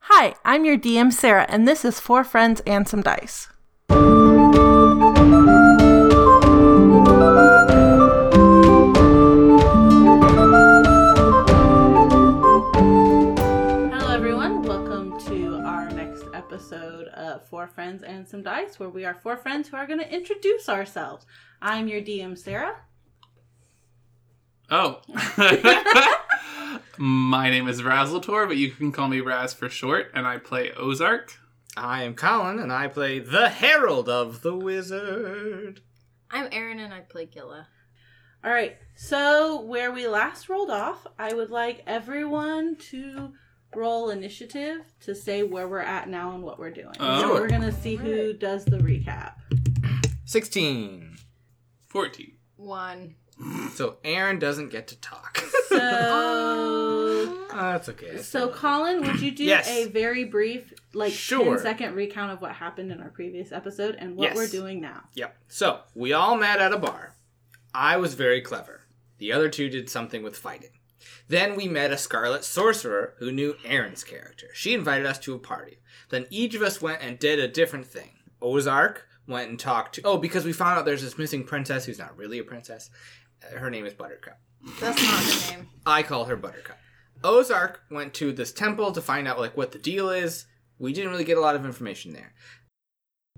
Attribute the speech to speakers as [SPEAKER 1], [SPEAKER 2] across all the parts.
[SPEAKER 1] Hi, I'm your DM, Sarah, and this is Four Friends and Some Dice. Hello, everyone. Welcome to our next episode of Four Friends and Some Dice, where we are four friends who are going to introduce ourselves. I'm your DM, Sarah.
[SPEAKER 2] Oh. My name is Razzletor, but you can call me Raz for short, and I play Ozark.
[SPEAKER 3] I am Colin, and I play the Herald of the Wizard.
[SPEAKER 4] I'm Erin and I play Gilla.
[SPEAKER 1] All right. So where we last rolled off, I would like everyone to roll initiative to say where we're at now and what we're doing. So
[SPEAKER 2] Oh.
[SPEAKER 1] we're gonna see who does the recap.
[SPEAKER 3] 16.
[SPEAKER 2] 14.
[SPEAKER 4] One.
[SPEAKER 3] So Aaron doesn't get to talk.
[SPEAKER 1] So.
[SPEAKER 3] Ah, that's okay.
[SPEAKER 1] So, Colin, would you do
[SPEAKER 3] Yes.
[SPEAKER 1] a very brief, like ten second
[SPEAKER 3] Sure.
[SPEAKER 1] recount of what happened in our previous episode and what
[SPEAKER 3] Yes.
[SPEAKER 1] we're doing now?
[SPEAKER 3] Yep. So we all met at a bar. I was very clever. The other two did something with fighting. Then we met a scarlet sorcerer who knew Aaron's character. She invited us to a party. Then each of us went and did a different thing. Ozark went and talked to. Oh, because we found out there's this missing princess who's not really a princess. Uh, Her name is Buttercup.
[SPEAKER 4] That's not her name.
[SPEAKER 3] I call her Buttercup. Ozark went to this temple to find out like what the deal is. We didn't really get a lot of information there.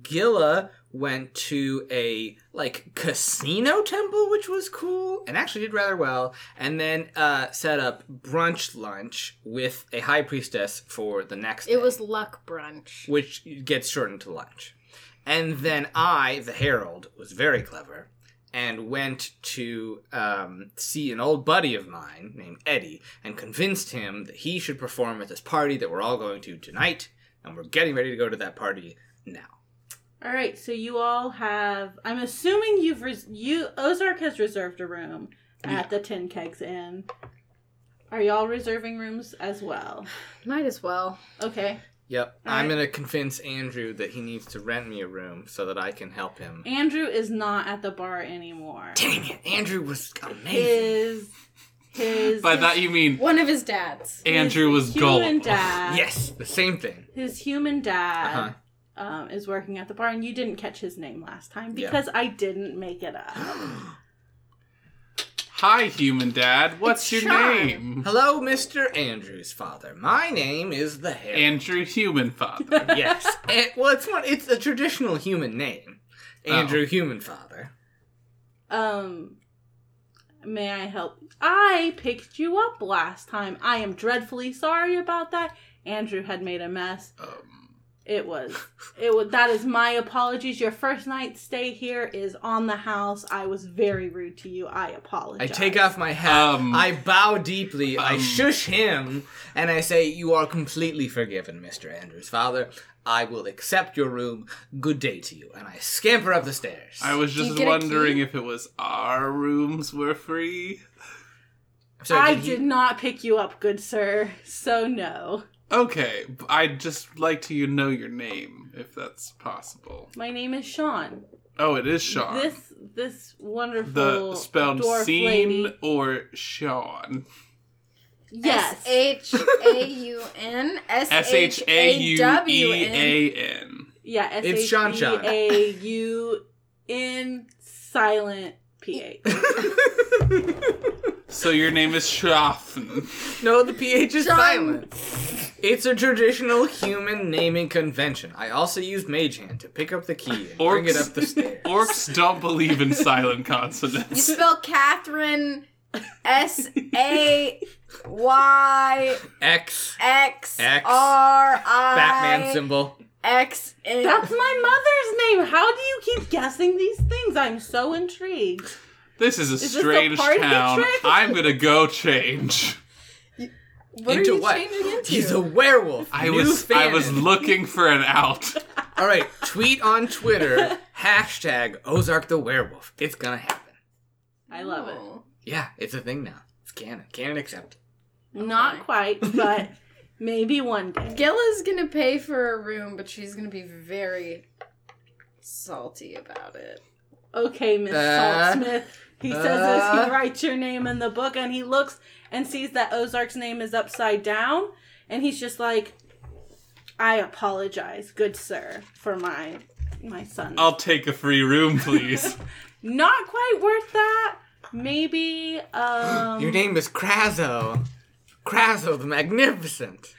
[SPEAKER 3] Gilla went to a like casino temple, which was cool and actually did rather well, and then uh, set up brunch lunch with a high priestess for the next.
[SPEAKER 4] It
[SPEAKER 3] day
[SPEAKER 4] was Luck Brunch.
[SPEAKER 3] which gets shortened to lunch. And then I, the Herald, was very clever and went to um, see an old buddy of mine named Eddie and convinced him that he should perform at this party that we're all going to tonight. And we're getting ready to go to that party now.
[SPEAKER 1] All right. So you all have. I'm assuming you've res- you Ozark has reserved a room
[SPEAKER 3] Yeah.
[SPEAKER 1] at the Tin Kegs Inn. Are y'all reserving rooms as well?
[SPEAKER 4] Might as well.
[SPEAKER 1] Okay.
[SPEAKER 3] Yep.
[SPEAKER 1] All
[SPEAKER 3] I'm
[SPEAKER 1] right.
[SPEAKER 3] going to convince Andrew that he needs to rent me a room so that I can help him.
[SPEAKER 1] Andrew is not at the bar anymore.
[SPEAKER 3] Dang it. Andrew was amazing.
[SPEAKER 1] His his
[SPEAKER 2] By that you mean
[SPEAKER 4] One of his dads.
[SPEAKER 2] Andrew was
[SPEAKER 1] human
[SPEAKER 2] gullible.
[SPEAKER 1] dad.
[SPEAKER 3] Yes, the same thing.
[SPEAKER 1] His human dad
[SPEAKER 3] Uh-huh.
[SPEAKER 1] um, is working at the bar, and you didn't catch his name last time
[SPEAKER 3] Yeah.
[SPEAKER 1] because I didn't make it up.
[SPEAKER 2] Hi, human dad. What's
[SPEAKER 4] It's
[SPEAKER 2] your
[SPEAKER 4] Sean.
[SPEAKER 2] name?
[SPEAKER 3] Hello, Mr. Andrew's father. My name is the Herald.
[SPEAKER 2] Andrew Human Father.
[SPEAKER 3] yes. And- well, it's one. It's a traditional human name,
[SPEAKER 2] Oh.
[SPEAKER 3] Andrew Human Father.
[SPEAKER 1] Um, may I help? I picked you up last time. I am dreadfully sorry about that. Andrew had made a mess.
[SPEAKER 2] Um,
[SPEAKER 1] It was, it was. That is my apologies. Your first night stay here is on the house. I was very rude to you. I
[SPEAKER 3] I
[SPEAKER 1] apologize.
[SPEAKER 3] take off my hat.
[SPEAKER 2] Um,
[SPEAKER 3] I bow deeply. I
[SPEAKER 2] um,
[SPEAKER 3] shush him, and I say, "You are completely forgiven, Mister Andrew's father. I will accept your room. Good day to you." And I scamper up the stairs.
[SPEAKER 2] I was
[SPEAKER 4] Do you
[SPEAKER 2] just
[SPEAKER 4] get a
[SPEAKER 2] wondering
[SPEAKER 4] key?
[SPEAKER 2] if it was our rooms were free.
[SPEAKER 3] I'm
[SPEAKER 1] I
[SPEAKER 3] sorry,
[SPEAKER 1] did,
[SPEAKER 3] he-
[SPEAKER 1] not pick you up, good sir. So no.
[SPEAKER 2] Okay, b- I'd just like to you know your name, if that's possible.
[SPEAKER 1] My name is Sean.
[SPEAKER 2] Oh, it is Sean.
[SPEAKER 1] This this wonderful
[SPEAKER 2] the spelled
[SPEAKER 1] dwarf
[SPEAKER 2] scene
[SPEAKER 1] lady.
[SPEAKER 2] or Sean.
[SPEAKER 1] Yes.
[SPEAKER 4] S H A U N S
[SPEAKER 2] S
[SPEAKER 4] H
[SPEAKER 2] H A
[SPEAKER 4] A
[SPEAKER 2] U
[SPEAKER 4] W
[SPEAKER 2] E
[SPEAKER 4] N.
[SPEAKER 2] A N.
[SPEAKER 1] yeah. S
[SPEAKER 3] It's
[SPEAKER 1] H
[SPEAKER 3] Sean
[SPEAKER 1] E
[SPEAKER 3] Sean.
[SPEAKER 1] A U in silent P H.
[SPEAKER 2] So your name is Schaffen.
[SPEAKER 3] no, the ph is
[SPEAKER 4] John-
[SPEAKER 3] silent. It's a traditional human naming convention. I also use Mage Hand to pick up the key and bring it
[SPEAKER 2] Orcs.
[SPEAKER 3] up the stairs.
[SPEAKER 2] Orcs don't believe in silent
[SPEAKER 4] You
[SPEAKER 2] consonants.
[SPEAKER 4] spell Catherine S A Y
[SPEAKER 3] X
[SPEAKER 4] X
[SPEAKER 3] X.
[SPEAKER 4] R I
[SPEAKER 3] Batman symbol.
[SPEAKER 4] X N.
[SPEAKER 1] That's my mother's name. How do you keep guessing these things? I'm so intrigued.
[SPEAKER 2] This is a
[SPEAKER 1] this a
[SPEAKER 2] strange
[SPEAKER 1] part of the
[SPEAKER 2] town.
[SPEAKER 1] trick?
[SPEAKER 2] I'm gonna go change.
[SPEAKER 4] What are you changing into?
[SPEAKER 3] He's a werewolf.
[SPEAKER 2] I
[SPEAKER 3] New
[SPEAKER 2] was I
[SPEAKER 3] fanon.
[SPEAKER 2] was looking for an out.
[SPEAKER 3] All right, tweet on Twitter hashtag Ozark the werewolf. It's gonna happen.
[SPEAKER 1] I love it.
[SPEAKER 4] Oh.
[SPEAKER 3] Yeah, it's a thing now. It's canon. Canon accepted.
[SPEAKER 1] Not quite, but maybe one day.
[SPEAKER 4] Gilla's gonna pay for a room, but she's gonna be very salty about it.
[SPEAKER 1] Okay, Miss
[SPEAKER 3] Uh,
[SPEAKER 1] Saltsmith. He says this. He
[SPEAKER 3] uh.
[SPEAKER 1] writes your name in the book, and he looks and sees that Ozark's name is upside down, and he's just like, I apologize, good sir, for my my son.
[SPEAKER 2] I'll take a free room, please.
[SPEAKER 1] Not quite worth that. Maybe um
[SPEAKER 3] Your name is Krazo. Krazo the Magnificent.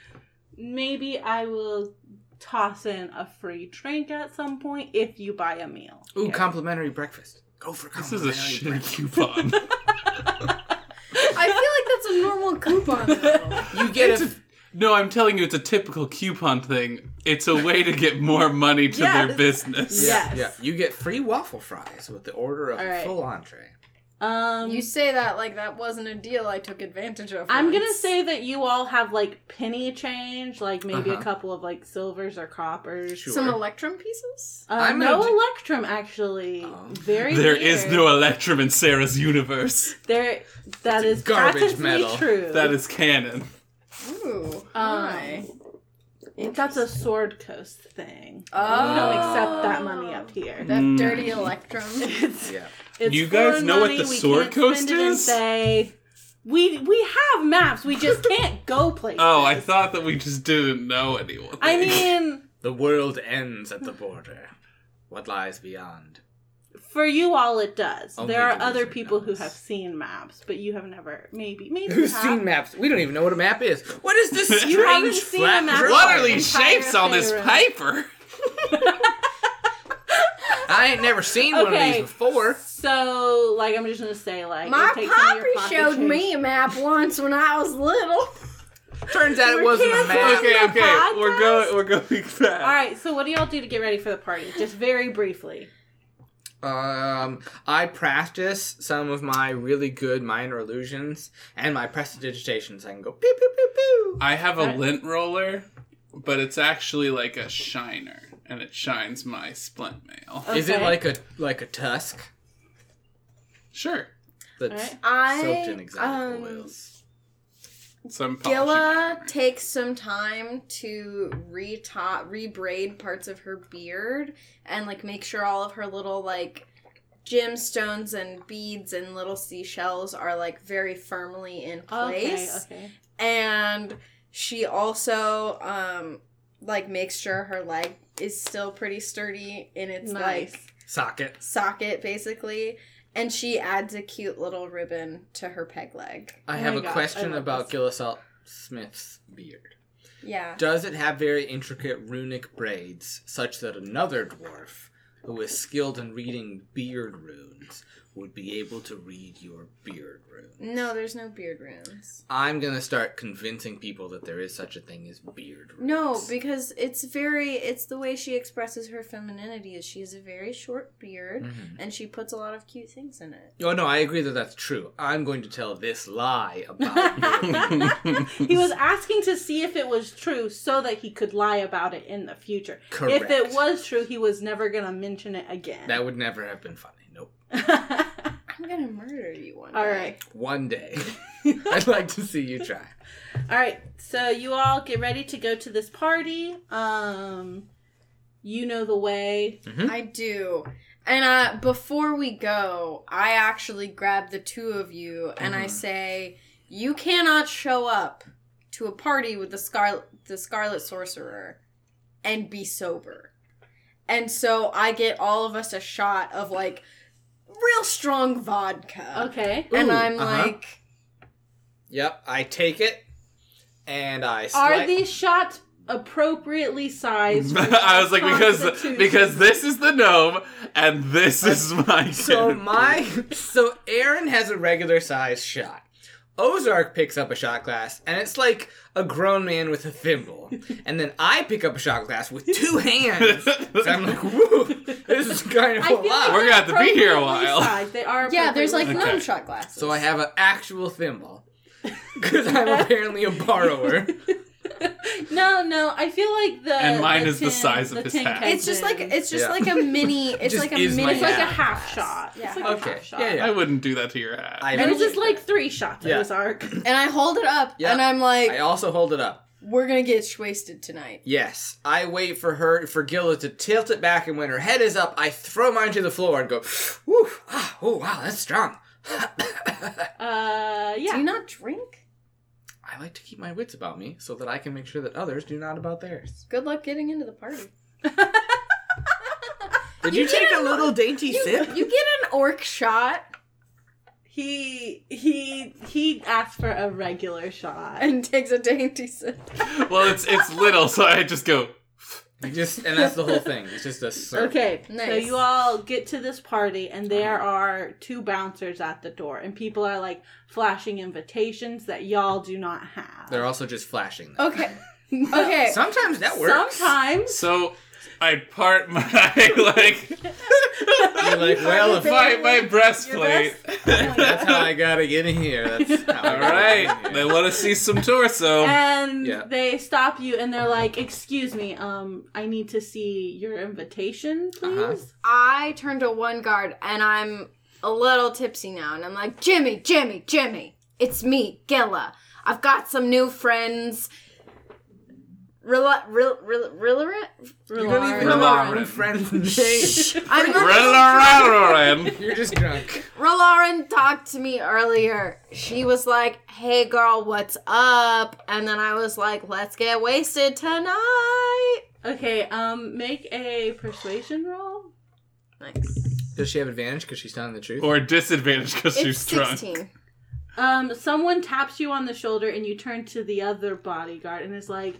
[SPEAKER 1] maybe I will toss in a free drink at some point if you buy a meal.
[SPEAKER 3] Ooh,
[SPEAKER 1] here.
[SPEAKER 3] complimentary breakfast. Go for
[SPEAKER 2] this is a
[SPEAKER 3] complimentary
[SPEAKER 2] shitty
[SPEAKER 3] breakfast.
[SPEAKER 2] coupon.
[SPEAKER 4] I feel like that's a normal coupon. though.
[SPEAKER 3] You get a,
[SPEAKER 2] no, I'm telling you, it's a typical coupon thing. It's a way to get more money to
[SPEAKER 1] Yes.
[SPEAKER 2] their business.
[SPEAKER 1] Yes.
[SPEAKER 3] yeah, you get free waffle fries with the order of
[SPEAKER 1] All right.
[SPEAKER 3] full entree.
[SPEAKER 1] Um
[SPEAKER 4] You say that like that wasn't a deal I took advantage of.
[SPEAKER 1] I'm gonna
[SPEAKER 4] once.
[SPEAKER 1] say that you all have like penny change, like maybe
[SPEAKER 3] Uh-huh.
[SPEAKER 1] a couple of like silvers or coppers.
[SPEAKER 3] Sure.
[SPEAKER 4] some electrum pieces.
[SPEAKER 1] Uh,
[SPEAKER 3] I'm
[SPEAKER 1] no
[SPEAKER 3] gonna do-
[SPEAKER 1] electrum actually.
[SPEAKER 3] Oh.
[SPEAKER 1] Very
[SPEAKER 2] There is
[SPEAKER 1] weird.
[SPEAKER 2] no Electrum in Sarah's universe.
[SPEAKER 1] there that
[SPEAKER 3] It's
[SPEAKER 1] is
[SPEAKER 3] garbage
[SPEAKER 1] garbage
[SPEAKER 3] metal.
[SPEAKER 1] true.
[SPEAKER 2] That is canon.
[SPEAKER 4] Ooh,
[SPEAKER 1] um,
[SPEAKER 4] hi.
[SPEAKER 1] that's a sword coast thing.
[SPEAKER 4] Oh.
[SPEAKER 1] We don't accept that money up here.
[SPEAKER 4] That
[SPEAKER 2] Mm.
[SPEAKER 4] dirty electrum.
[SPEAKER 1] It's,
[SPEAKER 3] Yeah.
[SPEAKER 1] it's
[SPEAKER 2] You guys
[SPEAKER 1] foreign
[SPEAKER 2] know what
[SPEAKER 1] money,
[SPEAKER 2] the
[SPEAKER 1] we
[SPEAKER 2] Sword
[SPEAKER 1] can't
[SPEAKER 2] Coast
[SPEAKER 1] spend it and
[SPEAKER 2] is?
[SPEAKER 1] Say, we we have maps. We just can't go places.
[SPEAKER 2] Oh, I thought that we just didn't know anyone.
[SPEAKER 1] I mean,
[SPEAKER 3] The world ends at the border. What lies beyond?
[SPEAKER 1] for you all, it does.
[SPEAKER 3] Only
[SPEAKER 1] there are
[SPEAKER 3] the
[SPEAKER 1] other
[SPEAKER 3] wizard
[SPEAKER 1] people who
[SPEAKER 3] knows.
[SPEAKER 1] have seen maps, but you have never. Maybe, maybe you
[SPEAKER 3] Who's
[SPEAKER 1] have.
[SPEAKER 3] seen maps? We don't even know what a map is. What is this strange
[SPEAKER 1] You haven't seen a
[SPEAKER 3] flat
[SPEAKER 1] map
[SPEAKER 3] drawing?
[SPEAKER 1] before.
[SPEAKER 2] what are these
[SPEAKER 1] Entire
[SPEAKER 2] shapes on this
[SPEAKER 1] theorem.
[SPEAKER 2] paper?
[SPEAKER 3] I ain't never seen one of
[SPEAKER 1] Okay.
[SPEAKER 3] these before.
[SPEAKER 1] So, like, I'm just gonna say, like,
[SPEAKER 4] My
[SPEAKER 1] it takes some of your
[SPEAKER 4] poppy
[SPEAKER 1] pocket
[SPEAKER 4] showed
[SPEAKER 1] change.
[SPEAKER 4] me a map once when I was little.
[SPEAKER 3] Turns out it
[SPEAKER 1] We're
[SPEAKER 3] wasn't a
[SPEAKER 1] canceling
[SPEAKER 3] map.
[SPEAKER 2] Okay,
[SPEAKER 1] the
[SPEAKER 2] okay, we're
[SPEAKER 1] podcast?
[SPEAKER 2] going. We're going back.
[SPEAKER 1] All right, so what do y'all do to get ready for the party? Just very briefly.
[SPEAKER 3] Um, I practice some of my really good minor illusions and my prestidigitations. I can go pew pew pew pew.
[SPEAKER 2] I have a
[SPEAKER 1] Alright.
[SPEAKER 2] lint roller, but it's actually like a shiner, and it shines my splint mail.
[SPEAKER 1] Okay.
[SPEAKER 3] Is it like a like a tusk
[SPEAKER 2] Sure.
[SPEAKER 3] that's
[SPEAKER 4] I
[SPEAKER 3] soaked in exotic
[SPEAKER 4] um,
[SPEAKER 3] oils?
[SPEAKER 2] So I'm polishing my
[SPEAKER 4] Gilla
[SPEAKER 2] armor.
[SPEAKER 4] takes some time to re rebraid parts of her beard and like make sure all of her little like gemstones and beads and little seashells are like very firmly in place.
[SPEAKER 1] Okay, okay.
[SPEAKER 4] And she also um like makes sure her leg is still pretty sturdy in its
[SPEAKER 1] Nice.
[SPEAKER 4] like
[SPEAKER 3] Socket.
[SPEAKER 4] socket basically. And she adds a cute little ribbon to her peg leg.
[SPEAKER 3] I
[SPEAKER 1] Oh
[SPEAKER 3] have
[SPEAKER 1] my
[SPEAKER 3] a
[SPEAKER 1] God, I
[SPEAKER 3] question
[SPEAKER 1] love
[SPEAKER 3] about
[SPEAKER 1] this.
[SPEAKER 3] Gillisalt Smith's beard.
[SPEAKER 4] Yeah.
[SPEAKER 3] Does it have very intricate runic braids, such that another dwarf who is skilled in reading beard runes would be able to read your beard rune?
[SPEAKER 4] No, there's no beard runes.
[SPEAKER 3] I'm gonna start convincing people that there is such a thing as beard runes.
[SPEAKER 4] No, because it's very it's the way she expresses her femininity is she has a very short beard
[SPEAKER 1] Mm.
[SPEAKER 3] Mhm.
[SPEAKER 4] and she puts a lot of cute things in it.
[SPEAKER 3] Oh no, I agree that that's true. I'm going to tell this lie about your
[SPEAKER 1] he was asking to see if it was true so that he could lie about it in the future. If
[SPEAKER 3] correct.
[SPEAKER 1] it was true, he was never going to mention it again.
[SPEAKER 3] that would never have been funny. Nope.
[SPEAKER 4] I'm gonna murder you one
[SPEAKER 1] All
[SPEAKER 4] day.
[SPEAKER 1] right.
[SPEAKER 3] One day, I'd like to see you try.
[SPEAKER 1] All right. So you all get ready to go to this party. Um you know the way.
[SPEAKER 4] I do. And uh, before we go, I actually grab the two of you and I
[SPEAKER 1] Uh-huh.
[SPEAKER 3] Mhm.
[SPEAKER 4] say, "You cannot show up to a party with the scarlet the Scarlet Sorcerer and be sober." And so I get all of us a shot of like real strong vodka,
[SPEAKER 1] Okay.
[SPEAKER 4] and
[SPEAKER 3] Ooh,
[SPEAKER 4] I'm
[SPEAKER 3] uh-huh.
[SPEAKER 4] like,
[SPEAKER 3] Yep, I take it, and I.
[SPEAKER 1] Are
[SPEAKER 3] swipe-
[SPEAKER 1] these shots appropriately sized?
[SPEAKER 2] I was like because
[SPEAKER 1] Constitution?
[SPEAKER 2] because this is the gnome and this is my
[SPEAKER 3] So
[SPEAKER 2] kid.
[SPEAKER 3] my so Aaron has a regular size shot. Ozark picks up a shot glass and it's like a grown man with a thimble. And then I pick up a shot glass with two hands. So I'm like, woo, this is kind of
[SPEAKER 1] I
[SPEAKER 3] a
[SPEAKER 1] feel like
[SPEAKER 3] lot.
[SPEAKER 2] We're gonna have to be here a
[SPEAKER 1] appropriately
[SPEAKER 2] while.
[SPEAKER 1] sized. They are
[SPEAKER 4] "Yeah, there's like
[SPEAKER 1] appropriately
[SPEAKER 2] Okay.
[SPEAKER 4] none shot glasses."
[SPEAKER 3] So I have an actual thimble. Because I'm apparently a borrower.
[SPEAKER 1] No, no. I feel like the
[SPEAKER 2] And mine is the
[SPEAKER 1] tin-
[SPEAKER 2] size of his
[SPEAKER 1] tin
[SPEAKER 2] hat.
[SPEAKER 1] can
[SPEAKER 4] It's just like
[SPEAKER 1] thing.
[SPEAKER 4] it's just
[SPEAKER 3] Yeah.
[SPEAKER 4] like a mini. It's
[SPEAKER 3] just
[SPEAKER 4] like a
[SPEAKER 3] is
[SPEAKER 4] mini.
[SPEAKER 3] my
[SPEAKER 1] it's like a
[SPEAKER 3] Yeah.
[SPEAKER 1] half shot.
[SPEAKER 4] Yeah.
[SPEAKER 1] It's like a
[SPEAKER 3] Okay.
[SPEAKER 1] half shot.
[SPEAKER 3] Yeah, yeah.
[SPEAKER 2] I wouldn't do that to your hat.
[SPEAKER 3] I,
[SPEAKER 1] And it's just like three shots
[SPEAKER 3] Yeah.
[SPEAKER 1] of this arc.
[SPEAKER 4] And I hold it up
[SPEAKER 3] Yeah.
[SPEAKER 4] and I'm like,
[SPEAKER 3] I also hold it up.
[SPEAKER 4] "We're gonna get wasted tonight."
[SPEAKER 3] Yes. I wait for her for Gilla to tilt it back and when her head is up, I throw mine to the floor and go, Woo, ah, oh wow, that's strong.
[SPEAKER 1] Uh,
[SPEAKER 4] Do
[SPEAKER 1] yeah.
[SPEAKER 4] you not drink?
[SPEAKER 3] I like to keep my wits about me so that I can make sure that others do not about theirs.
[SPEAKER 4] Good luck getting into the party.
[SPEAKER 3] Did
[SPEAKER 4] You
[SPEAKER 3] you, take
[SPEAKER 4] get
[SPEAKER 3] a little dainty
[SPEAKER 4] You,
[SPEAKER 3] sip?
[SPEAKER 4] you get an orc shot
[SPEAKER 1] He he he asked for a regular shot.
[SPEAKER 4] and takes a dainty sip.
[SPEAKER 2] Well, it's it's little, so I just go.
[SPEAKER 3] You just and that's the whole thing. It's just a slurp.
[SPEAKER 1] Okay, so
[SPEAKER 4] Nice.
[SPEAKER 1] you all get to this party, and there are two bouncers at the door, and people are like flashing invitations that y'all do not have.
[SPEAKER 3] They're also just flashing. Them.
[SPEAKER 4] Okay. Okay.
[SPEAKER 3] Sometimes that works.
[SPEAKER 1] Sometimes
[SPEAKER 2] So I part my like
[SPEAKER 3] You're like, well, if
[SPEAKER 2] my my breastplate.
[SPEAKER 3] that's how I gotta get in here. That's how I
[SPEAKER 2] All
[SPEAKER 3] gotta get
[SPEAKER 2] right,
[SPEAKER 3] in
[SPEAKER 2] they
[SPEAKER 3] here.
[SPEAKER 2] want to see some torso.
[SPEAKER 1] and
[SPEAKER 3] Yeah.
[SPEAKER 1] they stop you, and they're like, "Excuse me, um, I need to see your invitation,
[SPEAKER 3] Uh-huh.
[SPEAKER 1] please."
[SPEAKER 4] I turn to one guard and I'm a little tipsy now and I'm like, Jimmy, Jimmy, Jimmy, it's me, Gilla. I've got some new friends. Rilla, rilla, rilla, rilla,
[SPEAKER 3] You don't even
[SPEAKER 2] Relarin.
[SPEAKER 3] know our
[SPEAKER 2] Relarin.
[SPEAKER 3] own friend's name.
[SPEAKER 4] I'm
[SPEAKER 2] Relararan.
[SPEAKER 3] You're just drunk.
[SPEAKER 4] Rolaren talked to me earlier. She was like, "Hey girl, what's up?" And then I was like, "Let's get wasted tonight."
[SPEAKER 1] Okay, um, make a persuasion roll.
[SPEAKER 4] Nice.
[SPEAKER 3] Does she have advantage because she's telling the truth?
[SPEAKER 2] or disadvantage because
[SPEAKER 4] It's
[SPEAKER 2] she's drunk.
[SPEAKER 4] sixteen.
[SPEAKER 1] Um, someone taps you on the shoulder and you turn to the other bodyguard and is like,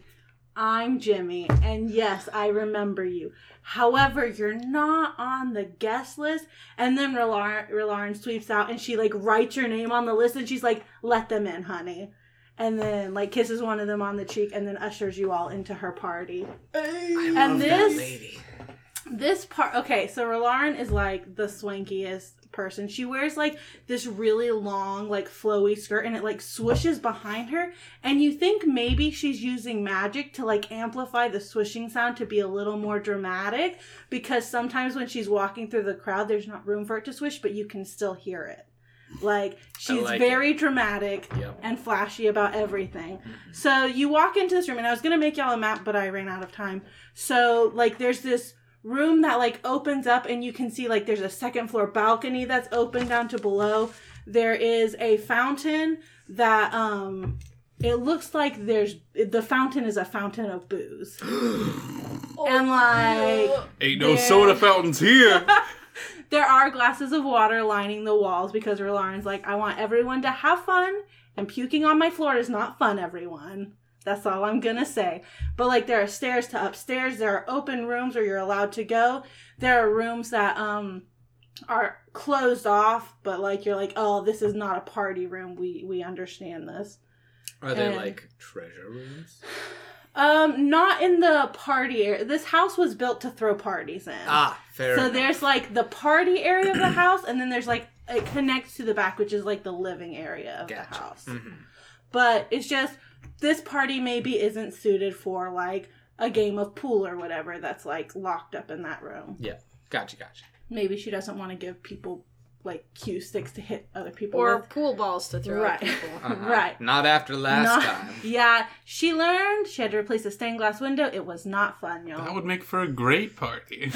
[SPEAKER 1] I'm Jimmy, and yes, I remember you. However, you're not on the guest list. And then Relar- Relaren sweeps out and she like writes your name on the list and she's like, let them in, honey. And then like kisses one of them on the cheek and then ushers you all into her party.
[SPEAKER 3] I love
[SPEAKER 1] and
[SPEAKER 3] that
[SPEAKER 1] this-
[SPEAKER 3] lady.
[SPEAKER 1] This part, okay, so Relaren is like the swankiest person. She wears like this really long, like flowy skirt and it like swooshes behind her. And you think maybe she's using magic to like amplify the swishing sound to be a little more dramatic because sometimes when she's walking through the crowd, there's not room for it to swish, but you can still hear it. Like she's
[SPEAKER 3] like
[SPEAKER 1] very dramatic
[SPEAKER 3] Yep.
[SPEAKER 1] and flashy about everything. So you walk into this room, and I was gonna make y'all a map, but I ran out of time. So like, there's this room that like opens up, and you can see like there's a second floor balcony that's open down to below. There is a fountain that um, it looks like there's the fountain is a fountain of booze, and like
[SPEAKER 2] Ain't no soda fountains here.
[SPEAKER 1] there are glasses of water lining the walls because Relaren's like, I want everyone to have fun, and puking on my floor is not fun, everyone. That's all I'm gonna say. But like, there are stairs to upstairs. There are open rooms where you're allowed to go. There are rooms that um are closed off, but like you're like, oh, this is not a party room. We we understand this.
[SPEAKER 3] Are they
[SPEAKER 1] and-
[SPEAKER 3] like treasure rooms?
[SPEAKER 1] Um, not in the party area. This house was built to throw parties in.
[SPEAKER 3] Ah, fair.
[SPEAKER 1] So
[SPEAKER 3] enough.
[SPEAKER 1] there's like the party area of the house, and then there's like it connects to the back, which is like the living area of the
[SPEAKER 3] Gotcha.
[SPEAKER 1] house.
[SPEAKER 3] Mhm.
[SPEAKER 1] But it's just this party maybe isn't suited for like a game of pool or whatever that's like locked up in that room.
[SPEAKER 3] Gotcha, gotcha.
[SPEAKER 1] Maybe she doesn't want to give people like cue sticks to hit other people
[SPEAKER 4] Or
[SPEAKER 1] with.
[SPEAKER 4] pool balls to throw
[SPEAKER 1] Right.
[SPEAKER 4] at people.
[SPEAKER 3] Uh-huh.
[SPEAKER 1] Right.
[SPEAKER 3] Not after last
[SPEAKER 1] Not-
[SPEAKER 3] time.
[SPEAKER 1] Yeah, she learned she had to replace a stained glass window. It was not fun, y'all.
[SPEAKER 2] That would make for a great party.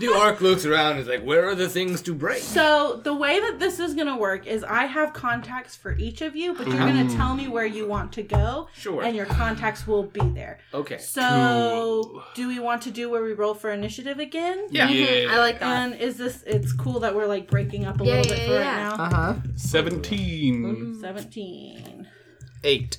[SPEAKER 3] The orc looks around and is like, where are the things to break?
[SPEAKER 1] So the way that this is gonna work is I have contacts for each of you, but you're gonna tell me where you want to go,
[SPEAKER 3] Mm-hmm. Sure.
[SPEAKER 1] and your contacts will be there.
[SPEAKER 3] okay.
[SPEAKER 1] So
[SPEAKER 2] Cool.
[SPEAKER 1] do we want to do where we roll for initiative again?
[SPEAKER 3] Yeah.
[SPEAKER 4] Mhm, I like that.
[SPEAKER 1] And is this? It's cool that we're like breaking up a
[SPEAKER 4] Yeah,
[SPEAKER 1] little
[SPEAKER 4] yeah,
[SPEAKER 1] bit for
[SPEAKER 4] yeah. Uh-huh.
[SPEAKER 1] right now.
[SPEAKER 3] huh.
[SPEAKER 2] 17.
[SPEAKER 1] Mm-hmm. Seventeen.
[SPEAKER 3] Eight.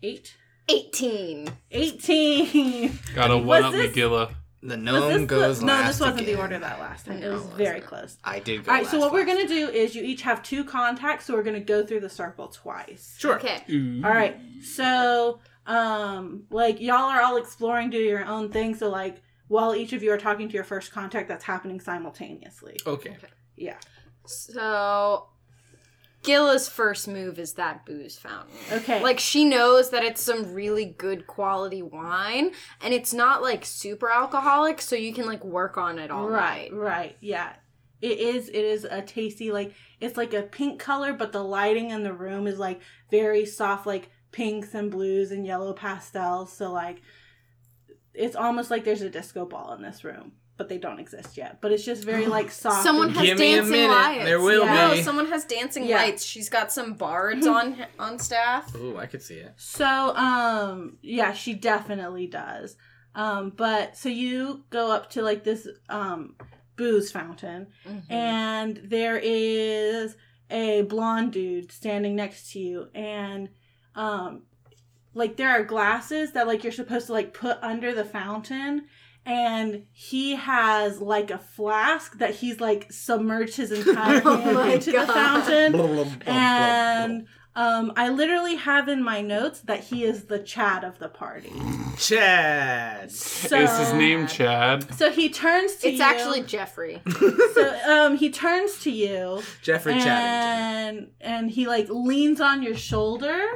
[SPEAKER 1] Eight.
[SPEAKER 4] 18.
[SPEAKER 1] 18.
[SPEAKER 2] Got a 1 up
[SPEAKER 1] this-
[SPEAKER 2] McGilla.
[SPEAKER 3] The
[SPEAKER 1] Was this
[SPEAKER 3] gnome
[SPEAKER 1] the-
[SPEAKER 3] goes
[SPEAKER 1] no,
[SPEAKER 3] last.
[SPEAKER 1] this wasn't
[SPEAKER 3] again.
[SPEAKER 1] the order that last time. It
[SPEAKER 4] No,
[SPEAKER 1] was
[SPEAKER 4] it wasn't.
[SPEAKER 1] very close.
[SPEAKER 3] I did go
[SPEAKER 1] All right, so
[SPEAKER 3] last
[SPEAKER 1] what we're
[SPEAKER 3] last
[SPEAKER 1] gonna
[SPEAKER 3] time.
[SPEAKER 1] do is you each have two contacts, so we're gonna go through the circle twice.
[SPEAKER 3] Sure.
[SPEAKER 4] Okay.
[SPEAKER 2] Ooh.
[SPEAKER 1] All right. So, um, like y'all are all exploring, do your own thing. So, like, while each of you are talking to your first contact, that's happening simultaneously.
[SPEAKER 3] Okay.
[SPEAKER 1] Yeah.
[SPEAKER 4] So Gilla's first move is that booze fountain.
[SPEAKER 1] Okay.
[SPEAKER 4] Like she knows that it's some really good quality wine and it's not like super alcoholic, so you can like work on it all
[SPEAKER 1] right,
[SPEAKER 4] right.
[SPEAKER 1] right, yeah. It is. It is a tasty, like it's like a pink color, but the lighting in the room is like very soft, like pinks and blues and yellow pastels. So like, it's almost like there's a disco ball in this room. but they don't exist yet. But it's just very like soft.
[SPEAKER 4] Someone
[SPEAKER 1] and-
[SPEAKER 4] has
[SPEAKER 3] Give me a
[SPEAKER 4] dancing
[SPEAKER 3] minute,
[SPEAKER 4] lights.
[SPEAKER 3] there will
[SPEAKER 4] no,
[SPEAKER 3] be.
[SPEAKER 4] someone has dancing
[SPEAKER 1] Yeah.
[SPEAKER 4] lights. She's got some bards on on staff.
[SPEAKER 3] Ooh, I could see it.
[SPEAKER 1] so um yeah, she definitely does. Um but so you go up to like this um booze fountain
[SPEAKER 4] Mhm. Mm-hmm.
[SPEAKER 1] and there is a blonde dude standing next to you and um like there are glasses that like you're supposed to like put under the fountain and he has like a flask that he's like submerged his entire
[SPEAKER 4] Oh
[SPEAKER 1] hand
[SPEAKER 4] my
[SPEAKER 1] into
[SPEAKER 4] God.
[SPEAKER 1] the fountain
[SPEAKER 3] And
[SPEAKER 1] and um i literally have in my notes that he is the chad of the party
[SPEAKER 3] Chad.
[SPEAKER 1] so
[SPEAKER 2] Is his name Chad?
[SPEAKER 1] so he turns to
[SPEAKER 4] It's
[SPEAKER 1] you-
[SPEAKER 4] actually Jeffrey.
[SPEAKER 1] so um he turns to you
[SPEAKER 3] Jeffrey Chad.
[SPEAKER 1] and and he like leans on your shoulder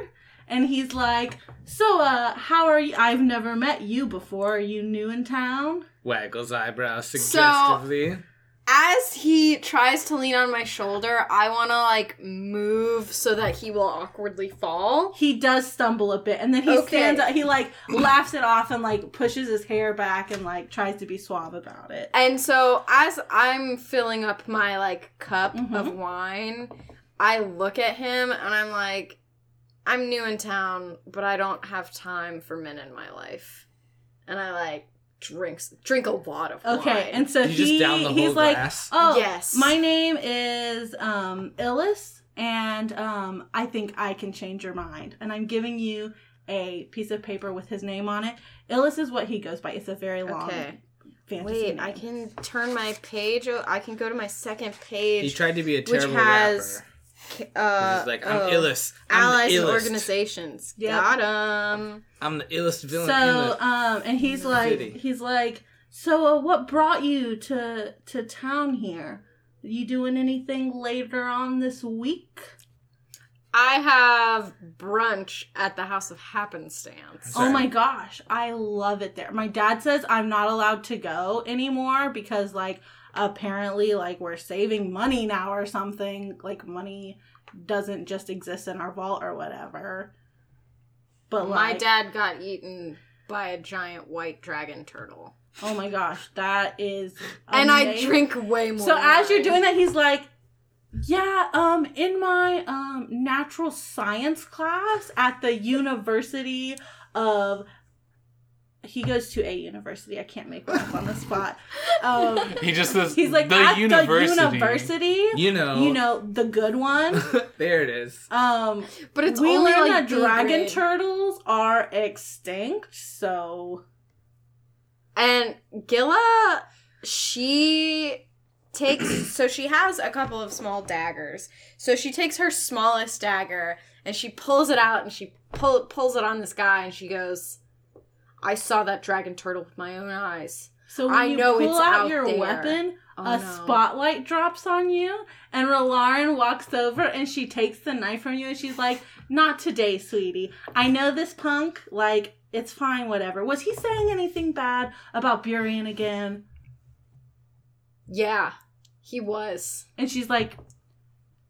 [SPEAKER 1] and he's like so uh how are you i've never met you before are you new in town
[SPEAKER 3] Waggles eyebrows suggestively.
[SPEAKER 4] As he tries to lean on my shoulder, I want to like move so that he will awkwardly fall.
[SPEAKER 1] he does stumble a bit and then he
[SPEAKER 4] Okay.
[SPEAKER 1] stands up he like laughs it off and like pushes his hair back and like tries to be suave about it
[SPEAKER 4] And so as I'm filling up my like cup of
[SPEAKER 1] Mhm.
[SPEAKER 4] wine, I look at him and I'm like I'm new in town, but I don't have time for men in my life. And I like drinks drink a lot of wine.
[SPEAKER 1] okay and so
[SPEAKER 3] you just
[SPEAKER 1] he
[SPEAKER 3] down the whole
[SPEAKER 1] he's like
[SPEAKER 3] glass.
[SPEAKER 1] oh
[SPEAKER 4] Yes.
[SPEAKER 1] my name is um illis and um i think i can change your mind and i'm giving you a piece of paper with his name on it illis is what he goes by it's a very long
[SPEAKER 4] Okay.
[SPEAKER 1] fantasy
[SPEAKER 4] Wait,
[SPEAKER 1] name.
[SPEAKER 4] I can turn my page. o- I can go to my second
[SPEAKER 3] he
[SPEAKER 4] page.
[SPEAKER 3] tried to be a
[SPEAKER 4] which
[SPEAKER 3] terrible
[SPEAKER 4] has
[SPEAKER 3] rapper.
[SPEAKER 4] uh,
[SPEAKER 3] He's like, I'm
[SPEAKER 4] oh,
[SPEAKER 3] illest. I'm
[SPEAKER 4] Allies
[SPEAKER 3] the
[SPEAKER 4] and
[SPEAKER 3] illest.
[SPEAKER 4] organizations.
[SPEAKER 1] Yep.
[SPEAKER 4] Got 'em.
[SPEAKER 3] I'm the illest villain. in
[SPEAKER 1] so
[SPEAKER 3] the-
[SPEAKER 1] um and he's like
[SPEAKER 3] City.
[SPEAKER 1] he's like so uh, what brought you to to town here you doing anything later on this week
[SPEAKER 4] I have brunch at the House of Happenstance.
[SPEAKER 3] Sorry.
[SPEAKER 1] Oh my gosh, I love it there. My dad says I'm not allowed to go anymore because like apparently like we're saving money now or something. Like money doesn't just exist in our vault or whatever. But
[SPEAKER 4] my
[SPEAKER 1] like,
[SPEAKER 4] dad got eaten by a giant white dragon turtle,
[SPEAKER 1] oh my gosh, that is
[SPEAKER 4] and I
[SPEAKER 1] amazing.
[SPEAKER 4] drink way more.
[SPEAKER 1] So as you're
[SPEAKER 4] wine.
[SPEAKER 1] doing that, he's like, "Yeah, um, in my um natural science class at the University of." He goes to a university. I can't make one up on the spot. Um,
[SPEAKER 2] He just says
[SPEAKER 1] he's like
[SPEAKER 2] the
[SPEAKER 1] at
[SPEAKER 2] university.
[SPEAKER 1] the university.
[SPEAKER 3] you know.
[SPEAKER 1] You know the good one.
[SPEAKER 3] there it is.
[SPEAKER 1] Um,
[SPEAKER 4] but it's
[SPEAKER 1] we
[SPEAKER 4] only
[SPEAKER 1] learned
[SPEAKER 4] like
[SPEAKER 1] that
[SPEAKER 4] B
[SPEAKER 1] dragon
[SPEAKER 4] grade.
[SPEAKER 1] turtles are extinct. So
[SPEAKER 4] And Gilla, she takes so she has a couple of small daggers. So she takes her smallest dagger and she pulls it out and she pull, pulls it on this guy and she goes, "I saw that dragon turtle with my own eyes."
[SPEAKER 1] so when
[SPEAKER 4] I
[SPEAKER 1] you
[SPEAKER 4] know
[SPEAKER 1] pull
[SPEAKER 4] it's
[SPEAKER 1] out,
[SPEAKER 4] out
[SPEAKER 1] your
[SPEAKER 4] there.
[SPEAKER 1] weapon,
[SPEAKER 4] Oh,
[SPEAKER 1] a
[SPEAKER 4] no.
[SPEAKER 1] spotlight drops on you, and Rolaren walks over and she takes the knife from you and she's like, Not today, sweetie. I know this punk, like, it's fine, whatever. Was he saying anything bad about Burian again?
[SPEAKER 4] Yeah, he was.
[SPEAKER 1] And she's like,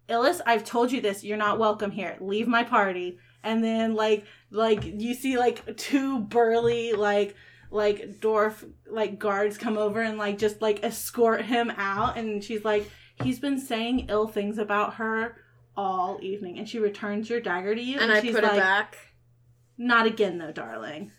[SPEAKER 1] Illis, I've told you this. You're not welcome here. Leave my party. And then like like you see like two burly like like dwarf like guards come over and like just like escort him out and she's like he's been saying ill things about her all evening and she returns your dagger to you
[SPEAKER 4] And I
[SPEAKER 1] she's
[SPEAKER 4] put it back.
[SPEAKER 1] not again though darling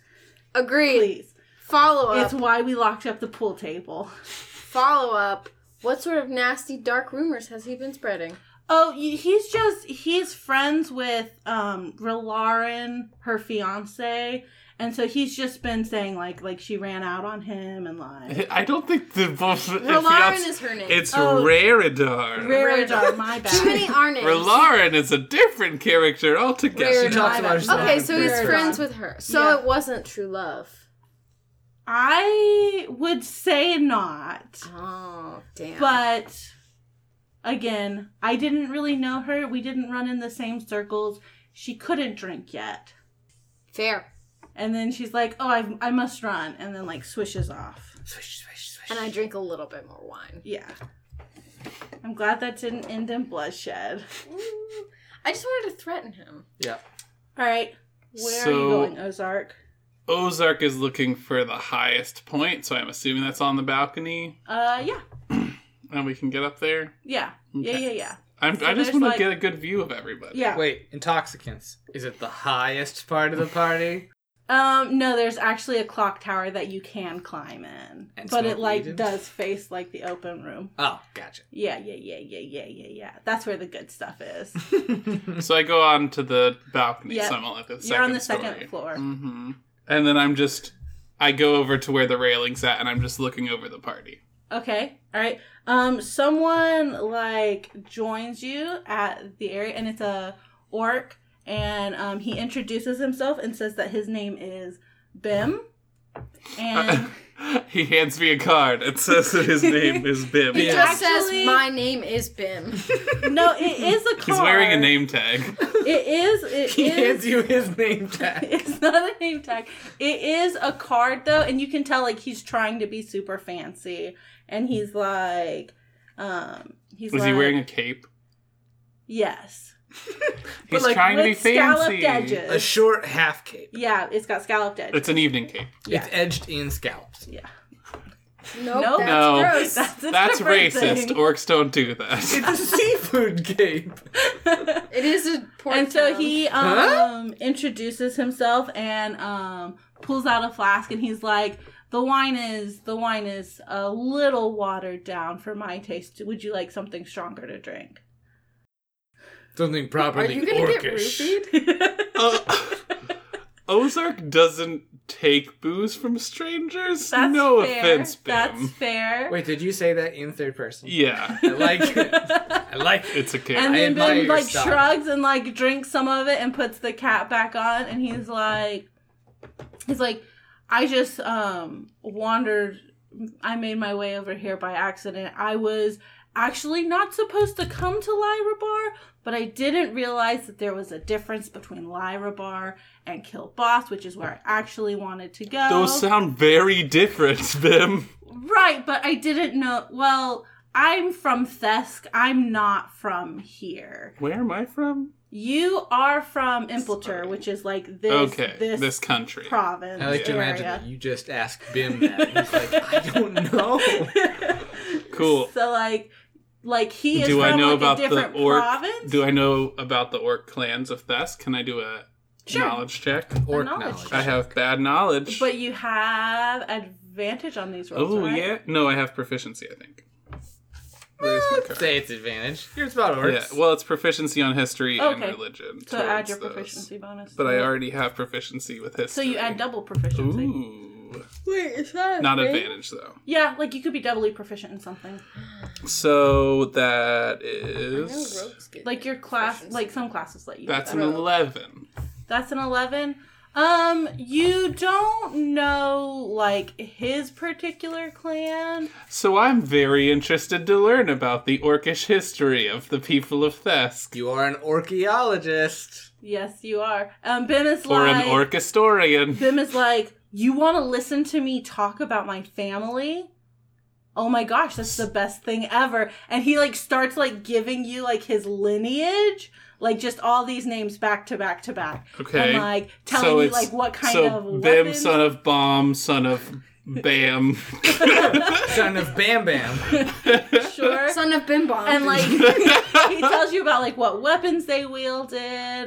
[SPEAKER 4] Agreed.
[SPEAKER 1] please
[SPEAKER 4] Follow up.
[SPEAKER 1] it's why we locked up the pool table
[SPEAKER 4] Follow up. What sort of nasty dark rumors has he been spreading?
[SPEAKER 1] Oh, y- he's just he's friends with um Relaren, her fiance, and so he's just been saying like like she ran out on him and like
[SPEAKER 2] I don't think the both.
[SPEAKER 4] Rolaren is her name.
[SPEAKER 2] It's
[SPEAKER 1] Oh.
[SPEAKER 2] Raridar.
[SPEAKER 1] Raridar, my
[SPEAKER 4] Too many
[SPEAKER 1] bad.
[SPEAKER 4] R names.
[SPEAKER 2] Rolaren is a different character altogether.
[SPEAKER 4] Raridar. She
[SPEAKER 3] talks about herself.
[SPEAKER 4] Okay, so he's
[SPEAKER 1] Fair
[SPEAKER 4] friends
[SPEAKER 1] enough.
[SPEAKER 4] with her. So
[SPEAKER 1] Yeah.
[SPEAKER 4] it wasn't true love.
[SPEAKER 1] I would say not,
[SPEAKER 4] Oh, damn.
[SPEAKER 1] but again, I didn't really know her. We didn't run in the same circles. She couldn't drink yet,
[SPEAKER 4] fair.
[SPEAKER 1] and then she's like, "Oh, I I must run," and then like swishes off.
[SPEAKER 3] Swish, swish, swish.
[SPEAKER 4] And I drink a little bit more wine.
[SPEAKER 1] Yeah, I'm glad that didn't end in bloodshed.
[SPEAKER 4] I just wanted to threaten him.
[SPEAKER 3] Yeah.
[SPEAKER 1] All right. Where are you
[SPEAKER 2] So-
[SPEAKER 1] going, Ozark?
[SPEAKER 2] Ozark is looking for the highest point, so I'm assuming that's on the balcony,
[SPEAKER 1] Uh, yeah,
[SPEAKER 2] and we can get up there.
[SPEAKER 1] yeah, yeah,
[SPEAKER 2] Okay.
[SPEAKER 1] yeah, yeah.
[SPEAKER 2] I'm,
[SPEAKER 1] So
[SPEAKER 2] I just
[SPEAKER 1] there's,
[SPEAKER 2] want to
[SPEAKER 1] like-
[SPEAKER 2] get a good view of everybody.
[SPEAKER 1] Yeah.
[SPEAKER 3] Wait, intoxicants. Is it the highest part of the party?
[SPEAKER 1] Um, no, there's actually a clock tower that you can climb in,
[SPEAKER 3] And
[SPEAKER 1] but it
[SPEAKER 3] smoke
[SPEAKER 1] like
[SPEAKER 3] weed in?
[SPEAKER 1] does face like the open room.
[SPEAKER 3] Oh, gotcha.
[SPEAKER 1] Yeah, yeah, yeah, yeah, yeah, yeah, yeah. That's where the good stuff is.
[SPEAKER 2] So I go on to the balcony.
[SPEAKER 1] Yep.
[SPEAKER 2] So I'm on like the second
[SPEAKER 1] You're on the
[SPEAKER 2] story.
[SPEAKER 1] second floor.
[SPEAKER 2] hmm And then I'm just, I go over to where the railing's at, and I'm just looking over the party.
[SPEAKER 1] Okay. All right. Um, someone like joins you at the area, and it's a orc, and um, he introduces himself and says that his name is Bim, and
[SPEAKER 2] he hands me a card. It says that his name is Bim.
[SPEAKER 4] He just
[SPEAKER 1] Actually-
[SPEAKER 4] says, "My name is Bim."
[SPEAKER 1] no, it is a card.
[SPEAKER 2] He's wearing a name tag.
[SPEAKER 1] It is. It
[SPEAKER 3] he
[SPEAKER 1] is-
[SPEAKER 3] hands you his name tag.
[SPEAKER 1] It's not a name tag. It is a card though, and you can tell like he's trying to be super fancy, and he's like, um, he's
[SPEAKER 2] Was
[SPEAKER 1] like,
[SPEAKER 2] he wearing a cape?
[SPEAKER 1] yes,
[SPEAKER 2] He's
[SPEAKER 3] like,
[SPEAKER 2] trying to be
[SPEAKER 1] with scalloped
[SPEAKER 2] fancy.
[SPEAKER 1] edges.
[SPEAKER 3] A short half cape.
[SPEAKER 1] Yeah, it's got scalloped edges.
[SPEAKER 2] It's an evening cape.
[SPEAKER 1] Yeah.
[SPEAKER 3] It's edged in scallops.
[SPEAKER 1] yeah,
[SPEAKER 4] Nope,
[SPEAKER 1] Nope.
[SPEAKER 4] that's
[SPEAKER 2] No.
[SPEAKER 4] gross.
[SPEAKER 1] that's a
[SPEAKER 2] That's
[SPEAKER 1] different
[SPEAKER 2] racist.
[SPEAKER 1] thing.
[SPEAKER 2] Orcs don't do that.
[SPEAKER 3] It's a seafood cape.
[SPEAKER 4] it is a poor.
[SPEAKER 1] and so
[SPEAKER 4] town.
[SPEAKER 1] he um
[SPEAKER 3] Huh?
[SPEAKER 1] introduces himself and um pulls out a flask and he's like the wine is the wine is a little watered down for my taste would you like something stronger to drink
[SPEAKER 3] Something
[SPEAKER 4] Are
[SPEAKER 3] properly
[SPEAKER 4] you gonna get
[SPEAKER 3] orcish.
[SPEAKER 4] roofied?
[SPEAKER 2] Uh, Ozark doesn't take booze from strangers.
[SPEAKER 1] that's
[SPEAKER 2] no
[SPEAKER 1] fair.
[SPEAKER 2] offense, Bim.
[SPEAKER 1] that's fair
[SPEAKER 3] Wait, did you say that in third person?
[SPEAKER 2] Yeah,
[SPEAKER 3] I like it. I like it.
[SPEAKER 2] it's a cape.
[SPEAKER 1] and
[SPEAKER 3] I
[SPEAKER 1] then
[SPEAKER 3] admire
[SPEAKER 1] Ben
[SPEAKER 3] your
[SPEAKER 1] like
[SPEAKER 3] style.
[SPEAKER 1] shrugs and like drinks some of it and puts the cap back on and he's like he's like I just um wandered I made my way over here by accident. I was actually not supposed to come to Lyra Bar, but I didn't realize that there was a difference between Lyra Bar and Kill Boss, which is where I actually wanted to go.
[SPEAKER 2] Those sound very different, Bim.
[SPEAKER 1] Right, but I didn't know. Well, I'm from Thesk. I'm not from here.
[SPEAKER 2] Where am I from?
[SPEAKER 1] You are from Impleter, which is like this
[SPEAKER 2] okay,
[SPEAKER 1] this,
[SPEAKER 2] this, country.
[SPEAKER 1] province.
[SPEAKER 3] I like to imagine that
[SPEAKER 1] area.
[SPEAKER 3] you just ask Bim that. and He's like, I don't know.
[SPEAKER 2] cool.
[SPEAKER 1] So like like he is
[SPEAKER 2] Do
[SPEAKER 1] from
[SPEAKER 2] I know
[SPEAKER 1] like
[SPEAKER 2] about
[SPEAKER 1] a
[SPEAKER 2] the
[SPEAKER 1] different
[SPEAKER 2] orc?
[SPEAKER 1] province.
[SPEAKER 2] Do I know about the orc clans of Thesk? Can I do a
[SPEAKER 1] Sure.
[SPEAKER 2] knowledge check?
[SPEAKER 3] Orc
[SPEAKER 1] knowledge
[SPEAKER 3] knowledge.
[SPEAKER 2] I have bad knowledge.
[SPEAKER 1] but you have advantage on these rolls.
[SPEAKER 2] oh
[SPEAKER 1] right?
[SPEAKER 2] yeah, no, I have proficiency. I think. Where's my card?
[SPEAKER 3] Say it's advantage. Here's about
[SPEAKER 2] Yeah,
[SPEAKER 3] orcs.
[SPEAKER 2] well, it's proficiency on history and
[SPEAKER 1] Okay.
[SPEAKER 2] religion.
[SPEAKER 1] So add
[SPEAKER 2] towards
[SPEAKER 1] your
[SPEAKER 2] those.
[SPEAKER 1] proficiency bonus.
[SPEAKER 2] But
[SPEAKER 1] to
[SPEAKER 2] I
[SPEAKER 1] it.
[SPEAKER 2] already have proficiency with
[SPEAKER 1] So
[SPEAKER 2] history.
[SPEAKER 1] you add double proficiency.
[SPEAKER 2] Ooh,
[SPEAKER 4] Wait, is that
[SPEAKER 2] not
[SPEAKER 4] a thing?
[SPEAKER 2] advantage though.
[SPEAKER 1] Yeah, like you could be doubly proficient in something.
[SPEAKER 2] So that
[SPEAKER 4] I know
[SPEAKER 2] is
[SPEAKER 4] rogues get
[SPEAKER 1] Like your class,
[SPEAKER 4] proficiency.
[SPEAKER 1] like some classes let you. do
[SPEAKER 2] that's
[SPEAKER 1] that.
[SPEAKER 2] an eleven.
[SPEAKER 1] That's an 11. Um, you don't know like his particular clan.
[SPEAKER 2] So I'm very interested to learn about the orcish history of the people of Thesk.
[SPEAKER 3] You are an orcheologist.
[SPEAKER 1] Yes, you are. Um, Bim is
[SPEAKER 2] or
[SPEAKER 1] like
[SPEAKER 2] an orc historian.
[SPEAKER 1] Bim is like, you want to listen to me talk about my family? Oh my gosh, that's the best thing ever. And he like starts like giving you like his lineage, like just all these names back to back to back.
[SPEAKER 2] Okay.
[SPEAKER 1] And like telling
[SPEAKER 2] so
[SPEAKER 1] you
[SPEAKER 2] it's-
[SPEAKER 1] like what kind
[SPEAKER 2] so
[SPEAKER 1] of
[SPEAKER 2] Bim,
[SPEAKER 1] weapons-
[SPEAKER 2] son of Bomb, son of Bam.
[SPEAKER 3] Son of Bam Bam.
[SPEAKER 1] sure.
[SPEAKER 4] son of Bim Bomb.
[SPEAKER 1] and like he tells you about like what weapons they wielded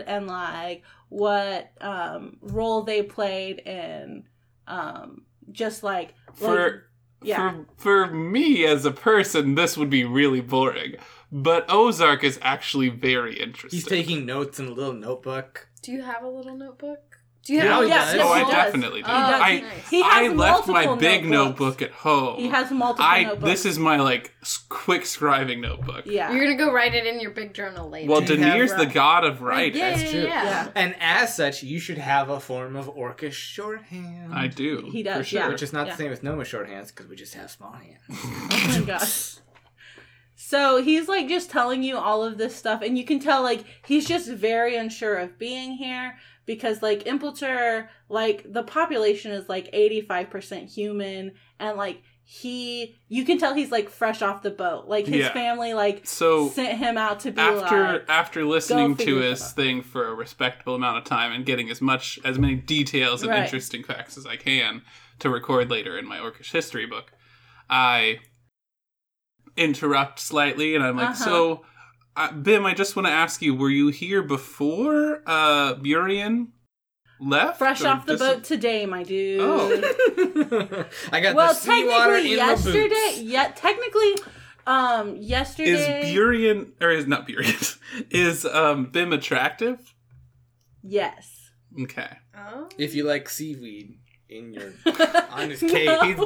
[SPEAKER 1] and like what um role they played in um just like, like
[SPEAKER 2] for
[SPEAKER 1] yeah
[SPEAKER 2] for for me as a person, this would be really boring. But Ozark is actually very interesting.
[SPEAKER 3] He's taking notes in a little notebook.
[SPEAKER 4] do you have a little notebook? Do you
[SPEAKER 3] Yeah,
[SPEAKER 4] have?
[SPEAKER 3] he
[SPEAKER 1] yeah,
[SPEAKER 3] does.
[SPEAKER 1] no,
[SPEAKER 2] oh, I
[SPEAKER 1] he does.
[SPEAKER 2] definitely do.
[SPEAKER 4] Oh,
[SPEAKER 2] I
[SPEAKER 4] nice.
[SPEAKER 1] He has
[SPEAKER 2] I left my
[SPEAKER 1] multiple
[SPEAKER 2] big
[SPEAKER 1] notebooks.
[SPEAKER 2] notebook at home.
[SPEAKER 1] he has multiple
[SPEAKER 2] I
[SPEAKER 1] notebooks
[SPEAKER 2] this is my like s- quick scribing notebook.
[SPEAKER 1] yeah
[SPEAKER 4] You're gonna go write it in your big journal later.
[SPEAKER 2] Well,
[SPEAKER 3] Do you have
[SPEAKER 2] Demir's the
[SPEAKER 3] ri-
[SPEAKER 2] god of writing.
[SPEAKER 4] yeah,
[SPEAKER 3] That's
[SPEAKER 4] yeah,
[SPEAKER 3] true.
[SPEAKER 4] yeah.
[SPEAKER 1] Yeah.
[SPEAKER 3] And as such, you should have a form of orcish shorthand.
[SPEAKER 2] I do.
[SPEAKER 1] He does,
[SPEAKER 2] For sure.
[SPEAKER 1] yeah.
[SPEAKER 3] Which is not
[SPEAKER 1] Yeah.
[SPEAKER 3] the same as Noma shorthands because we just have small hands.
[SPEAKER 1] oh my gosh so he's like just telling you all of this stuff and you can tell like he's just very unsure of being here because like Impleter like the population is like 85% human and like he you can tell he's like fresh off the boat. Like his
[SPEAKER 2] Yeah.
[SPEAKER 1] family like
[SPEAKER 2] So
[SPEAKER 1] sent him out to be
[SPEAKER 2] after
[SPEAKER 1] like
[SPEAKER 2] after listening to
[SPEAKER 1] figure it
[SPEAKER 2] his
[SPEAKER 1] out.
[SPEAKER 2] thing for a respectable amount of time and getting as much as many details and
[SPEAKER 1] Right.
[SPEAKER 2] interesting facts as I can to record later in my Orcish history book, I interrupt slightly and I'm like,
[SPEAKER 1] Uh-huh.
[SPEAKER 2] so. Uh, Bim, I just want to ask you: Were you here before uh, Burian left?
[SPEAKER 1] fresh
[SPEAKER 2] or
[SPEAKER 1] off the
[SPEAKER 2] dis-
[SPEAKER 1] boat today, my dude.
[SPEAKER 2] Oh.
[SPEAKER 3] I got
[SPEAKER 1] well,
[SPEAKER 3] the seawater
[SPEAKER 1] technically
[SPEAKER 3] in my
[SPEAKER 1] yesterday,
[SPEAKER 3] boots.
[SPEAKER 1] yeah, technically um
[SPEAKER 2] Is
[SPEAKER 1] yesterday
[SPEAKER 2] Burian or is not Burian? Is um, Bim attractive?
[SPEAKER 1] Yes.
[SPEAKER 2] Okay,
[SPEAKER 4] Oh.
[SPEAKER 3] If you like seaweed in your on his
[SPEAKER 1] No.
[SPEAKER 3] cake,
[SPEAKER 2] he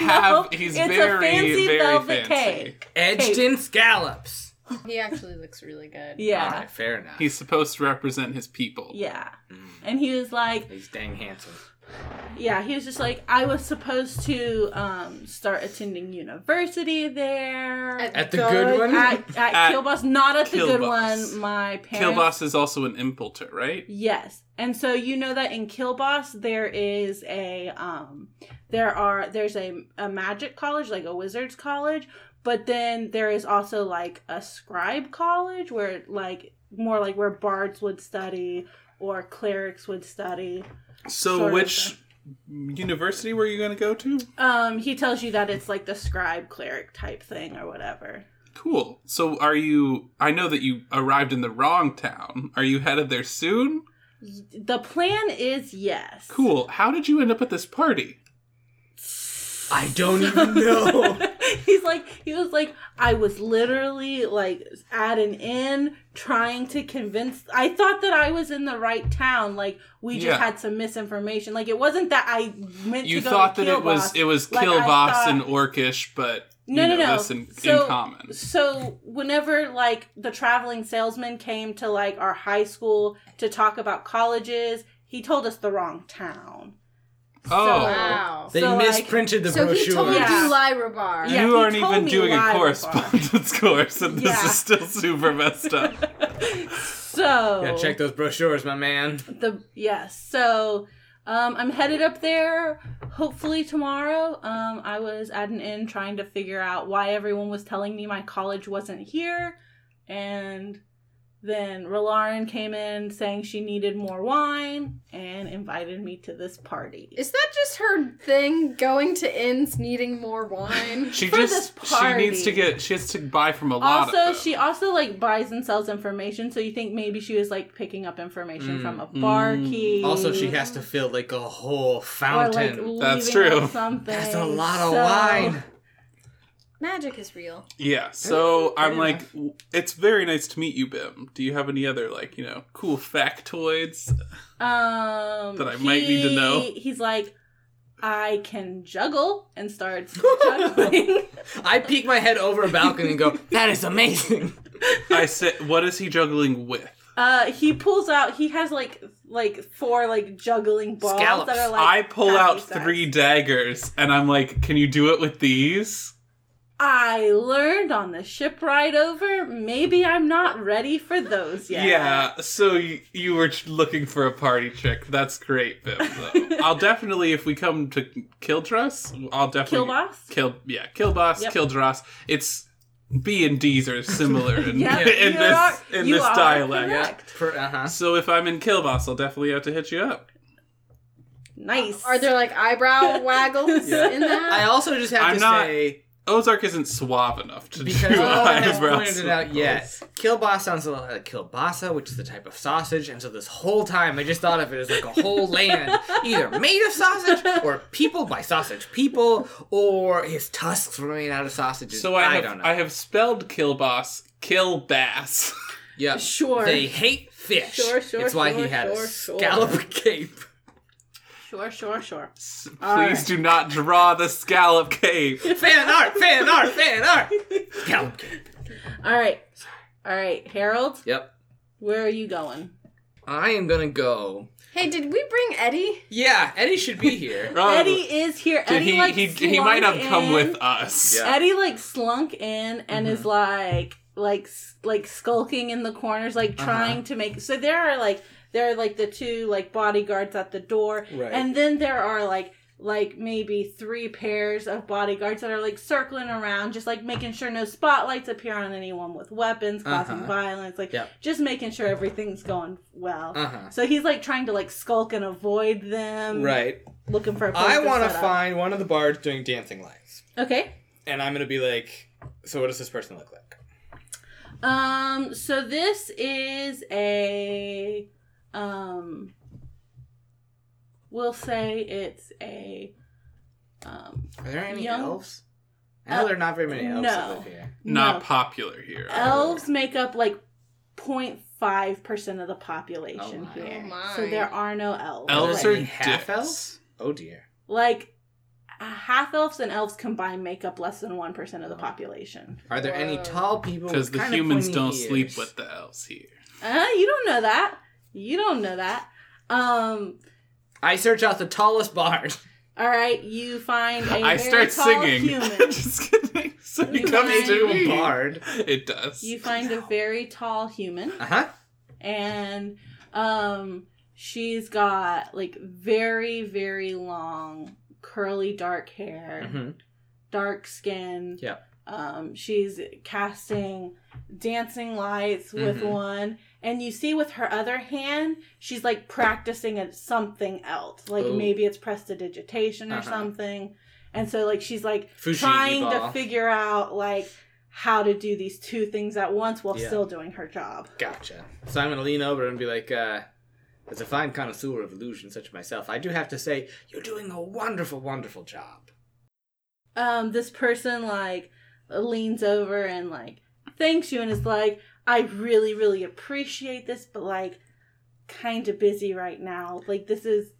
[SPEAKER 1] No,
[SPEAKER 2] have. he's
[SPEAKER 1] it's a
[SPEAKER 2] very,
[SPEAKER 1] fancy
[SPEAKER 2] very
[SPEAKER 1] velvet
[SPEAKER 2] fancy.
[SPEAKER 1] cake.
[SPEAKER 3] edged in scallops.
[SPEAKER 4] He actually looks really good.
[SPEAKER 1] Yeah.
[SPEAKER 3] All right, fair enough.
[SPEAKER 2] He's supposed to represent his people.
[SPEAKER 1] Yeah.
[SPEAKER 3] Mm,
[SPEAKER 1] And he was like,
[SPEAKER 3] he's dang handsome.
[SPEAKER 1] yeah, he was just like, I was supposed to um, start attending university there. At,
[SPEAKER 3] At the good one?
[SPEAKER 1] at,
[SPEAKER 2] At
[SPEAKER 1] Kilbus, not at the good
[SPEAKER 2] Kilbus.
[SPEAKER 1] one. My parents.
[SPEAKER 2] Kilboss is also an impulter, right?
[SPEAKER 1] Yes. And so you know that in Kilboss there is a um there are there's a a magic college, like a wizard's college, but then there is also like a scribe college where like more like where bards would study or clerics would study.
[SPEAKER 2] So
[SPEAKER 1] Sort of
[SPEAKER 2] which university were you going to go to?
[SPEAKER 1] Um he tells you that it's like the scribe cleric type thing or whatever.
[SPEAKER 2] Cool. So are you? I know that you arrived in the wrong town. Are you headed there soon?
[SPEAKER 1] The plan is yes.
[SPEAKER 2] Cool. How did you end up at this party?
[SPEAKER 3] I don't even know.
[SPEAKER 1] He's like, he was like, I was literally like at an inn trying to convince. I thought that I was in the right town. Like we just
[SPEAKER 2] Yeah.
[SPEAKER 1] had some misinformation. Like it wasn't that I meant.
[SPEAKER 2] You
[SPEAKER 1] to go
[SPEAKER 2] thought
[SPEAKER 1] to
[SPEAKER 2] that it was
[SPEAKER 1] Kilboss.
[SPEAKER 2] it was
[SPEAKER 1] Like, I
[SPEAKER 2] Kilboss
[SPEAKER 1] thought-
[SPEAKER 2] and Orcish, but
[SPEAKER 1] No,
[SPEAKER 2] you
[SPEAKER 1] no,
[SPEAKER 2] know
[SPEAKER 1] no.
[SPEAKER 2] this in,
[SPEAKER 1] So-
[SPEAKER 2] in common.
[SPEAKER 1] So whenever like the traveling salesman came to like our high school to talk about colleges, he told us the wrong town.
[SPEAKER 2] Oh.
[SPEAKER 4] Wow.
[SPEAKER 3] They
[SPEAKER 1] So, like-
[SPEAKER 3] misprinted the
[SPEAKER 4] so
[SPEAKER 3] brochure.
[SPEAKER 4] he told
[SPEAKER 1] Yeah.
[SPEAKER 4] you Lyra Bar.
[SPEAKER 1] Yeah,
[SPEAKER 2] you
[SPEAKER 1] he
[SPEAKER 2] aren't
[SPEAKER 1] told
[SPEAKER 2] even
[SPEAKER 1] me
[SPEAKER 2] doing a
[SPEAKER 1] live
[SPEAKER 2] correspondence course, and this
[SPEAKER 1] Yeah.
[SPEAKER 2] is still super messed up.
[SPEAKER 1] so
[SPEAKER 3] Yeah, check those brochures, my man.
[SPEAKER 1] the yes so um, i'm headed up there hopefully tomorrow um, i was at an inn trying to figure out why everyone was telling me my college wasn't here and then Rolaren came in saying she needed more wine and invited me to this party.
[SPEAKER 4] Is that just her thing? Going to inns, needing more wine.
[SPEAKER 2] She
[SPEAKER 1] For
[SPEAKER 2] just
[SPEAKER 1] this
[SPEAKER 2] she needs to
[SPEAKER 1] party.
[SPEAKER 2] get she has to buy from a lot. of
[SPEAKER 1] Also,
[SPEAKER 2] them.
[SPEAKER 1] she also like buys and sells information, so you think maybe she was like picking up information
[SPEAKER 3] Mm.
[SPEAKER 1] from a
[SPEAKER 2] Mm.
[SPEAKER 1] barkeep.
[SPEAKER 3] Also, she has to fill like a
[SPEAKER 1] or
[SPEAKER 3] whole
[SPEAKER 1] like
[SPEAKER 3] fountain.
[SPEAKER 1] leaving
[SPEAKER 2] That's
[SPEAKER 1] out
[SPEAKER 2] true.
[SPEAKER 1] Something.
[SPEAKER 3] That's a lot of
[SPEAKER 1] So-
[SPEAKER 3] wine.
[SPEAKER 4] Magic is real.
[SPEAKER 2] Yeah, so
[SPEAKER 3] fair
[SPEAKER 2] I'm like, w- it's very nice to meet you, Bim. Do you have any other like you know cool factoids?
[SPEAKER 1] um
[SPEAKER 2] That I might need to know.
[SPEAKER 1] he- he's like i can juggle and starts juggling
[SPEAKER 3] I peek my head over a balcony and go, "That is amazing."
[SPEAKER 2] I said, what is he juggling with?
[SPEAKER 1] uh he pulls out he has like like four like juggling balls
[SPEAKER 3] Scallops.
[SPEAKER 1] that are like
[SPEAKER 2] I pull out
[SPEAKER 1] happy size.
[SPEAKER 2] three daggers, and I'm like, can you do it with these?
[SPEAKER 1] i learned on the ship ride over maybe i'm not ready for those yet
[SPEAKER 2] Yeah, so you, you were ch- looking for a party trick. That's great, Bim. Though. I'll definitely, if we come to Kildrus, I'll
[SPEAKER 1] kill
[SPEAKER 2] definitely
[SPEAKER 1] boss
[SPEAKER 2] Kill yeah, Kilboss,
[SPEAKER 1] Yep.
[SPEAKER 2] Kildras. It's B and D's are similar in,
[SPEAKER 1] Yep,
[SPEAKER 2] in
[SPEAKER 1] you
[SPEAKER 2] this
[SPEAKER 1] are-
[SPEAKER 2] in
[SPEAKER 1] you
[SPEAKER 2] this
[SPEAKER 1] are
[SPEAKER 2] dialect.
[SPEAKER 1] correct.
[SPEAKER 3] For, uh-huh.
[SPEAKER 2] So if I'm in Kilboss, I'll definitely have to hit you up.
[SPEAKER 1] nice
[SPEAKER 4] Are there like eyebrow waggles
[SPEAKER 1] Yeah.
[SPEAKER 4] in
[SPEAKER 3] I
[SPEAKER 4] that?
[SPEAKER 3] also just have
[SPEAKER 2] I'm
[SPEAKER 3] to
[SPEAKER 2] not-
[SPEAKER 3] say
[SPEAKER 2] Ozark isn't suave enough to
[SPEAKER 3] because
[SPEAKER 2] do
[SPEAKER 3] no one has
[SPEAKER 2] eyebrows.
[SPEAKER 3] pointed it out yet. Kielbasa sounds a lot like kielbasa, which is the type of sausage, and so this whole time I just thought of it as like a whole land, either made of sausage or people by sausage people, or his tusks were made out of sausages.
[SPEAKER 2] So I, have,
[SPEAKER 3] don't know.
[SPEAKER 2] I have spelled Kilboss Kilbass.
[SPEAKER 3] yeah,
[SPEAKER 1] sure
[SPEAKER 3] They hate fish.
[SPEAKER 1] Sure, sure,
[SPEAKER 3] It's why he
[SPEAKER 1] sure,
[SPEAKER 3] had a
[SPEAKER 1] sure, sure.
[SPEAKER 3] scallop cape.
[SPEAKER 1] sure sure sure
[SPEAKER 2] S- Please
[SPEAKER 1] All right.
[SPEAKER 2] do not draw the scallop cave.
[SPEAKER 3] fan art, fan art, fan art. Scallop cape.
[SPEAKER 1] all right all right harold
[SPEAKER 3] Yep.
[SPEAKER 1] where are you going
[SPEAKER 3] I am gonna go.
[SPEAKER 4] Hey, did we bring Eddie?
[SPEAKER 3] Yeah, Eddie should be here.
[SPEAKER 2] Probably.
[SPEAKER 1] Eddie is here.
[SPEAKER 2] Um, Did
[SPEAKER 1] Eddie
[SPEAKER 2] he,
[SPEAKER 1] like
[SPEAKER 2] he, he
[SPEAKER 1] slunk
[SPEAKER 2] might have come
[SPEAKER 1] in.
[SPEAKER 2] with us.
[SPEAKER 3] Yeah.
[SPEAKER 1] Eddie like slunk in and
[SPEAKER 3] Mm-hmm.
[SPEAKER 1] is like like s- like skulking in the corners, like
[SPEAKER 3] Uh-huh.
[SPEAKER 1] trying to make. So there are like there are like the two like bodyguards at the door,
[SPEAKER 3] Right.
[SPEAKER 1] and then there are like like maybe three pairs of bodyguards that are like circling around, just like making sure no spotlights appear on anyone with weapons, causing
[SPEAKER 3] Uh-huh.
[SPEAKER 1] violence, like
[SPEAKER 3] Yep.
[SPEAKER 1] just making sure everything's going well.
[SPEAKER 3] Uh huh.
[SPEAKER 1] So he's like trying to like skulk and avoid them,
[SPEAKER 3] Right.
[SPEAKER 1] Looking for a place
[SPEAKER 3] I
[SPEAKER 1] to
[SPEAKER 3] want to
[SPEAKER 1] set up.
[SPEAKER 3] find one of the bards doing dancing lines,
[SPEAKER 1] Okay.
[SPEAKER 3] and I'm gonna be like, "So what does this person look like?"
[SPEAKER 1] Um. So this is a um. We'll say it's a um.
[SPEAKER 3] Are there any
[SPEAKER 1] Young-
[SPEAKER 3] elves? I know
[SPEAKER 1] Uh,
[SPEAKER 3] there are not very many elves that
[SPEAKER 1] no.
[SPEAKER 3] live here.
[SPEAKER 2] Not
[SPEAKER 1] no.
[SPEAKER 2] popular here.
[SPEAKER 1] elves make up like 0.5 percent of the population
[SPEAKER 3] Oh my.
[SPEAKER 1] here.
[SPEAKER 4] Oh my.
[SPEAKER 1] So there are no elves.
[SPEAKER 2] Elves
[SPEAKER 1] like,
[SPEAKER 2] are
[SPEAKER 3] Any half
[SPEAKER 2] dicks.
[SPEAKER 3] elves? Oh dear.
[SPEAKER 1] like half elves and elves combined make up less than one percent of
[SPEAKER 2] Oh.
[SPEAKER 1] the population.
[SPEAKER 3] Are there any
[SPEAKER 4] Whoa.
[SPEAKER 3] tall people?
[SPEAKER 2] Because
[SPEAKER 3] with
[SPEAKER 2] the
[SPEAKER 3] kinda
[SPEAKER 2] humans
[SPEAKER 3] pointy
[SPEAKER 2] don't
[SPEAKER 3] ears?
[SPEAKER 2] sleep with the elves here.
[SPEAKER 1] Uh, you don't know that. You don't know that. Um.
[SPEAKER 3] I search out the tallest bard.
[SPEAKER 1] All right. You find a
[SPEAKER 2] I
[SPEAKER 1] very
[SPEAKER 2] start
[SPEAKER 1] tall
[SPEAKER 2] singing.
[SPEAKER 1] human.
[SPEAKER 2] Just kidding. So he
[SPEAKER 1] You
[SPEAKER 2] comes
[SPEAKER 1] find-
[SPEAKER 2] to
[SPEAKER 3] a
[SPEAKER 2] me.
[SPEAKER 3] bard.
[SPEAKER 2] It does.
[SPEAKER 1] You find a very tall human,
[SPEAKER 3] Uh huh.
[SPEAKER 1] and um, she's got like very, very long, curly, dark hair,
[SPEAKER 3] hmm
[SPEAKER 1] dark skin.
[SPEAKER 3] Yep.
[SPEAKER 1] Um, she's casting dancing lights with
[SPEAKER 3] Mhm.
[SPEAKER 1] one, and you see with her other hand, she's like practicing at something else. Like
[SPEAKER 3] Ooh.
[SPEAKER 1] maybe it's prestidigitation or
[SPEAKER 3] Oh. Uh-huh.
[SPEAKER 1] something. And so like she's like
[SPEAKER 3] Fushigi
[SPEAKER 1] trying
[SPEAKER 3] ball.
[SPEAKER 1] to figure out like how to do these two things at once while
[SPEAKER 3] Yeah.
[SPEAKER 1] still doing her job.
[SPEAKER 3] Gotcha. So I'm gonna lean over and be like, uh, as a fine connoisseur of illusion such as myself, I do have to say, you're doing a wonderful, wonderful job.
[SPEAKER 1] Um, this person like leans over and like thanks you and is like, I really, really appreciate this, but like kind of busy right now. Like this is.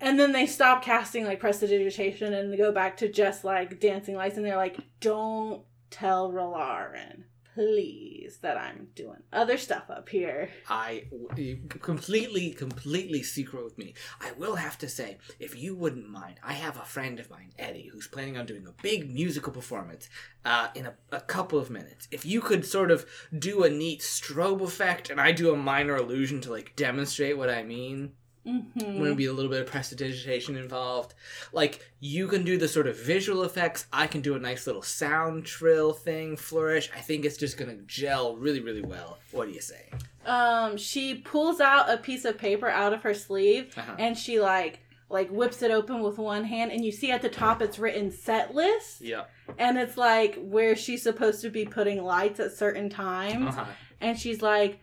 [SPEAKER 1] And then they stop casting like prestidigitation and they go back to just like dancing lights, and they're like, "Don't tell Rolaren, please, that I'm doing other stuff up here."
[SPEAKER 3] I you completely, completely secret with me. I will have to say, if you wouldn't mind, I have a friend of mine, Eddie, who's planning on doing a big musical performance uh, in a, a couple of minutes. If you could sort of do a neat strobe effect and I do a minor illusion to like demonstrate what I mean,
[SPEAKER 1] Mm-hmm.
[SPEAKER 3] going to be a little bit of prestidigitation involved. Like you can do the sort of visual effects, I can do a nice little sound trill thing, flourish. I think it's just going to gel really, really well. What do you say?
[SPEAKER 1] um she pulls out a piece of paper out of her sleeve
[SPEAKER 3] Uh-huh.
[SPEAKER 1] and she like like whips it open with one hand and you see at the top it's written set list
[SPEAKER 3] Yeah.
[SPEAKER 1] and it's like where she's supposed to be putting lights at certain times
[SPEAKER 3] Uh-huh.
[SPEAKER 1] and she's like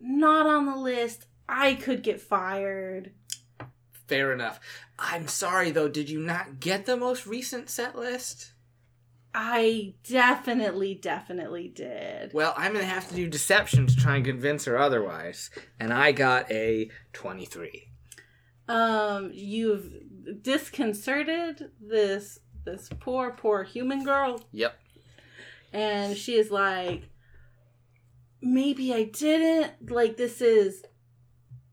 [SPEAKER 1] not on the list i could get fired
[SPEAKER 3] Fair enough. I'm sorry though, did you not get the most recent set list?
[SPEAKER 1] i definitely definitely did
[SPEAKER 3] Well, I'm gonna have to do deception to try and convince her otherwise. And I got a 23.
[SPEAKER 1] um you've disconcerted this this poor poor human girl
[SPEAKER 3] Yep.
[SPEAKER 1] and she is like maybe i didn't like this is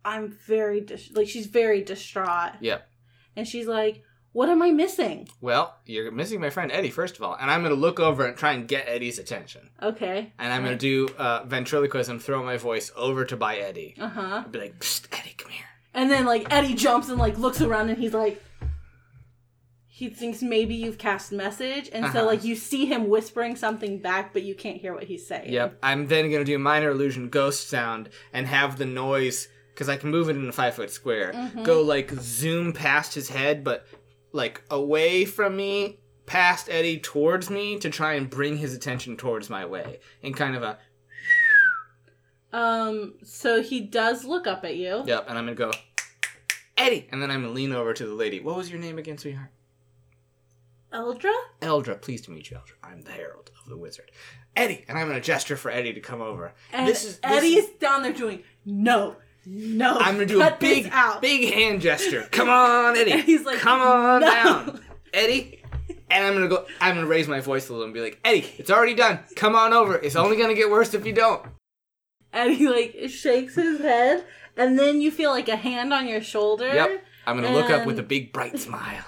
[SPEAKER 1] i'm very dis- like she's very distraught
[SPEAKER 3] Yep.
[SPEAKER 1] and she's like what am i missing
[SPEAKER 3] Well, you're missing my friend Eddie, first of all, and I'm gonna look over and try and get Eddie's attention.
[SPEAKER 1] okay
[SPEAKER 3] And I'm gonna do uh, ventriloquism, throw my voice over to by Eddie.
[SPEAKER 1] uh-huh
[SPEAKER 3] I'll be like, Psst, Eddie, come here.
[SPEAKER 1] and then like eddie jumps and like looks around and he's like he thinks maybe you've cast message and
[SPEAKER 3] Uh-huh.
[SPEAKER 1] so like you see him whispering something back but you can't hear what he's saying
[SPEAKER 3] Yep. I'm then gonna do minor illusion ghost sound and have the noise because I can move it in a five foot square. Go like zoom past his head, but like away from me, past Eddie, towards me to try and bring his attention towards my way in kind of a
[SPEAKER 1] um so he does look up at you
[SPEAKER 3] yep. And I'm gonna go Eddie, and then I'm gonna lean over to the lady. What was your name again, sweetheart?
[SPEAKER 1] eldra
[SPEAKER 3] Eldra, pleased to meet you, Eldra. I'm the herald of the wizard. Eddie, and I'm gonna gesture for Eddie to come over.
[SPEAKER 1] And
[SPEAKER 3] This is- this
[SPEAKER 1] Eddie's
[SPEAKER 3] is-
[SPEAKER 1] down there doing no, no.
[SPEAKER 3] I'm gonna do a
[SPEAKER 1] cut
[SPEAKER 3] big,
[SPEAKER 1] this out.
[SPEAKER 3] big hand gesture. Come on, Eddie.
[SPEAKER 1] And he's like,
[SPEAKER 3] come on
[SPEAKER 1] "No."
[SPEAKER 3] down, Eddie. And I'm gonna go. I'm gonna raise my voice a little and be like, Eddie, it's already done. Come on over. It's only gonna get worse if you don't.
[SPEAKER 1] And he like shakes his head, and then you feel like a hand on your shoulder.
[SPEAKER 3] Yep. I'm gonna look up with a
[SPEAKER 1] And-
[SPEAKER 3] big bright smile.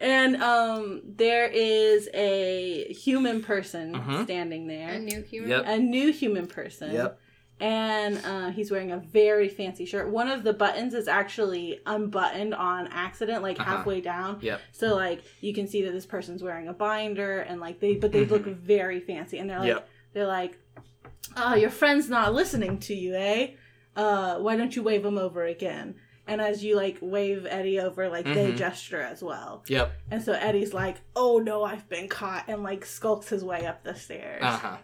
[SPEAKER 1] And um, there is a human person
[SPEAKER 3] Mhm.
[SPEAKER 1] standing there,
[SPEAKER 4] A new human.
[SPEAKER 3] Yep.
[SPEAKER 1] a new human person.
[SPEAKER 3] Yep.
[SPEAKER 1] and uh, he's wearing a very fancy shirt. One of the buttons is actually unbuttoned on accident, like
[SPEAKER 3] Uh-huh.
[SPEAKER 1] halfway down.
[SPEAKER 3] Yep.
[SPEAKER 1] So like you can see that this person's wearing a binder, and like they, but they look very fancy, and they're like,
[SPEAKER 3] Mm-hmm. Yep.
[SPEAKER 1] they're like, oh, your friend's not listening to you, eh? Uh, why don't you wave him over again? And as you like wave Eddie over, like they
[SPEAKER 3] Mhm.
[SPEAKER 1] gesture as well.
[SPEAKER 3] Yep.
[SPEAKER 1] And so Eddie's like, oh no, I've been caught, and like skulks his way up the stairs.
[SPEAKER 3] Uh huh.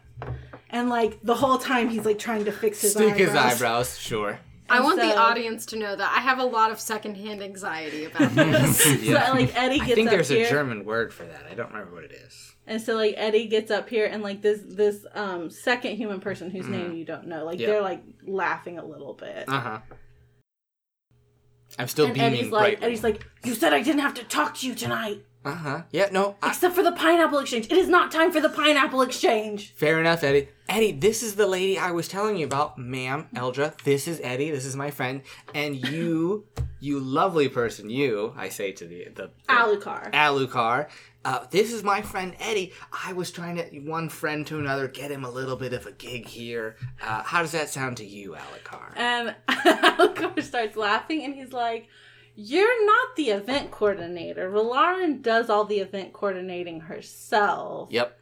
[SPEAKER 1] And like the whole time he's like trying to fix his
[SPEAKER 3] Stick
[SPEAKER 1] eyebrows.
[SPEAKER 3] his eyebrows. Sure.
[SPEAKER 4] I want the
[SPEAKER 1] so-
[SPEAKER 4] audience to know that I have a lot of secondhand anxiety about this.
[SPEAKER 1] So like Eddie gets
[SPEAKER 3] I think
[SPEAKER 1] up
[SPEAKER 3] there's
[SPEAKER 1] here,
[SPEAKER 3] a German word for that. I don't remember what it is.
[SPEAKER 1] and so like Eddie gets up here, and like this this um second human person whose name you don't know, like
[SPEAKER 3] Mm-hmm. Yeah.
[SPEAKER 1] they're like laughing a little bit.
[SPEAKER 3] Uh huh. I'm still
[SPEAKER 1] and
[SPEAKER 3] beaming
[SPEAKER 1] Eddie's like,
[SPEAKER 3] brightly.
[SPEAKER 1] Eddie's like, you said I didn't have to talk to you tonight,
[SPEAKER 3] uh huh. Yeah. No. I,
[SPEAKER 1] except for the pineapple exchange. It is not time for the pineapple exchange.
[SPEAKER 3] fair enough, Eddie. Eddie, this is the lady I was telling you about, ma'am, Eldra. This is Eddie. This is my friend, and you, you lovely person, you. I say to the the, the
[SPEAKER 1] Alucard.
[SPEAKER 3] Alucard. Uh, this is my friend Eddie. I was trying to one friend to another get him a little bit of a gig here. Uh, how does that sound to you, Alucard?
[SPEAKER 1] And Um, Alucard starts laughing, and he's like, "You're not the event coordinator. Valarin does all the event coordinating herself."
[SPEAKER 3] Yep.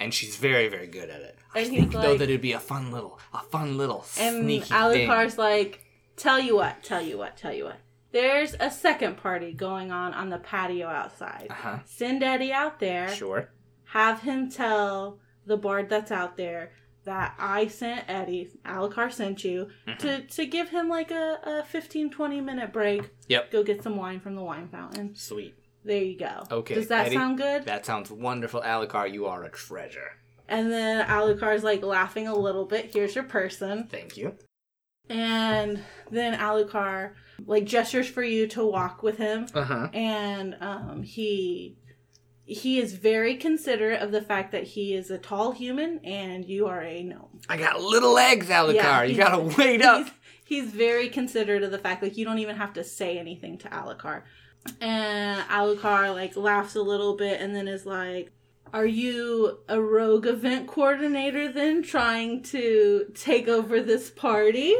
[SPEAKER 3] And she's very, very good at it. I
[SPEAKER 1] And he's
[SPEAKER 3] think though
[SPEAKER 1] like-
[SPEAKER 3] that it'd be a fun little, a fun little
[SPEAKER 1] And
[SPEAKER 3] sneaky thing.
[SPEAKER 1] Alucard's like, tell you what, tell you what, tell you what. There's a second party going on on the patio outside.
[SPEAKER 3] Uh-huh.
[SPEAKER 1] Send Eddie out there.
[SPEAKER 3] Sure.
[SPEAKER 1] Have him tell the bard that's out there that I sent Eddie, Alucard sent you,
[SPEAKER 3] Mm-hmm.
[SPEAKER 1] to, to give him like a, a 15, 20 minute break.
[SPEAKER 3] Yep.
[SPEAKER 1] Go get some wine from the wine fountain.
[SPEAKER 3] Sweet.
[SPEAKER 1] There you go.
[SPEAKER 3] Okay,
[SPEAKER 1] Does that
[SPEAKER 3] Eddie,
[SPEAKER 1] sound good?
[SPEAKER 3] That sounds wonderful, Alucard. You are a treasure.
[SPEAKER 1] And then Alucard's like laughing a little bit. Here's your person.
[SPEAKER 3] Thank you.
[SPEAKER 1] And then Alucard like gestures for you to walk with him,
[SPEAKER 3] Uh huh.
[SPEAKER 1] and um, he he is very considerate of the fact that he is a tall human and you are a gnome.
[SPEAKER 3] I got little legs, Alucard. you
[SPEAKER 1] he's-
[SPEAKER 3] gotta wait up.
[SPEAKER 1] He's, he's very considerate of the fact like you don't even have to say anything to Alucard. And Alucard like laughs a little bit and then is like, "Are you a rogue event coordinator then, trying to take over this party?"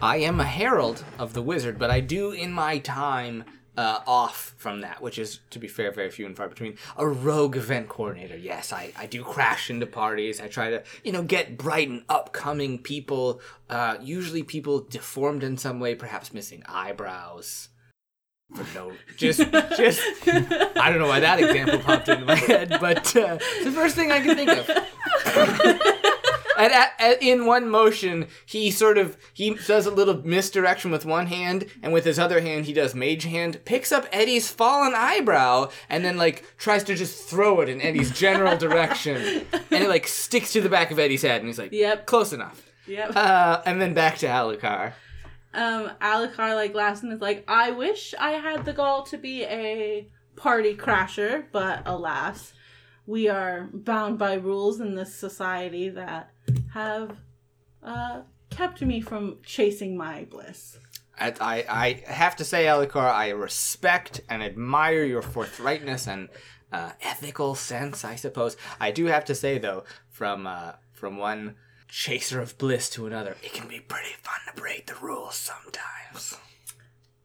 [SPEAKER 3] I am a herald of the wizard, but I do in my time uh, off from that, which is, to be fair, very few and far between. A rogue event coordinator. Yes, I, I do crash into parties. I try to, you know, get bright and upcoming people, uh, usually people deformed in some way, perhaps missing eyebrows. For no, just, just, I don't know why that example popped into my head, but uh, it's the first thing I can think of. And at, at, in one motion, he sort of he does a little misdirection with one hand, and with his other hand, he does mage hand, picks up Eddie's fallen eyebrow, and then like tries to just throw it in Eddie's general direction, and it like sticks to the back of Eddie's head, and he's like,
[SPEAKER 1] Yep.
[SPEAKER 3] close enough."
[SPEAKER 1] Yep.
[SPEAKER 3] Uh, and then back to Alucard.
[SPEAKER 1] um Alucard like laughs and is like, I wish I had the gall to be a party crasher, but alas, we are bound by rules in this society that have uh kept me from chasing my bliss.
[SPEAKER 3] I, I, I have to say, Alucard, I respect and admire your forthrightness and uh, ethical sense, I suppose. I do have to say, though, from uh, from one chaser of bliss to another, it can be pretty fun to break the rules sometimes.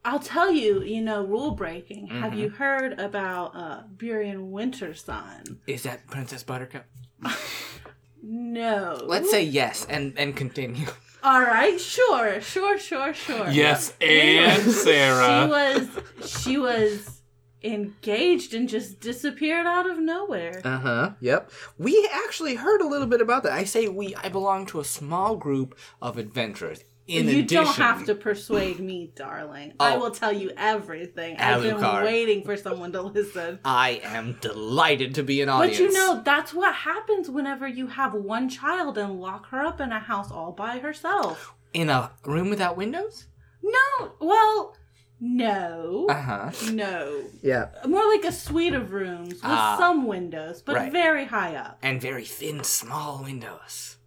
[SPEAKER 1] I'll tell you, you know, rule breaking. Have you heard about uh Burian Winterson?
[SPEAKER 3] Is that Princess Buttercup?
[SPEAKER 1] No.
[SPEAKER 3] Let's say yes and, and continue.
[SPEAKER 1] All right, sure, sure, sure, sure.
[SPEAKER 2] Yes, and
[SPEAKER 1] She
[SPEAKER 2] Sarah.
[SPEAKER 1] was she was engaged and just disappeared out of nowhere.
[SPEAKER 3] Uh huh. Yep. We actually heard a little bit about that. I say we. I belong to a small group of adventurers. In
[SPEAKER 1] you
[SPEAKER 3] addition,
[SPEAKER 1] don't have to persuade me, darling. I
[SPEAKER 3] Oh.
[SPEAKER 1] will tell you everything. I've
[SPEAKER 3] Alucard.
[SPEAKER 1] been waiting for someone to listen.
[SPEAKER 3] I am delighted to be an audience.
[SPEAKER 1] But you know, that's what happens whenever you have one child and lock her up in a house all by herself.
[SPEAKER 3] in a room without windows.
[SPEAKER 1] No, well, no.
[SPEAKER 3] huh.
[SPEAKER 1] No.
[SPEAKER 3] Yeah.
[SPEAKER 1] More like a suite of rooms with
[SPEAKER 3] Ah.
[SPEAKER 1] some windows, but
[SPEAKER 3] Right.
[SPEAKER 1] very high up.
[SPEAKER 3] And very thin, small windows.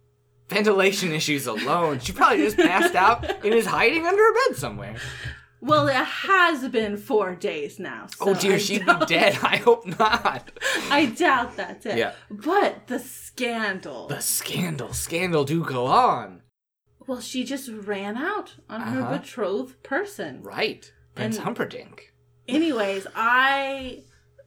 [SPEAKER 3] Ventilation issues alone. She probably just passed out and is hiding under a bed somewhere.
[SPEAKER 1] Well, it has been four days now. So
[SPEAKER 3] oh dear,
[SPEAKER 1] I
[SPEAKER 3] she'd
[SPEAKER 1] doubt,
[SPEAKER 3] be dead. I hope not.
[SPEAKER 1] I doubt that's it.
[SPEAKER 3] Yeah.
[SPEAKER 1] But the scandal.
[SPEAKER 3] The scandal, scandal do go on.
[SPEAKER 1] Well, she just ran out on her
[SPEAKER 3] Uh-huh.
[SPEAKER 1] betrothed person.
[SPEAKER 3] Right. Prince
[SPEAKER 1] And-
[SPEAKER 3] Humperdinck.
[SPEAKER 1] Anyways, I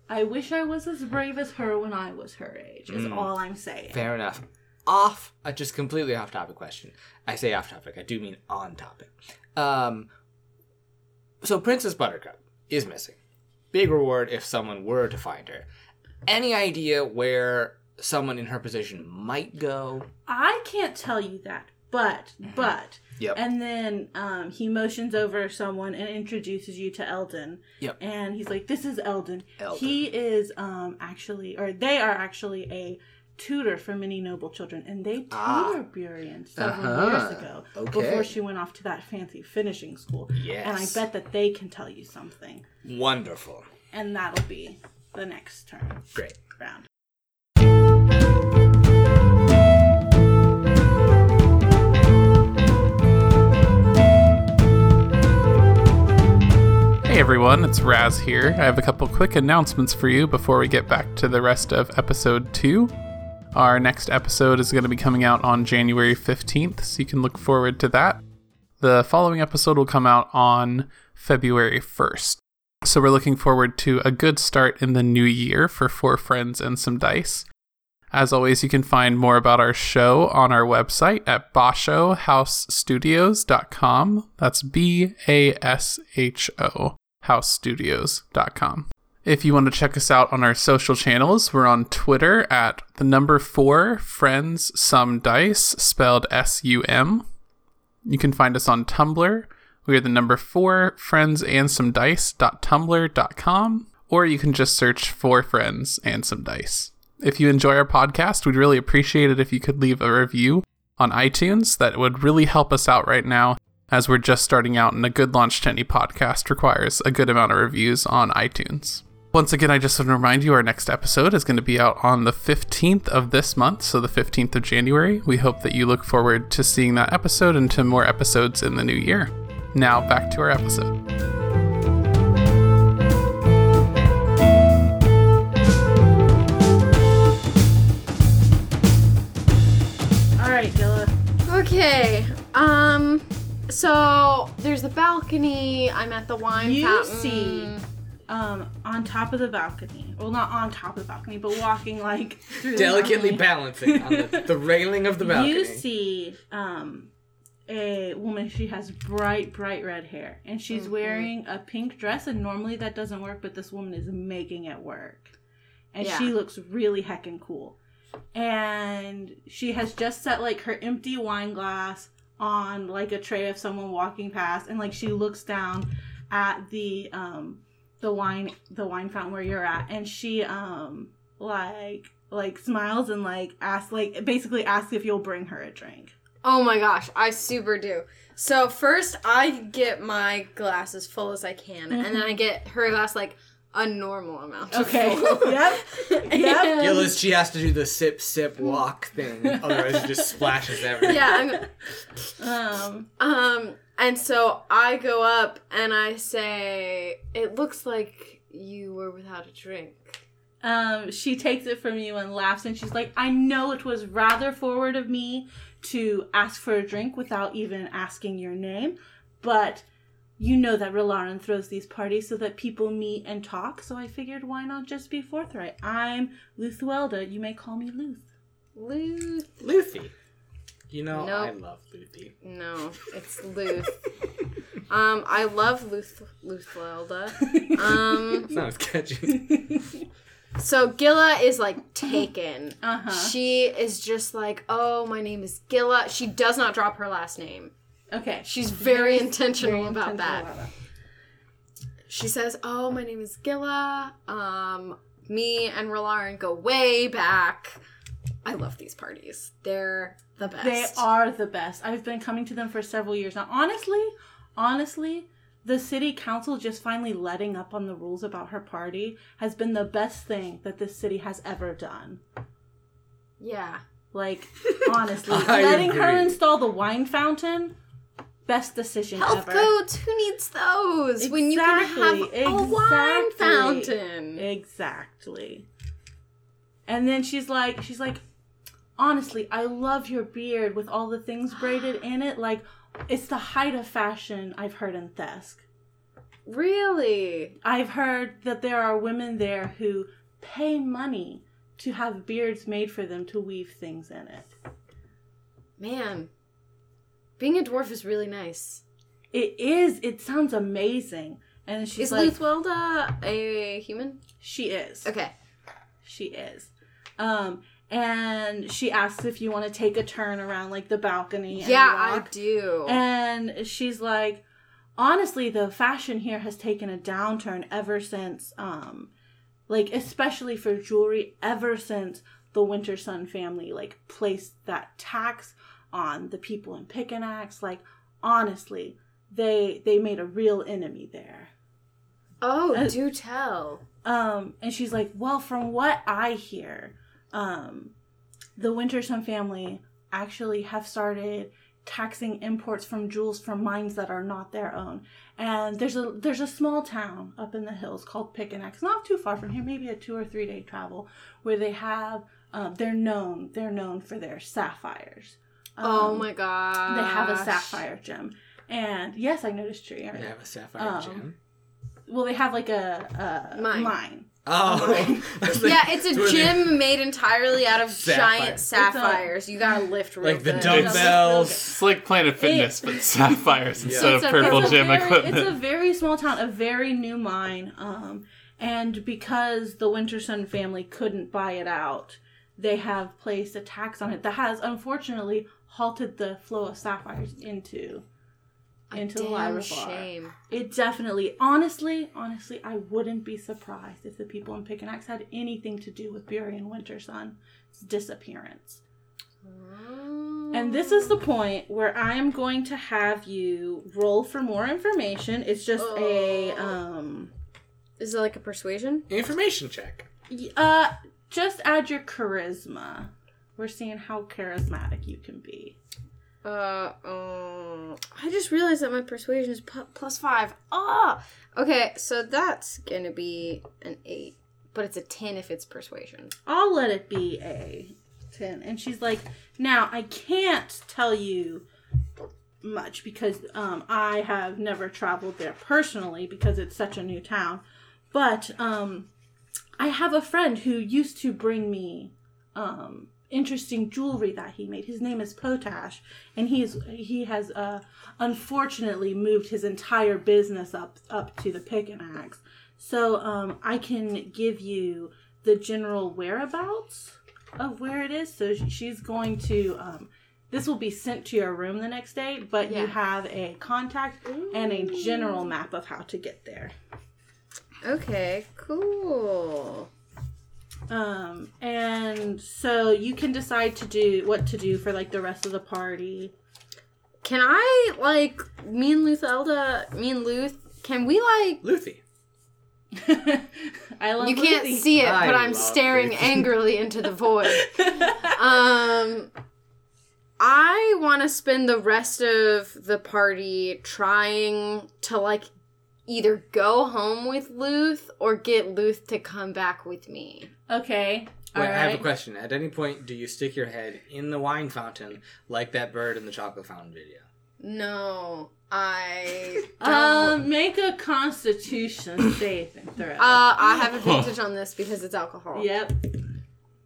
[SPEAKER 1] I wish I was as brave as her when I was her age. Is
[SPEAKER 3] Mm.
[SPEAKER 1] all I'm saying.
[SPEAKER 3] Fair enough. Off, uh, just completely off topic question. I say off topic, I do mean on topic. Um, so Princess Buttercup is missing. Big reward if someone were to find her. Any idea where someone in her position might go?
[SPEAKER 1] I can't tell you that, but
[SPEAKER 3] Mm-hmm.
[SPEAKER 1] but
[SPEAKER 3] Yep.
[SPEAKER 1] and then um, he motions over someone and introduces you to Eldon.
[SPEAKER 3] Yep.
[SPEAKER 1] And he's like, "This is Eldon.
[SPEAKER 3] Eldon.
[SPEAKER 1] He is um actually, or they are actually a tutor for many noble children, and they tutored
[SPEAKER 3] Ah.
[SPEAKER 1] Burien several
[SPEAKER 3] Uh-huh.
[SPEAKER 1] years ago
[SPEAKER 3] Okay.
[SPEAKER 1] before she went off to that fancy finishing school. And I
[SPEAKER 3] Yes.
[SPEAKER 1] bet that they can tell you something,
[SPEAKER 3] Wonderful.
[SPEAKER 1] and that'll be the next turn
[SPEAKER 3] Great.
[SPEAKER 1] round.
[SPEAKER 2] Hey everyone, it's Raz here. I have a couple quick announcements for you before we get back to the rest of episode 2. Our next episode is going to be coming out on January 15th, so you can look forward to that. The following episode will come out on February 1st. So we're looking forward to a good start in the new year for Four Friends and Some Dice. As always, you can find more about our show on our website at bashohousestudios.com. That's B A S H O housestudios.com. If you want to check us out on our social channels, we're on Twitter at the number four friends some dice spelled S U M. You can find us on Tumblr. We are the number four friends and some dice.tumblr.com, or you can just search for friends and some dice. If you enjoy our podcast, we'd really appreciate it if you could leave a review on iTunes. That would really help us out right now, as we're just starting out, and a good launch to any podcast requires a good amount of reviews on iTunes. Once again, I just want to remind you our next episode is going to be out on the 15th of this month, so the 15th of January. We hope that you look forward to seeing that episode and to more episodes in the new year. Now, back to our episode.
[SPEAKER 1] All right, Gilla.
[SPEAKER 4] Okay. Um. So there's the balcony. I'm at the wine
[SPEAKER 1] You
[SPEAKER 4] fountain.
[SPEAKER 1] see, um, on top of the balcony. Well, not on top of the balcony, but walking like through the
[SPEAKER 3] Delicately
[SPEAKER 1] balcony.
[SPEAKER 3] balancing on the, the railing of the balcony.
[SPEAKER 1] You see um, a woman. She has bright, bright red hair, and she's wearing a pink dress. And normally that doesn't work, but this woman is making it work, and she
[SPEAKER 4] Yeah.
[SPEAKER 1] looks really heckin' cool. And she has just set like her empty wine glass on like a tray of someone walking past, and like she looks down at the um the wine the wine fountain where you're at, and she um like like smiles and like asks like basically asks if you'll bring her a drink.
[SPEAKER 4] Oh my gosh, I super do. So first, I get my glass as full as I can, and then I get her glass like a normal amount. of
[SPEAKER 1] Mm-hmm. Okay.
[SPEAKER 4] full.
[SPEAKER 1] yep. Yep.
[SPEAKER 4] And-
[SPEAKER 3] Gillis, she has to do the sip, sip, walk thing. Otherwise, it just splashes everything.
[SPEAKER 4] yeah. I'm,
[SPEAKER 1] Um
[SPEAKER 4] Um, and so I go up and I say, "It looks like you were without a drink."
[SPEAKER 1] um she takes it from you and laughs and she's like, "I know it was rather forward of me to ask for a drink without even asking your name, but you know that Rilaran throws these parties so that people meet and talk, so I figured why not just be forthright. I'm Luthuelda. You may call me Luth.
[SPEAKER 4] Luth?
[SPEAKER 3] Luthi. You know,
[SPEAKER 4] Nope.
[SPEAKER 3] I love Luthi.
[SPEAKER 4] No, it's Luth. um, I love Luth Luthlelda. Um,
[SPEAKER 3] It's not as catchy.
[SPEAKER 4] so Gilla is like taken.
[SPEAKER 1] Uh-huh.
[SPEAKER 4] She is just like, "Oh, my name is Gilla." She does not drop her last name.
[SPEAKER 1] Okay.
[SPEAKER 4] She's very, intentional
[SPEAKER 1] Very
[SPEAKER 4] about
[SPEAKER 1] intentional
[SPEAKER 4] that. she says, "Oh, my name is Gilla. Um, me and Rolaren go way back. I love these parties. They're the best.
[SPEAKER 1] They are the best. I've been coming to them for several years now. Honestly, honestly, the city council just finally letting up on the rules about her party has been the best thing that this city has ever done.
[SPEAKER 4] Yeah.
[SPEAKER 1] Like, honestly,
[SPEAKER 3] I
[SPEAKER 1] letting her
[SPEAKER 3] agree.
[SPEAKER 1] install the wine fountain, best decision
[SPEAKER 4] Health
[SPEAKER 1] ever.
[SPEAKER 4] codes. Who needs those when you can have
[SPEAKER 1] Exactly,
[SPEAKER 4] a wine
[SPEAKER 1] exactly.
[SPEAKER 4] fountain?
[SPEAKER 1] Exactly. And then she's like, she's like, honestly, I love your beard with all the things braided in it. Like, it's the height of fashion I've heard in Thesk.
[SPEAKER 4] Really?
[SPEAKER 1] I've heard that there are women there who pay money to have beards made for them to weave things in it.
[SPEAKER 4] Man. Being a dwarf is really nice.
[SPEAKER 1] It is. It sounds amazing. And she's
[SPEAKER 4] is
[SPEAKER 1] like,
[SPEAKER 4] Luthwelda a human?
[SPEAKER 1] she is.
[SPEAKER 4] Okay.
[SPEAKER 1] She is. Um, and she asks if you want to take a turn around like the balcony. and
[SPEAKER 4] Yeah, I
[SPEAKER 1] walk.
[SPEAKER 4] do.
[SPEAKER 1] And she's like, honestly, the fashion here has taken a downturn ever since, um, like especially for jewelry, ever since the Winter Sun family like placed that tax on the people in Pickenax. Like, honestly, they they made a real enemy there.
[SPEAKER 4] oh,
[SPEAKER 1] uh,
[SPEAKER 4] do tell.
[SPEAKER 1] Um, and she's like, "Well, from what I hear, um, the Winterson family actually have started taxing imports from jewels from mines that are not their own. And there's a there's a small town up in the hills called Pickenax, not too far from here, maybe a two or three day travel, where they have um, they're known they're known for their sapphires.
[SPEAKER 4] oh
[SPEAKER 1] Um,
[SPEAKER 4] my god.
[SPEAKER 1] They have a sapphire gem, and yes, I noticed tree.
[SPEAKER 3] I
[SPEAKER 1] area.
[SPEAKER 3] have a sapphire
[SPEAKER 1] Um,
[SPEAKER 3] gem.
[SPEAKER 1] Well, they have like a, a
[SPEAKER 4] Mine.
[SPEAKER 1] mine.
[SPEAKER 3] Oh, I was like,
[SPEAKER 4] Yeah, it's
[SPEAKER 3] where
[SPEAKER 4] a
[SPEAKER 3] they-
[SPEAKER 4] gem made entirely out of
[SPEAKER 3] Sapphire.
[SPEAKER 4] giant
[SPEAKER 3] It's
[SPEAKER 1] a-
[SPEAKER 4] sapphires. you gotta lift real
[SPEAKER 3] Like the
[SPEAKER 4] good.
[SPEAKER 3] dumbbells.
[SPEAKER 2] It's like Planet Fitness, but sapphires instead
[SPEAKER 4] It's
[SPEAKER 2] of
[SPEAKER 4] a-
[SPEAKER 2] purple
[SPEAKER 4] it's a
[SPEAKER 2] gem
[SPEAKER 1] very,
[SPEAKER 2] equipment.
[SPEAKER 1] It's a very small town, a very new mine. Um, and because the Winterson family couldn't buy it out, they have placed a tax on it that has unfortunately halted the flow of sapphires into into the
[SPEAKER 4] Damn
[SPEAKER 1] Lyra
[SPEAKER 4] shame.
[SPEAKER 1] It definitely, honestly, honestly, I wouldn't be surprised if the people in Pickenax had anything to do with Burian Winterson's disappearance. And this is the point where I am going to have you roll for more information. It's just a um
[SPEAKER 4] Is it like a persuasion?
[SPEAKER 3] Information check.
[SPEAKER 1] y- uh just add your charisma. We're seeing how charismatic you can be.
[SPEAKER 4] Uh, um, I just realized that my persuasion is pu- plus five. Ah, okay, so that's gonna be an eight, but it's a ten if it's persuasion.
[SPEAKER 1] I'll let it be a 10. And she's like, "Now, I can't tell you much because um I have never traveled there personally because it's such a new town. But um I have a friend who used to bring me um, interesting jewelry that he made. His name is Potash, and he is he has uh, unfortunately moved his entire business up up to the pick and axe. So um, I can give you the general whereabouts of where it is. So sh- she's going to. Um, this will be sent to your room the next day, but
[SPEAKER 4] Yeah.
[SPEAKER 1] you have a contact and a general map of how to get there.
[SPEAKER 4] Okay, cool.
[SPEAKER 1] Um, and so you can decide to do what to do for like the rest of the party.
[SPEAKER 4] Can I like me and Luthelda, me and Luth? Can we like?
[SPEAKER 3] Luthi.
[SPEAKER 1] I love
[SPEAKER 4] You can't
[SPEAKER 1] Lucy.
[SPEAKER 4] see it,
[SPEAKER 3] I
[SPEAKER 4] but I'm
[SPEAKER 3] love
[SPEAKER 4] staring
[SPEAKER 3] Luth.
[SPEAKER 4] angrily into the void. um i want to spend the rest of the party trying to like either go home with luth or get luth to come back with me
[SPEAKER 1] Okay.
[SPEAKER 3] Wait, I have a
[SPEAKER 1] alright.
[SPEAKER 3] question. At any point, do you stick your head in the wine fountain like that bird in the chocolate fountain video?
[SPEAKER 4] no i um
[SPEAKER 1] Um, make a Constitution saving throw.
[SPEAKER 4] uh, i have advantage on this because it's alcohol
[SPEAKER 1] yep.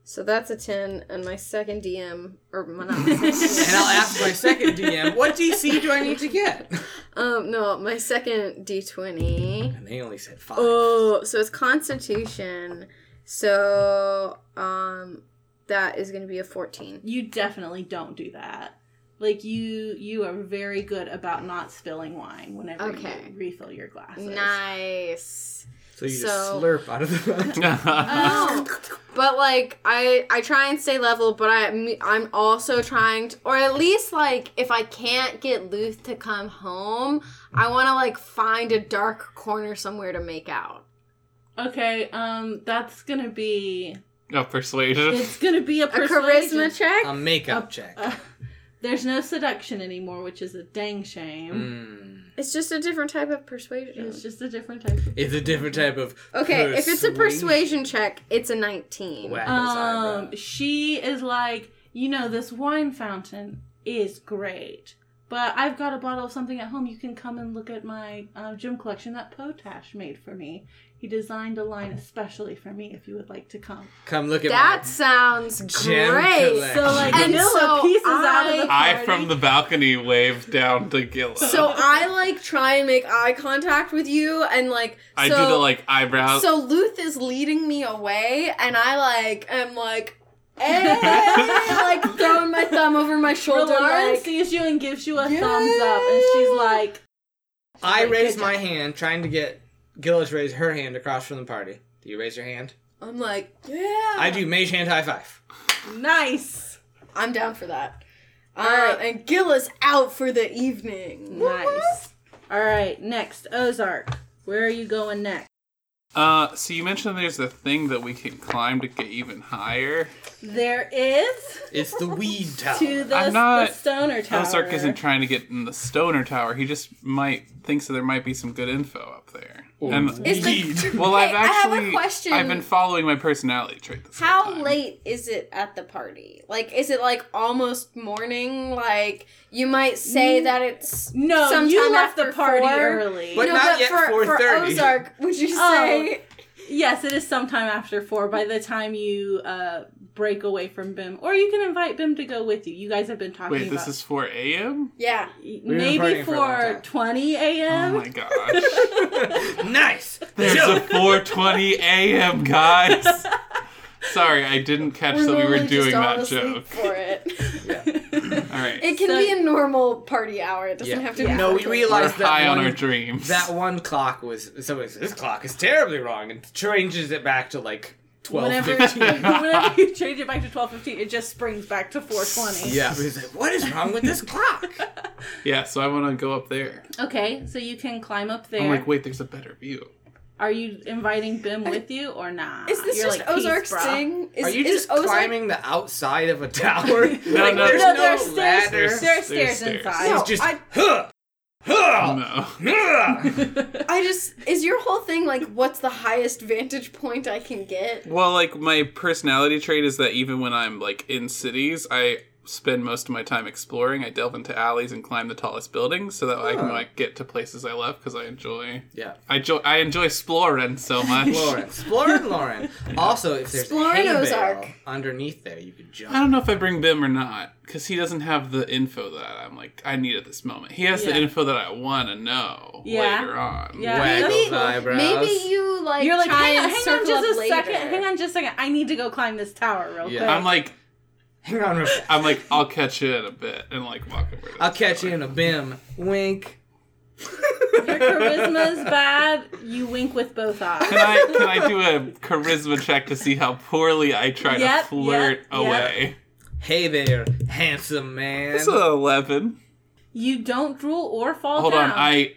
[SPEAKER 4] so that's a 10 and my second dm or my, not my second
[SPEAKER 3] And I'll ask my second DM, what DC do I need to get?
[SPEAKER 4] um no my second d20
[SPEAKER 3] And they only said five.
[SPEAKER 1] Uh,
[SPEAKER 4] Oh, so it's Constitution. So um, that is going to be a fourteen.
[SPEAKER 1] You definitely don't do that. Like you, you are very good about not spilling wine whenever
[SPEAKER 4] Okay.
[SPEAKER 1] you refill your glasses.
[SPEAKER 4] Nice.
[SPEAKER 3] so you just
[SPEAKER 4] so-
[SPEAKER 3] slurp out of the.
[SPEAKER 4] Oh, but like I, I try and stay level, but I, I'm also trying to, or at least like if I can't get Luth to come home, I want to like find a dark corner somewhere to make out.
[SPEAKER 1] Okay. Um, that's gonna be.
[SPEAKER 2] no persuasion.
[SPEAKER 1] It's gonna be a,
[SPEAKER 4] A
[SPEAKER 1] persuasion. Um,
[SPEAKER 4] charisma check.
[SPEAKER 3] a makeup check.
[SPEAKER 1] Uh, there's no seduction anymore, which is a dang shame.
[SPEAKER 3] Mm.
[SPEAKER 4] it's just a different type of persuasion.
[SPEAKER 1] It's just a different type. Of-
[SPEAKER 3] It's a different type of.
[SPEAKER 4] okay, if it's a persuasion check, it's a nineteen.
[SPEAKER 3] Waggles
[SPEAKER 1] um,
[SPEAKER 3] eyebrows.
[SPEAKER 1] she is like, you know, this wine fountain is great, but I've got a bottle of something at home. You can come and look at my uh, gym collection that Potash made for me. He designed a line especially for me if you would like to come.
[SPEAKER 3] Come look at
[SPEAKER 4] That sounds
[SPEAKER 3] Gem
[SPEAKER 4] great.
[SPEAKER 3] collect-
[SPEAKER 1] So, like,
[SPEAKER 4] And
[SPEAKER 1] Vanilla
[SPEAKER 4] so
[SPEAKER 1] pieces out of the
[SPEAKER 2] I
[SPEAKER 1] party.
[SPEAKER 2] from the balcony waved down to Gilla.
[SPEAKER 4] So I like try and make eye contact with you and like
[SPEAKER 2] I
[SPEAKER 4] so,
[SPEAKER 2] do the like uh, eyebrows.
[SPEAKER 4] So Luth is leading me away and I like am like eh, like throwing my thumb over my shoulder
[SPEAKER 1] Lauren
[SPEAKER 4] like
[SPEAKER 1] sees you and gives you a
[SPEAKER 4] Yeah.
[SPEAKER 1] thumbs up, and she's like,
[SPEAKER 3] I
[SPEAKER 1] Like,
[SPEAKER 3] raise
[SPEAKER 1] good
[SPEAKER 3] my
[SPEAKER 1] job.
[SPEAKER 3] hand, trying to get Gillis raise her hand across from the party. Do you raise your hand?
[SPEAKER 4] I'm like yeah
[SPEAKER 3] I do mage hand high five.
[SPEAKER 1] nice.
[SPEAKER 4] I'm down for that. All right,
[SPEAKER 1] Alright.
[SPEAKER 4] and Gillis out for the evening.
[SPEAKER 1] Nice. All right, next, Ozark. Where are you going next?
[SPEAKER 2] uh, so you mentioned there's a thing that we can climb to get even higher.
[SPEAKER 1] There is
[SPEAKER 3] It's the weed tower.
[SPEAKER 1] to the,
[SPEAKER 2] I'm not-
[SPEAKER 1] the Stoner Tower.
[SPEAKER 2] Ozark isn't trying to get in the Stoner Tower. He just might thinks that there might be some good info up there. And
[SPEAKER 4] It's like,
[SPEAKER 2] well, I've
[SPEAKER 4] Wait, I have a
[SPEAKER 2] actually
[SPEAKER 4] question.
[SPEAKER 2] I've been following my personality trait. This whole
[SPEAKER 4] How
[SPEAKER 2] time.
[SPEAKER 4] late is it at the party? Like, is it like almost morning? Like, you might say that it's
[SPEAKER 1] No,
[SPEAKER 4] sometime
[SPEAKER 1] you left
[SPEAKER 4] after
[SPEAKER 1] the party
[SPEAKER 4] four.
[SPEAKER 1] early.
[SPEAKER 3] But
[SPEAKER 4] no,
[SPEAKER 3] not
[SPEAKER 4] but
[SPEAKER 3] yet
[SPEAKER 4] for, for
[SPEAKER 3] 4:30.
[SPEAKER 4] Ozark, would you say?
[SPEAKER 1] Yes, it is sometime after four. By the time you uh, break away from Bim, or you can invite Bim to go with you. You guys have been talking
[SPEAKER 2] Wait,
[SPEAKER 1] about
[SPEAKER 2] this is 4 a.m.
[SPEAKER 4] Yeah.
[SPEAKER 3] been
[SPEAKER 1] maybe
[SPEAKER 3] partying for a long
[SPEAKER 1] for
[SPEAKER 3] time.
[SPEAKER 1] twenty
[SPEAKER 2] Oh
[SPEAKER 4] Um,
[SPEAKER 1] a.m.
[SPEAKER 2] my gosh!
[SPEAKER 3] nice.
[SPEAKER 2] There's
[SPEAKER 3] Joe,
[SPEAKER 2] a 4:20 a.m. guys. Sorry, I didn't catch that we were
[SPEAKER 4] normally just
[SPEAKER 2] doing
[SPEAKER 4] all
[SPEAKER 2] that
[SPEAKER 4] asleep
[SPEAKER 2] joke.
[SPEAKER 4] For it.
[SPEAKER 2] All right.
[SPEAKER 4] it can
[SPEAKER 1] So-
[SPEAKER 4] be a normal party hour. It doesn't
[SPEAKER 3] Yeah.
[SPEAKER 4] have to
[SPEAKER 1] Yeah.
[SPEAKER 4] be.
[SPEAKER 3] No, we
[SPEAKER 4] perfect.
[SPEAKER 2] We're
[SPEAKER 3] realized
[SPEAKER 2] high
[SPEAKER 3] that
[SPEAKER 2] on our
[SPEAKER 3] one,
[SPEAKER 2] dreams.
[SPEAKER 3] that one clock was. Somebody says, this clock is terribly wrong and changes it back to like twelve
[SPEAKER 1] Whenever,
[SPEAKER 3] fifteen.
[SPEAKER 1] whenever you change it back to twelve fifteen, it just springs back to four twenty.
[SPEAKER 3] Yeah, but he's like, what is wrong with this clock?
[SPEAKER 2] yeah, so I want to go up there.
[SPEAKER 1] Okay, so you can climb up there.
[SPEAKER 2] I'm like, wait, there's a better view.
[SPEAKER 1] Are you inviting Bim with you or not?
[SPEAKER 4] Is this just Ozark's thing? Is,
[SPEAKER 3] Are you
[SPEAKER 4] is
[SPEAKER 3] just
[SPEAKER 4] Ozark-
[SPEAKER 3] climbing the outside of a tower?
[SPEAKER 2] No,
[SPEAKER 3] like,
[SPEAKER 2] no.
[SPEAKER 3] there's
[SPEAKER 2] No,
[SPEAKER 3] no,
[SPEAKER 1] there are stairs.
[SPEAKER 3] ladder.
[SPEAKER 1] There are
[SPEAKER 2] There's
[SPEAKER 1] stairs,
[SPEAKER 2] stairs.
[SPEAKER 1] inside.
[SPEAKER 4] No,
[SPEAKER 3] It's just
[SPEAKER 4] I-
[SPEAKER 3] huh, huh,
[SPEAKER 2] No.
[SPEAKER 3] huh.
[SPEAKER 4] I just is your whole thing like what's the highest vantage point I can get?
[SPEAKER 2] Well, like my personality trait is that even when I'm like in cities, I spend most of my time exploring. I delve into alleys and climb the tallest buildings so that I can like get to places I love because I enjoy.
[SPEAKER 3] Yeah.
[SPEAKER 2] I jo- I enjoy exploring so much.
[SPEAKER 3] Lauren. Exploring Lauren. Also, if there's
[SPEAKER 4] Exploring
[SPEAKER 3] a hay
[SPEAKER 4] Ozark.
[SPEAKER 3] bale underneath there, you could jump.
[SPEAKER 2] I don't know if I bring Bim or not because he doesn't have the info that I'm like I need at this moment. He has
[SPEAKER 1] Yeah.
[SPEAKER 2] the info that I want to know
[SPEAKER 1] Yeah.
[SPEAKER 2] later on.
[SPEAKER 1] Yeah.
[SPEAKER 3] Waggle
[SPEAKER 1] Maybe-
[SPEAKER 3] the eyebrows.
[SPEAKER 4] Maybe you like
[SPEAKER 1] You're like,
[SPEAKER 4] try
[SPEAKER 1] hang on,
[SPEAKER 4] and
[SPEAKER 1] hang on
[SPEAKER 4] circle
[SPEAKER 1] just
[SPEAKER 4] up
[SPEAKER 1] a
[SPEAKER 4] later.
[SPEAKER 1] second. Hang on just a second. I need to go climb this tower real
[SPEAKER 3] Yeah.
[SPEAKER 1] quick.
[SPEAKER 2] I'm like
[SPEAKER 3] Hang on, real fast.
[SPEAKER 2] I'm like I'll catch you in a bit and like walk over. to
[SPEAKER 3] I'll
[SPEAKER 2] the
[SPEAKER 3] catch
[SPEAKER 2] tower.
[SPEAKER 3] you in a bim. Wink.
[SPEAKER 1] Your charisma's bad. You wink with both
[SPEAKER 2] Can
[SPEAKER 1] eyes.
[SPEAKER 2] I can I do a charisma check to see how poorly I try
[SPEAKER 1] Yep,
[SPEAKER 2] to flirt
[SPEAKER 1] yep, yep.
[SPEAKER 2] away?
[SPEAKER 3] Hey there, handsome man.
[SPEAKER 2] That's an eleven.
[SPEAKER 1] You don't drool or fall
[SPEAKER 2] Hold
[SPEAKER 1] down.
[SPEAKER 2] on, I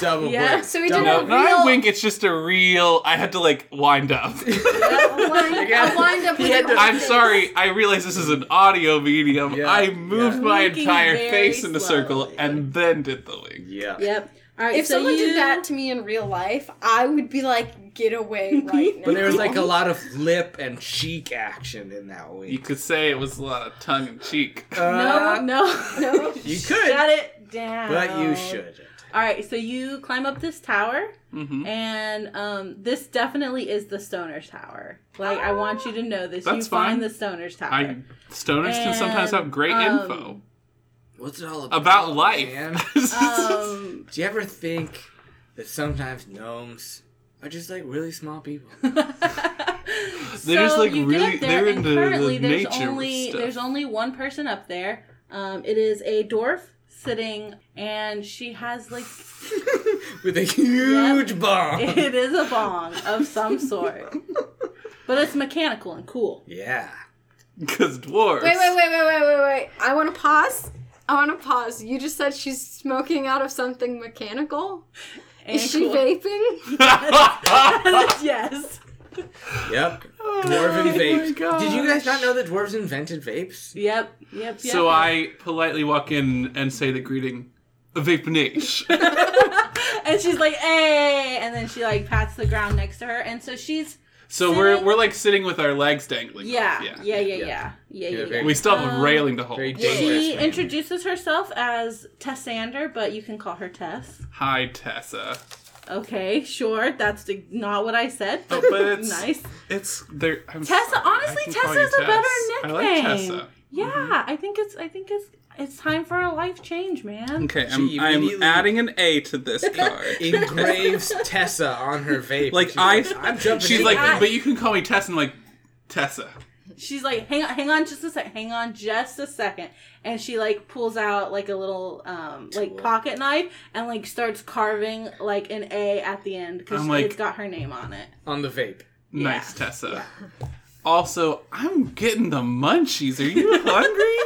[SPEAKER 3] Double
[SPEAKER 1] Yeah,
[SPEAKER 3] wink.
[SPEAKER 4] so we
[SPEAKER 3] Double
[SPEAKER 4] did
[SPEAKER 2] no
[SPEAKER 4] a
[SPEAKER 3] wink.
[SPEAKER 2] not
[SPEAKER 4] real-
[SPEAKER 2] a wink. It's just a real. I had to like wind up.
[SPEAKER 4] I'll wind, I'll wind up.
[SPEAKER 3] He
[SPEAKER 4] with
[SPEAKER 3] had
[SPEAKER 4] the
[SPEAKER 3] to-
[SPEAKER 4] wrong
[SPEAKER 2] I'm
[SPEAKER 4] thing.
[SPEAKER 2] sorry. I realize this is an audio medium.
[SPEAKER 3] Yeah,
[SPEAKER 2] I moved
[SPEAKER 3] yeah.
[SPEAKER 2] my
[SPEAKER 1] Winking
[SPEAKER 2] entire
[SPEAKER 1] very
[SPEAKER 2] face in a circle
[SPEAKER 1] slowly.
[SPEAKER 2] and then did the wink.
[SPEAKER 3] Yeah.
[SPEAKER 1] Yep. All right.
[SPEAKER 4] If
[SPEAKER 1] so
[SPEAKER 4] someone
[SPEAKER 1] you,
[SPEAKER 4] did that to me in real life, I would be like, get away right now.
[SPEAKER 3] But there was like a lot of lip and cheek action in that
[SPEAKER 2] You
[SPEAKER 3] wink.
[SPEAKER 2] could say it was a lot of tongue in cheek.
[SPEAKER 1] No,
[SPEAKER 3] Uh,
[SPEAKER 1] no,
[SPEAKER 4] No.
[SPEAKER 3] You
[SPEAKER 1] Shut
[SPEAKER 3] could,
[SPEAKER 1] it down.
[SPEAKER 3] but you shouldn't.
[SPEAKER 1] All right. So you climb up this tower,
[SPEAKER 2] hmm
[SPEAKER 1] and um, this definitely is the Stoner's Tower. Like I want you to know this. you
[SPEAKER 2] That's
[SPEAKER 1] find
[SPEAKER 2] fine.
[SPEAKER 1] the Stoner's Tower.
[SPEAKER 2] I stoners can sometimes
[SPEAKER 1] And,
[SPEAKER 2] have great
[SPEAKER 1] um,
[SPEAKER 2] info
[SPEAKER 3] What's it all about?
[SPEAKER 2] about life.
[SPEAKER 3] man?
[SPEAKER 1] Um,
[SPEAKER 3] Do you ever think that sometimes gnomes are just like really small people?
[SPEAKER 1] so
[SPEAKER 2] just, like,
[SPEAKER 1] you get
[SPEAKER 2] really-
[SPEAKER 1] up there,
[SPEAKER 2] they're
[SPEAKER 1] and
[SPEAKER 2] into the
[SPEAKER 1] currently there's
[SPEAKER 2] nature
[SPEAKER 1] only
[SPEAKER 2] stuff.
[SPEAKER 1] there's only one person up there. Um, it is a dwarf sitting, and she has like
[SPEAKER 3] With a huge bomb.
[SPEAKER 1] it is a bong of some sort, but it's mechanical and cool.
[SPEAKER 3] Yeah.
[SPEAKER 2] because dwarves.
[SPEAKER 4] Wait, wait, wait, wait, wait, wait, wait. I want to pause. I want to pause. You just said she's smoking out of something mechanical.
[SPEAKER 1] And
[SPEAKER 4] Is she
[SPEAKER 1] cool.
[SPEAKER 4] vaping?
[SPEAKER 1] yes.
[SPEAKER 3] Yep.
[SPEAKER 2] Oh
[SPEAKER 3] Dwarven
[SPEAKER 2] my
[SPEAKER 3] vapes. Did you guys
[SPEAKER 2] gosh.
[SPEAKER 3] not know that dwarves invented vapes?
[SPEAKER 1] Yep. Yep. yep
[SPEAKER 2] So I politely walk in and say the greeting, "Vape Nation."
[SPEAKER 1] and she's like, "Hey!" And then she like pats the ground next to her, and so she's
[SPEAKER 2] So we're
[SPEAKER 4] Sitting-
[SPEAKER 2] we're like sitting with our legs dangling.
[SPEAKER 1] Yeah, yeah, yeah, yeah,
[SPEAKER 3] yeah.
[SPEAKER 1] yeah, yeah.
[SPEAKER 3] Yeah,
[SPEAKER 1] yeah,
[SPEAKER 3] very-
[SPEAKER 2] We still have a
[SPEAKER 1] Um,
[SPEAKER 2] railing to hold.
[SPEAKER 3] very
[SPEAKER 4] Yeah.
[SPEAKER 1] She
[SPEAKER 3] dangerous. man.
[SPEAKER 1] introduces herself as Tessander, but you can call her Tess.
[SPEAKER 2] Hi, Tessa.
[SPEAKER 1] Okay, sure. That's the, not what I said.
[SPEAKER 2] Oh, but it's-
[SPEAKER 1] nice.
[SPEAKER 2] It's there. I'm
[SPEAKER 1] Tessa,
[SPEAKER 2] sorry.
[SPEAKER 1] honestly,
[SPEAKER 2] I can call
[SPEAKER 1] Tessa's
[SPEAKER 2] you
[SPEAKER 1] a better
[SPEAKER 2] Tess.
[SPEAKER 1] nickname.
[SPEAKER 2] I like Tessa.
[SPEAKER 1] Yeah, I think it's. I think it's. It's time for a life change, man.
[SPEAKER 2] Okay,
[SPEAKER 3] She
[SPEAKER 2] I'm, I'm
[SPEAKER 3] immediately-
[SPEAKER 2] adding an A to this card.
[SPEAKER 3] engraves Tessa on her vape.
[SPEAKER 2] Like,
[SPEAKER 3] She's
[SPEAKER 2] I-
[SPEAKER 3] I'm jumping.
[SPEAKER 2] She's
[SPEAKER 3] in.
[SPEAKER 2] like,
[SPEAKER 1] Yeah.
[SPEAKER 2] but you can call me Tess, and I'm like, Tessa.
[SPEAKER 1] She's like, hang on, hang on, just a sec. Hang on, just a second. And she like pulls out like a little um like
[SPEAKER 3] Tool.
[SPEAKER 1] pocket knife and like starts carving like an A at the end because
[SPEAKER 2] I'm like-
[SPEAKER 1] it's got her name on it.
[SPEAKER 3] on the vape.
[SPEAKER 2] Nice, Tessa. Also, I'm getting the munchies. Are you hungry?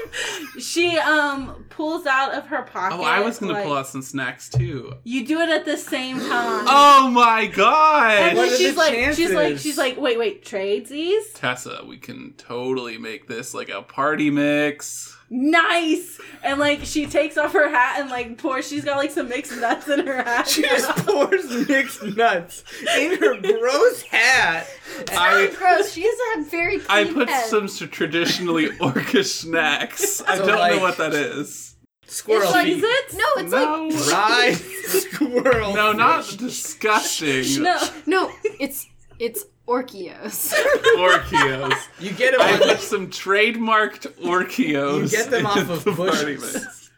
[SPEAKER 1] She um pulls out of her pocket.
[SPEAKER 2] oh, I was gonna
[SPEAKER 1] like-
[SPEAKER 2] pull out some snacks too.
[SPEAKER 1] You do it at the same time.
[SPEAKER 2] Oh my
[SPEAKER 1] And
[SPEAKER 2] god!
[SPEAKER 3] What
[SPEAKER 1] then
[SPEAKER 3] are
[SPEAKER 1] she's
[SPEAKER 3] the
[SPEAKER 1] like, she's like,
[SPEAKER 3] chances?
[SPEAKER 1] she's like, wait, wait, tradesies?
[SPEAKER 2] Tessa, we can totally make this like a party mix.
[SPEAKER 1] Nice. And like, she takes off her hat and like, pours. She's got like some mixed nuts in her hat.
[SPEAKER 3] She just pours mixed nuts in her gross hat.
[SPEAKER 2] I
[SPEAKER 4] Gross. She has a very clean
[SPEAKER 2] I put
[SPEAKER 4] head.
[SPEAKER 2] some s- traditionally orcish snacks. I
[SPEAKER 3] So,
[SPEAKER 2] don't
[SPEAKER 3] like-
[SPEAKER 2] know what that is.
[SPEAKER 3] Squirrel
[SPEAKER 4] It's like-
[SPEAKER 3] feet.
[SPEAKER 1] Is it?
[SPEAKER 4] No, it's like
[SPEAKER 2] no,
[SPEAKER 3] Fried squirrel.
[SPEAKER 2] no, not
[SPEAKER 3] fish.
[SPEAKER 2] disgusting.
[SPEAKER 1] No.
[SPEAKER 4] no. It's it's Orchios.
[SPEAKER 2] Orchios.
[SPEAKER 3] You get them
[SPEAKER 2] I
[SPEAKER 3] on
[SPEAKER 2] put
[SPEAKER 3] the,
[SPEAKER 2] some trademarked Orchios.
[SPEAKER 3] You get them
[SPEAKER 2] in
[SPEAKER 3] off of
[SPEAKER 2] the party
[SPEAKER 3] bushes.
[SPEAKER 2] mix.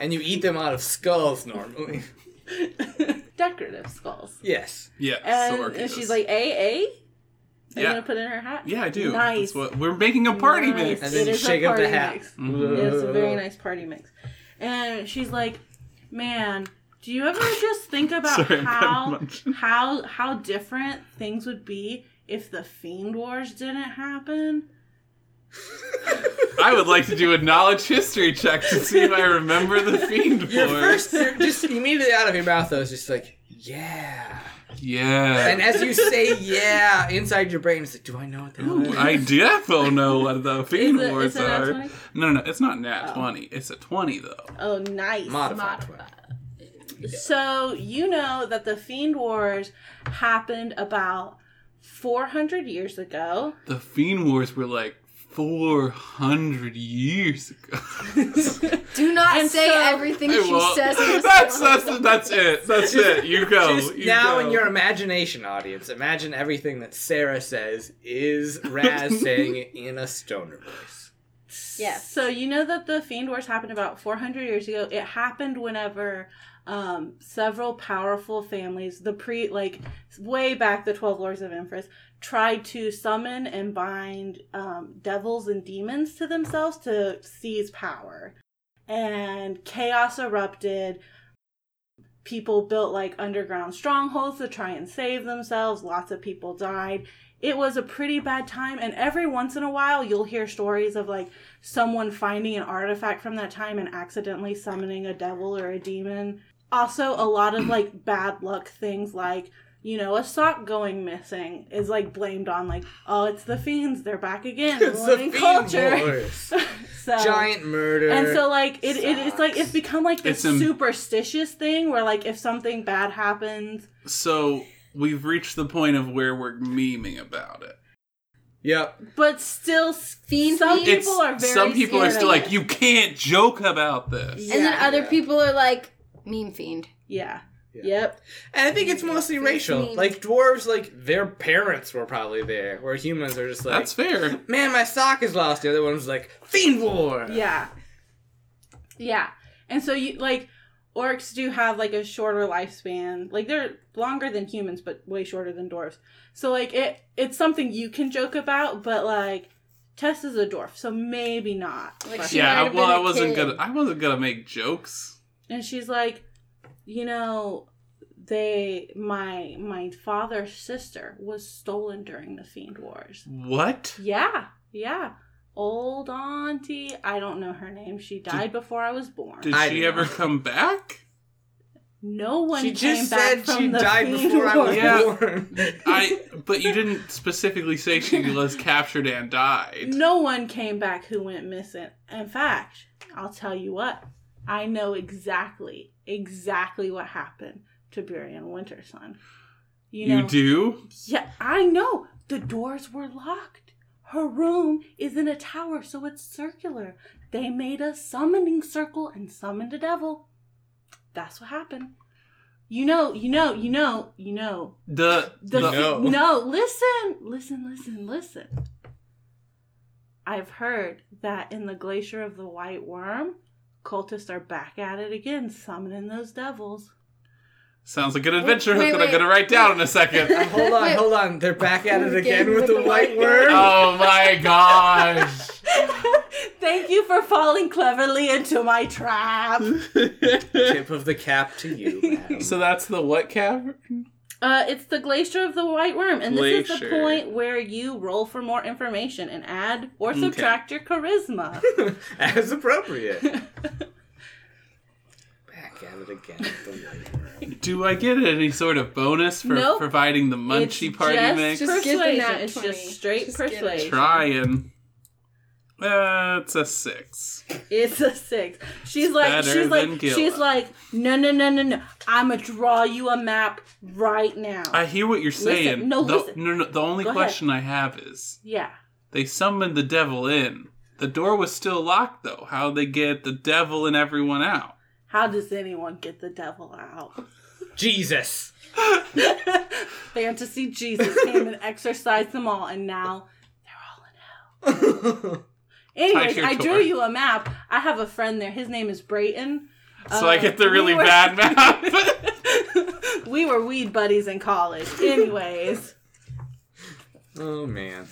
[SPEAKER 3] and you eat them out of skulls normally.
[SPEAKER 1] Decorative skulls.
[SPEAKER 3] Yes.
[SPEAKER 2] Yeah,
[SPEAKER 1] And,
[SPEAKER 2] so
[SPEAKER 1] and
[SPEAKER 2] Orchios.
[SPEAKER 1] she's like, A, A? Are you
[SPEAKER 2] Yeah.
[SPEAKER 1] gonna put it in her hat?
[SPEAKER 2] yeah, I do.
[SPEAKER 1] Nice.
[SPEAKER 2] That's what we're making a party
[SPEAKER 1] Nice.
[SPEAKER 2] mix.
[SPEAKER 3] And then
[SPEAKER 1] It
[SPEAKER 3] you
[SPEAKER 1] is a
[SPEAKER 3] shake up the
[SPEAKER 1] party
[SPEAKER 3] hat.
[SPEAKER 1] mix. It's a very nice party mix. And she's like, man, do you ever just think about
[SPEAKER 2] Sorry, I'm
[SPEAKER 1] how
[SPEAKER 2] having lunch.
[SPEAKER 1] how how different things would be if the Fiend Wars didn't happen?
[SPEAKER 2] I would like to do a knowledge history check to see if I remember the fiend
[SPEAKER 3] Your
[SPEAKER 2] wars.
[SPEAKER 3] first, your- just immediately out of your mouth, though, is just like, yeah.
[SPEAKER 2] Yeah.
[SPEAKER 3] And as you say, yeah, inside your brain, it's like, do I know what that
[SPEAKER 2] Ooh,
[SPEAKER 3] is?
[SPEAKER 2] I definitely know what the fiend
[SPEAKER 1] Is it-
[SPEAKER 2] wars
[SPEAKER 1] is it nat
[SPEAKER 2] are.
[SPEAKER 1] 20?
[SPEAKER 2] No, no, no, it's not
[SPEAKER 3] Oh.
[SPEAKER 2] nat twenty. It's a twenty though.
[SPEAKER 1] Oh, nice.
[SPEAKER 3] Modified.
[SPEAKER 1] So you know that the Fiend Wars happened about 400 years ago.
[SPEAKER 2] The fiend wars were like four hundred years ago.
[SPEAKER 4] Do not
[SPEAKER 1] And
[SPEAKER 4] say
[SPEAKER 1] so-
[SPEAKER 4] everything
[SPEAKER 2] I
[SPEAKER 4] she
[SPEAKER 2] won't.
[SPEAKER 4] says. in this
[SPEAKER 2] that's
[SPEAKER 4] song.
[SPEAKER 2] that's that's it. That's it. You go.
[SPEAKER 3] Just
[SPEAKER 2] you
[SPEAKER 3] now,
[SPEAKER 2] go.
[SPEAKER 3] in your imagination, audience, imagine everything that Sarah says is Raz saying it in a stoner voice.
[SPEAKER 4] Yes.
[SPEAKER 1] So you know that the Fiend Wars happened about 400 years ago. It happened whenever um, several powerful families, the pre, like way back, the Twelve Lords of Empress, tried to summon and bind um, devils and demons to themselves to seize power, and chaos erupted. People built like underground strongholds to try and save themselves. Lots of people died. It was a pretty bad time, and every once in a while, you'll hear stories of like someone finding an artifact from that time and accidentally summoning a devil or a demon. Also, a lot of like bad luck things, like you know, a sock going missing is like blamed on like, oh, it's the fiends, they're back again,
[SPEAKER 3] It's the
[SPEAKER 1] ruining
[SPEAKER 3] Fiend Wars.
[SPEAKER 1] so
[SPEAKER 3] Giant murder.
[SPEAKER 1] and so like it, it it's like it's become like this
[SPEAKER 2] It's em-
[SPEAKER 1] superstitious thing where like if something bad happens,
[SPEAKER 2] So we've reached the point of where we're memeing about it.
[SPEAKER 3] Yep.
[SPEAKER 1] but still,
[SPEAKER 4] Fiend
[SPEAKER 1] some
[SPEAKER 4] memes?
[SPEAKER 1] people
[SPEAKER 2] It's-
[SPEAKER 1] are very
[SPEAKER 2] some people are
[SPEAKER 1] scared
[SPEAKER 2] still
[SPEAKER 1] of
[SPEAKER 2] like,
[SPEAKER 1] it.
[SPEAKER 2] you can't joke about this.
[SPEAKER 1] Yeah.
[SPEAKER 4] And then other
[SPEAKER 3] yeah.
[SPEAKER 4] people are like meme fiend.
[SPEAKER 1] yeah,
[SPEAKER 3] Yeah.
[SPEAKER 1] yep.
[SPEAKER 3] And I think it's mostly racial.
[SPEAKER 4] mean-
[SPEAKER 3] Like dwarves, like their parents were probably there, where humans are just like,
[SPEAKER 2] That's fair.
[SPEAKER 3] "Man, my sock is lost." The other one's like, "Fiend war."
[SPEAKER 1] Yeah. Yeah. And so you like orcs do have like a shorter lifespan. Like they're longer than humans but way shorter than dwarves. So like it it's something you can joke about but like Tess is a dwarf, so maybe not.
[SPEAKER 4] Like,
[SPEAKER 1] But-
[SPEAKER 4] She might
[SPEAKER 2] yeah. I,
[SPEAKER 4] have
[SPEAKER 2] well,
[SPEAKER 4] been
[SPEAKER 2] I
[SPEAKER 4] a
[SPEAKER 2] wasn't
[SPEAKER 4] kid.
[SPEAKER 2] gonna. I wasn't gonna make jokes.
[SPEAKER 1] and she's like, you know, they my my father's sister was stolen during the Fiend Wars.
[SPEAKER 2] What?
[SPEAKER 1] Yeah. Yeah. Old auntie, I don't know her name. She died before I was born.
[SPEAKER 2] Did
[SPEAKER 3] I
[SPEAKER 2] she
[SPEAKER 3] do
[SPEAKER 2] ever
[SPEAKER 3] not.
[SPEAKER 2] come back?
[SPEAKER 1] No one
[SPEAKER 3] She
[SPEAKER 1] came
[SPEAKER 3] just
[SPEAKER 1] back
[SPEAKER 3] said
[SPEAKER 1] from
[SPEAKER 3] she
[SPEAKER 1] the
[SPEAKER 3] died
[SPEAKER 1] Fiend
[SPEAKER 3] before I was
[SPEAKER 1] Wars.
[SPEAKER 2] Yeah.
[SPEAKER 3] born.
[SPEAKER 2] I. But you didn't specifically say she was captured and died.
[SPEAKER 1] No one came back who went missing. In fact, I'll tell you what. I know exactly, exactly what happened to Burian Winterson. You
[SPEAKER 2] You,
[SPEAKER 1] know,
[SPEAKER 2] do.
[SPEAKER 1] yeah, I know. The doors were locked. Her room is in a tower, so it's circular. They made a summoning circle and summoned a devil. That's what happened. You know, you know, you know, you know.
[SPEAKER 2] The,
[SPEAKER 1] The,
[SPEAKER 2] the-
[SPEAKER 3] No.
[SPEAKER 1] no, listen, listen, listen, listen. I've heard that in the Glacier of the White Worm, cultists are back at it again, summoning those devils.
[SPEAKER 2] sounds like an adventure
[SPEAKER 4] Wait,
[SPEAKER 2] hook that
[SPEAKER 4] wait,
[SPEAKER 2] I'm gonna write down in a second.
[SPEAKER 3] hold on,
[SPEAKER 4] Wait.
[SPEAKER 3] hold on. They're back at it again with the white worm.
[SPEAKER 2] oh my gosh.
[SPEAKER 1] Thank you for falling cleverly into my trap.
[SPEAKER 3] Tip of the cap to you, madam.
[SPEAKER 2] So that's the what cavern?
[SPEAKER 1] Uh, it's the Glacier of the White Worm, and this is the
[SPEAKER 2] Glacier.
[SPEAKER 1] point where you roll for more information and add or
[SPEAKER 2] Okay.
[SPEAKER 1] subtract your charisma.
[SPEAKER 3] as appropriate. Back at it again with the white worm.
[SPEAKER 2] Do I get any sort of bonus for
[SPEAKER 1] Nope.
[SPEAKER 2] providing the munchy
[SPEAKER 1] It's
[SPEAKER 2] party
[SPEAKER 1] just-
[SPEAKER 2] mix?
[SPEAKER 1] just-
[SPEAKER 4] give them
[SPEAKER 1] Persuasion.
[SPEAKER 4] that
[SPEAKER 1] It's
[SPEAKER 4] 20.
[SPEAKER 1] just straight
[SPEAKER 4] give it.
[SPEAKER 1] persuasion.
[SPEAKER 2] Trying. That's a six.
[SPEAKER 1] it's a six. She's like,
[SPEAKER 2] better
[SPEAKER 1] she's
[SPEAKER 2] than
[SPEAKER 1] like,
[SPEAKER 2] Gila.
[SPEAKER 1] she's like, no, no, no, no, no. I'ma draw you a map right now.
[SPEAKER 2] I hear what you're saying.
[SPEAKER 1] no,
[SPEAKER 2] the,
[SPEAKER 1] listen.
[SPEAKER 2] no, no. The only
[SPEAKER 1] Go ahead.
[SPEAKER 2] question I have is
[SPEAKER 1] yeah,
[SPEAKER 2] they summoned the devil in. The door was still locked, though. How'd they get the devil and everyone out?
[SPEAKER 1] how does anyone get the devil out?
[SPEAKER 3] Jesus.
[SPEAKER 1] Fantasy Jesus came and exorcised them all, and now
[SPEAKER 3] Oh,
[SPEAKER 1] Anyways,
[SPEAKER 2] Tiger
[SPEAKER 1] I
[SPEAKER 2] Tor.
[SPEAKER 1] drew you a map. I have a friend there. His name is Brayton.
[SPEAKER 2] So
[SPEAKER 1] Uh,
[SPEAKER 2] I get the really
[SPEAKER 1] we were-
[SPEAKER 2] bad map.
[SPEAKER 1] we were weed buddies in college. Anyways,
[SPEAKER 3] oh man.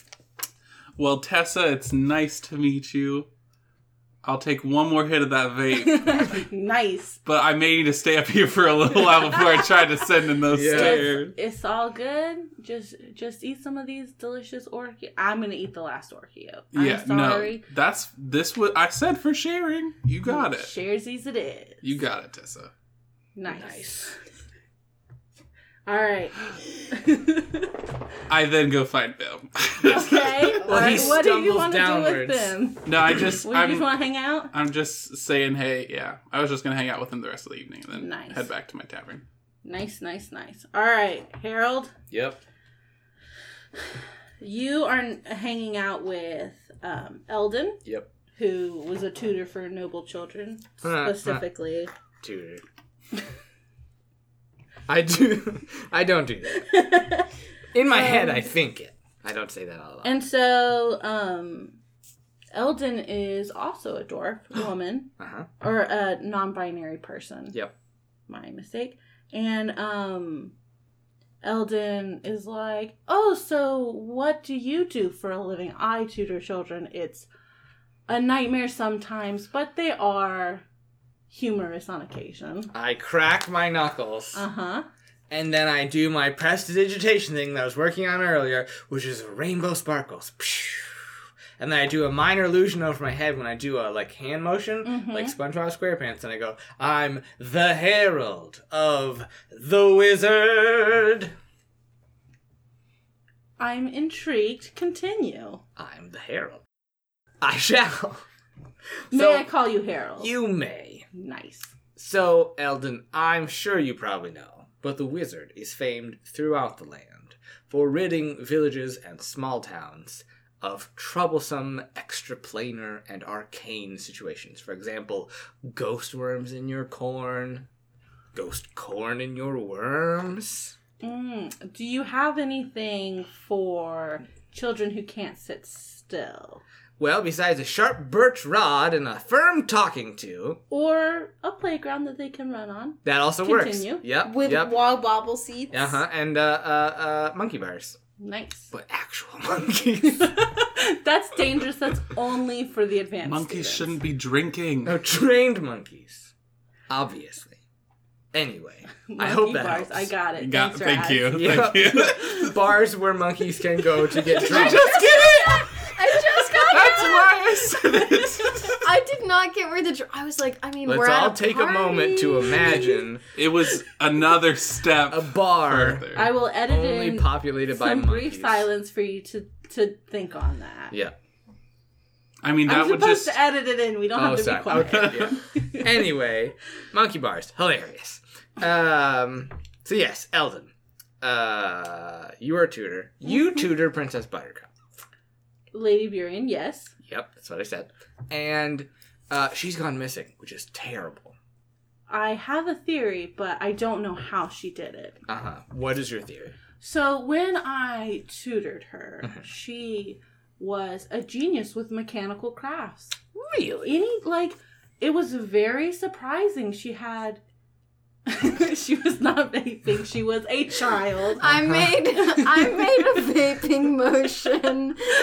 [SPEAKER 2] well, Tessa, it's nice to meet you. I'll take one more hit of that vape,
[SPEAKER 1] nice.
[SPEAKER 2] but I may need to stay up here for a little while before I try to send in those
[SPEAKER 3] Yeah.
[SPEAKER 2] stairs.
[SPEAKER 1] It's all good. Just just eat some of these delicious Oreo. I'm gonna eat the last Oreo. I'm
[SPEAKER 2] yeah,
[SPEAKER 1] sorry. Oh,
[SPEAKER 2] no, that's this. What I said for sharing. You got it.
[SPEAKER 1] Sharesies it is.
[SPEAKER 2] You got it, Tessa.
[SPEAKER 1] nice.
[SPEAKER 3] Nice.
[SPEAKER 1] All right.
[SPEAKER 2] I then go find Bill.
[SPEAKER 1] okay. All right. What do you
[SPEAKER 3] stumbles
[SPEAKER 1] want to do with
[SPEAKER 3] downwards.
[SPEAKER 1] them?
[SPEAKER 2] no, I just.
[SPEAKER 1] Well, you
[SPEAKER 2] I'm,
[SPEAKER 1] just want to hang out?
[SPEAKER 2] I'm just saying, hey, yeah. I was just gonna hang out with him the rest of the evening and then
[SPEAKER 1] Nice.
[SPEAKER 2] head back to my tavern.
[SPEAKER 1] Nice, nice, nice. All right, Harold,
[SPEAKER 3] Yep.
[SPEAKER 1] you are n- hanging out with um, Eldon,
[SPEAKER 3] Yep.
[SPEAKER 1] who was a tutor for noble children,
[SPEAKER 3] Uh,
[SPEAKER 1] specifically.
[SPEAKER 3] Dude. I do. I don't do that. In my head, I think it. I don't say that out
[SPEAKER 1] Um,
[SPEAKER 3] loud.
[SPEAKER 1] and so, um, Eldon is also a dwarf woman
[SPEAKER 3] Uh huh.
[SPEAKER 1] or a non binary person.
[SPEAKER 3] Yep.
[SPEAKER 1] My mistake. And um, Eldon is like, Oh, so what do you do for a living? I tutor children. It's a nightmare sometimes, but they are humorous on occasion.
[SPEAKER 3] I crack my knuckles.
[SPEAKER 1] Uh huh.
[SPEAKER 3] And then I do my prestidigitation thing that I was working on earlier, which is rainbow sparkles. Pshh. And then I do a minor illusion over my head when I do a like hand motion,
[SPEAKER 1] Mhm.
[SPEAKER 3] like SpongeBob SquarePants, and I go, "I'm the herald of the wizard.
[SPEAKER 1] I'm intrigued. Continue.
[SPEAKER 3] I'm the herald. I shall.
[SPEAKER 1] May
[SPEAKER 3] So-
[SPEAKER 1] I call you Harold?
[SPEAKER 3] You may."
[SPEAKER 1] Nice.
[SPEAKER 3] So, Eldon, I'm sure you probably know, but the wizard is famed throughout the land for ridding villages and small towns of troublesome extraplanar and arcane situations. For example, ghost worms in your corn, ghost corn in your worms.
[SPEAKER 1] Mm. Do you have anything for children who can't sit still?
[SPEAKER 3] Well, besides a sharp birch rod and a firm talking to,
[SPEAKER 1] Or a playground that they can run on?
[SPEAKER 3] that also
[SPEAKER 1] Continue.
[SPEAKER 3] works. Yep.
[SPEAKER 4] With
[SPEAKER 3] yep.
[SPEAKER 4] wild bobble seats.
[SPEAKER 3] Uh huh. And uh, uh, uh, monkey bars,
[SPEAKER 1] Nice.
[SPEAKER 3] but actual monkeys.
[SPEAKER 1] That's dangerous. That's only for the advanced.
[SPEAKER 2] Monkeys
[SPEAKER 1] students.
[SPEAKER 2] shouldn't be drinking.
[SPEAKER 3] No, trained monkeys. Obviously. Anyway, I
[SPEAKER 1] Monkey
[SPEAKER 3] hope that
[SPEAKER 1] bars.
[SPEAKER 3] helps.
[SPEAKER 1] I got it.
[SPEAKER 2] Got-
[SPEAKER 1] Thanks for
[SPEAKER 2] thank
[SPEAKER 1] asking.
[SPEAKER 2] you.
[SPEAKER 3] Yeah.
[SPEAKER 2] Thank you.
[SPEAKER 3] Bars where monkeys can go to get drunk.
[SPEAKER 2] just get it.
[SPEAKER 4] I just got
[SPEAKER 2] That's
[SPEAKER 4] that.
[SPEAKER 2] why I said it.
[SPEAKER 4] I did not get where the. Dr- I was like, I mean,
[SPEAKER 3] Let's
[SPEAKER 4] we're at
[SPEAKER 3] all
[SPEAKER 4] a
[SPEAKER 3] take
[SPEAKER 4] party.
[SPEAKER 3] a moment to imagine
[SPEAKER 2] It was another step.
[SPEAKER 3] a bar
[SPEAKER 2] further.
[SPEAKER 1] I will edit
[SPEAKER 3] only
[SPEAKER 1] in
[SPEAKER 3] populated by
[SPEAKER 1] some
[SPEAKER 3] monkeys.
[SPEAKER 1] brief silence for you to to think on that.
[SPEAKER 3] Yeah.
[SPEAKER 2] I mean, that
[SPEAKER 1] I'm
[SPEAKER 2] would
[SPEAKER 1] supposed
[SPEAKER 2] just.
[SPEAKER 1] to edit it in. We don't
[SPEAKER 3] Oh,
[SPEAKER 1] have to
[SPEAKER 3] sorry.
[SPEAKER 1] be quiet.
[SPEAKER 3] Okay. Yeah. anyway, monkey bars, hilarious. Um. So yes, Eldon, Uh, you are a tutor. You tutor Princess Buttercup.
[SPEAKER 1] Lady Burin, yes.
[SPEAKER 3] Yep, that's what I said. And uh, she's gone missing, which is terrible.
[SPEAKER 1] I have a theory, but I don't know how she did it.
[SPEAKER 3] Uh huh. What is your theory?
[SPEAKER 1] So when I tutored her, she was a genius with mechanical crafts.
[SPEAKER 3] Really?
[SPEAKER 1] Any like it was very surprising she had she was not vaping, she was a child.
[SPEAKER 4] I
[SPEAKER 3] Uh-huh.
[SPEAKER 4] made I made a vaping motion,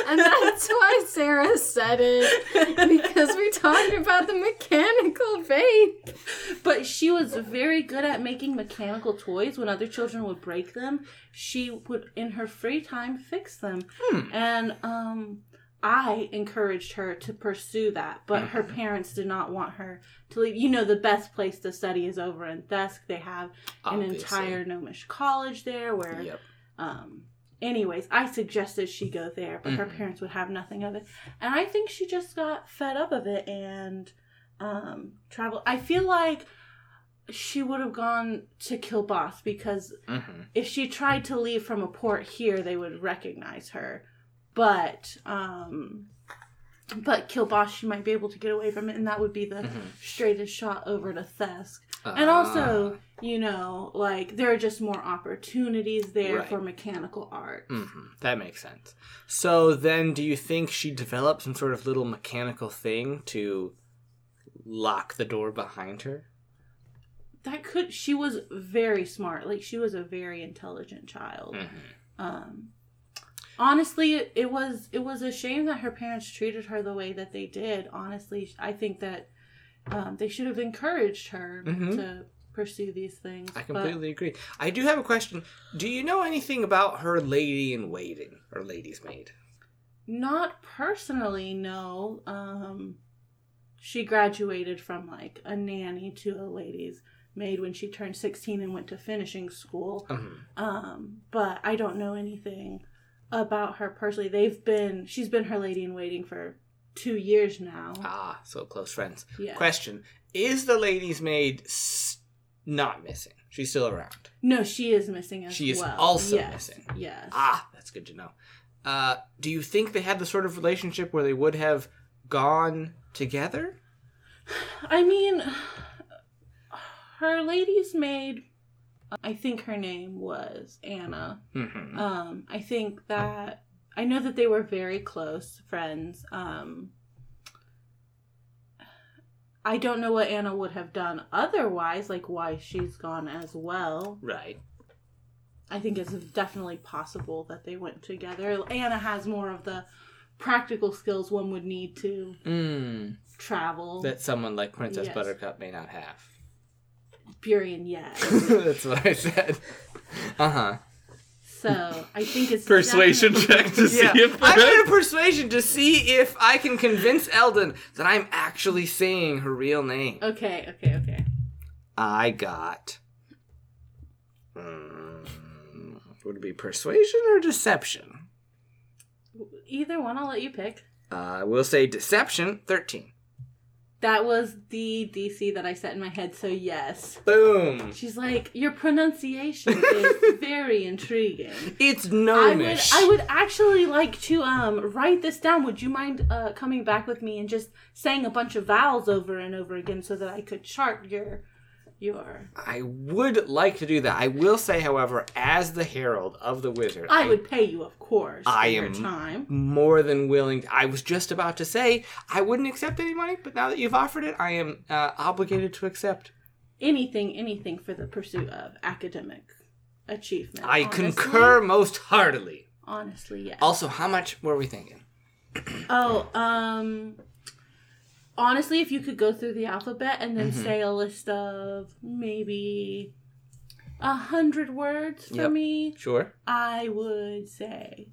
[SPEAKER 4] and that's why Sarah said it because we talked about the mechanical vape.
[SPEAKER 1] But she was very good at making mechanical toys when other children would break them. She would, in her free time, fix them. And um, I encouraged her to pursue that, but her parents did not want her to leave. You know, the best place to study is over in Thusk. They have an
[SPEAKER 3] Obviously.
[SPEAKER 1] entire gnomish college there where
[SPEAKER 3] Yep.
[SPEAKER 1] um anyways i suggested she go there but her parents would have nothing of it and i think she just got fed up of it and um traveled i feel like she would have gone to Kilboth because
[SPEAKER 3] Mm-hmm.
[SPEAKER 1] if she tried to leave from a port here they would recognize her but um but Kilboth, she might be able to get away from it, and that would be the straightest shot over to Thesk.
[SPEAKER 3] Uh,
[SPEAKER 1] And
[SPEAKER 3] Ah.
[SPEAKER 1] also, you know, like there are just more opportunities there
[SPEAKER 3] Right.
[SPEAKER 1] for mechanical art.
[SPEAKER 3] hmm That makes sense. So then, do you think she developed some sort of little mechanical thing to lock the door behind her?
[SPEAKER 1] That could she was very smart. Like she was a very intelligent child.
[SPEAKER 3] Mm-hmm.
[SPEAKER 1] Um honestly, it, it was it was a shame that her parents treated her the way that they did. Honestly, I think that um, they should have encouraged her
[SPEAKER 3] Mhm.
[SPEAKER 1] to pursue these things.
[SPEAKER 3] I
[SPEAKER 1] but-
[SPEAKER 3] completely agree. I do have a question. Do you know anything about her lady in waiting or lady's maid?
[SPEAKER 1] Not personally, no. Um, she graduated from like a nanny to a lady's maid when she turned 16 and went to finishing school.
[SPEAKER 3] Mhm.
[SPEAKER 1] Um, but I don't know anything about her personally. They've been, she's been her lady in waiting for two years now.
[SPEAKER 3] Ah, so close friends.
[SPEAKER 1] Yeah.
[SPEAKER 3] Question: Is the lady's maid s- not missing? She's still around.
[SPEAKER 1] No, she is missing as
[SPEAKER 3] She is
[SPEAKER 1] well.
[SPEAKER 3] also
[SPEAKER 1] Yes,
[SPEAKER 3] missing.
[SPEAKER 1] Yes.
[SPEAKER 3] Ah, that's good to know. Uh, do you think they had the sort of relationship where they would have gone together?
[SPEAKER 1] I mean, her lady's maid, I think her name was Anna.
[SPEAKER 3] Mm-hmm.
[SPEAKER 1] Um, I think that I know that they were very close friends. Um, I don't know what Anna would have done otherwise, like why she's gone as well.
[SPEAKER 3] Right.
[SPEAKER 1] I think it's definitely possible that they went together. Anna has more of the practical skills one would need to
[SPEAKER 3] Mm,
[SPEAKER 1] travel.
[SPEAKER 3] that someone like Princess
[SPEAKER 1] Yes.
[SPEAKER 3] Buttercup may not have.
[SPEAKER 1] Burian, yes.
[SPEAKER 3] that's what I said. Uh huh.
[SPEAKER 1] So I think it's
[SPEAKER 2] Persuasion
[SPEAKER 1] definitely-
[SPEAKER 2] check to
[SPEAKER 3] Yeah.
[SPEAKER 2] see if
[SPEAKER 3] I'm going to persuasion to see if I can convince Eldon that I'm actually saying her real name.
[SPEAKER 1] Okay, okay, okay.
[SPEAKER 3] I got. Mm, would it be persuasion or deception?
[SPEAKER 1] Either one, I'll let you pick.
[SPEAKER 3] Uh, I will say deception, 13.
[SPEAKER 1] That was the DC that I set in my head, so yes.
[SPEAKER 3] Boom.
[SPEAKER 1] She's like, Your pronunciation is very intriguing.
[SPEAKER 3] It's
[SPEAKER 1] I would,
[SPEAKER 3] gnomish.
[SPEAKER 1] I would actually like to um, write this down. Would you mind uh, coming back with me and just saying a bunch of vowels over and over again so that I could chart your your
[SPEAKER 3] I would like to do that. I will say, however, as the herald of the wizard,
[SPEAKER 1] I would pay you of course
[SPEAKER 3] I
[SPEAKER 1] for your
[SPEAKER 3] am-
[SPEAKER 1] time.
[SPEAKER 3] more than willing. I was just about to say I wouldn't accept any money, but now that you've offered it, I am uh, obligated to accept.
[SPEAKER 1] Anything, anything for the pursuit of academic achievement.
[SPEAKER 3] I
[SPEAKER 1] honestly.
[SPEAKER 3] concur most heartily.
[SPEAKER 1] Honestly, yes.
[SPEAKER 3] Also, how much were we thinking?
[SPEAKER 1] Oh, um honestly, if you could go through the alphabet and then say a list of maybe a hundred words for
[SPEAKER 3] Yep.
[SPEAKER 1] me,
[SPEAKER 3] Sure.
[SPEAKER 1] I would say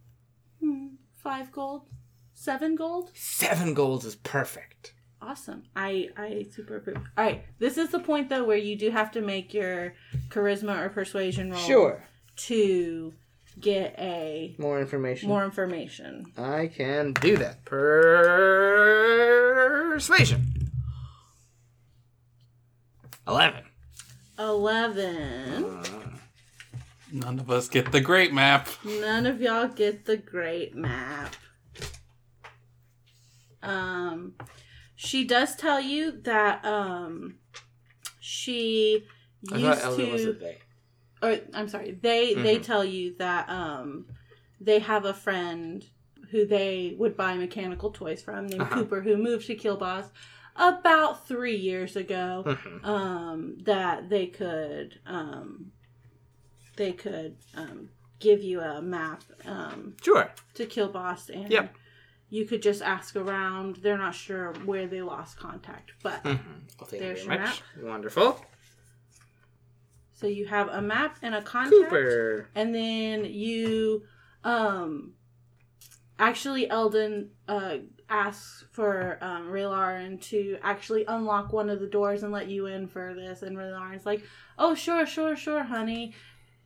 [SPEAKER 1] hmm, five gold, seven gold.
[SPEAKER 3] Seven golds is perfect.
[SPEAKER 1] Awesome. I I super approve. All right, this is the point though where you do have to make your charisma or persuasion roll to get a
[SPEAKER 3] More information.
[SPEAKER 1] more information.
[SPEAKER 3] I can do that. Persuasion. Eleven.
[SPEAKER 1] Eleven.
[SPEAKER 2] None of us get the great map.
[SPEAKER 1] None of y'all get the great map. Um, she does tell you that um, she
[SPEAKER 3] I
[SPEAKER 1] used
[SPEAKER 3] thought Elder was a
[SPEAKER 1] to.
[SPEAKER 3] they.
[SPEAKER 1] Or I'm sorry, they they
[SPEAKER 3] Mhm.
[SPEAKER 1] tell you that um, they have a friend who they would buy mechanical toys from named
[SPEAKER 2] Uh-huh.
[SPEAKER 1] Cooper, who moved to Kilboss about three years ago
[SPEAKER 3] Mm-hmm.
[SPEAKER 1] um, that they could um, they could um, give you a map um,
[SPEAKER 3] Sure.
[SPEAKER 1] to kill boss and
[SPEAKER 3] Yep.
[SPEAKER 1] you could just ask around they're not sure where they lost contact but
[SPEAKER 3] Well, thank
[SPEAKER 1] There's
[SPEAKER 3] you
[SPEAKER 1] your
[SPEAKER 3] very much. Wonderful.
[SPEAKER 1] so you have a map and a contact
[SPEAKER 3] Cooper.
[SPEAKER 1] and then you um actually Eldon uh asks for um Raylaren to actually unlock one of the doors and let you in for this and Raylaren's like, "Oh, sure, sure, sure, honey."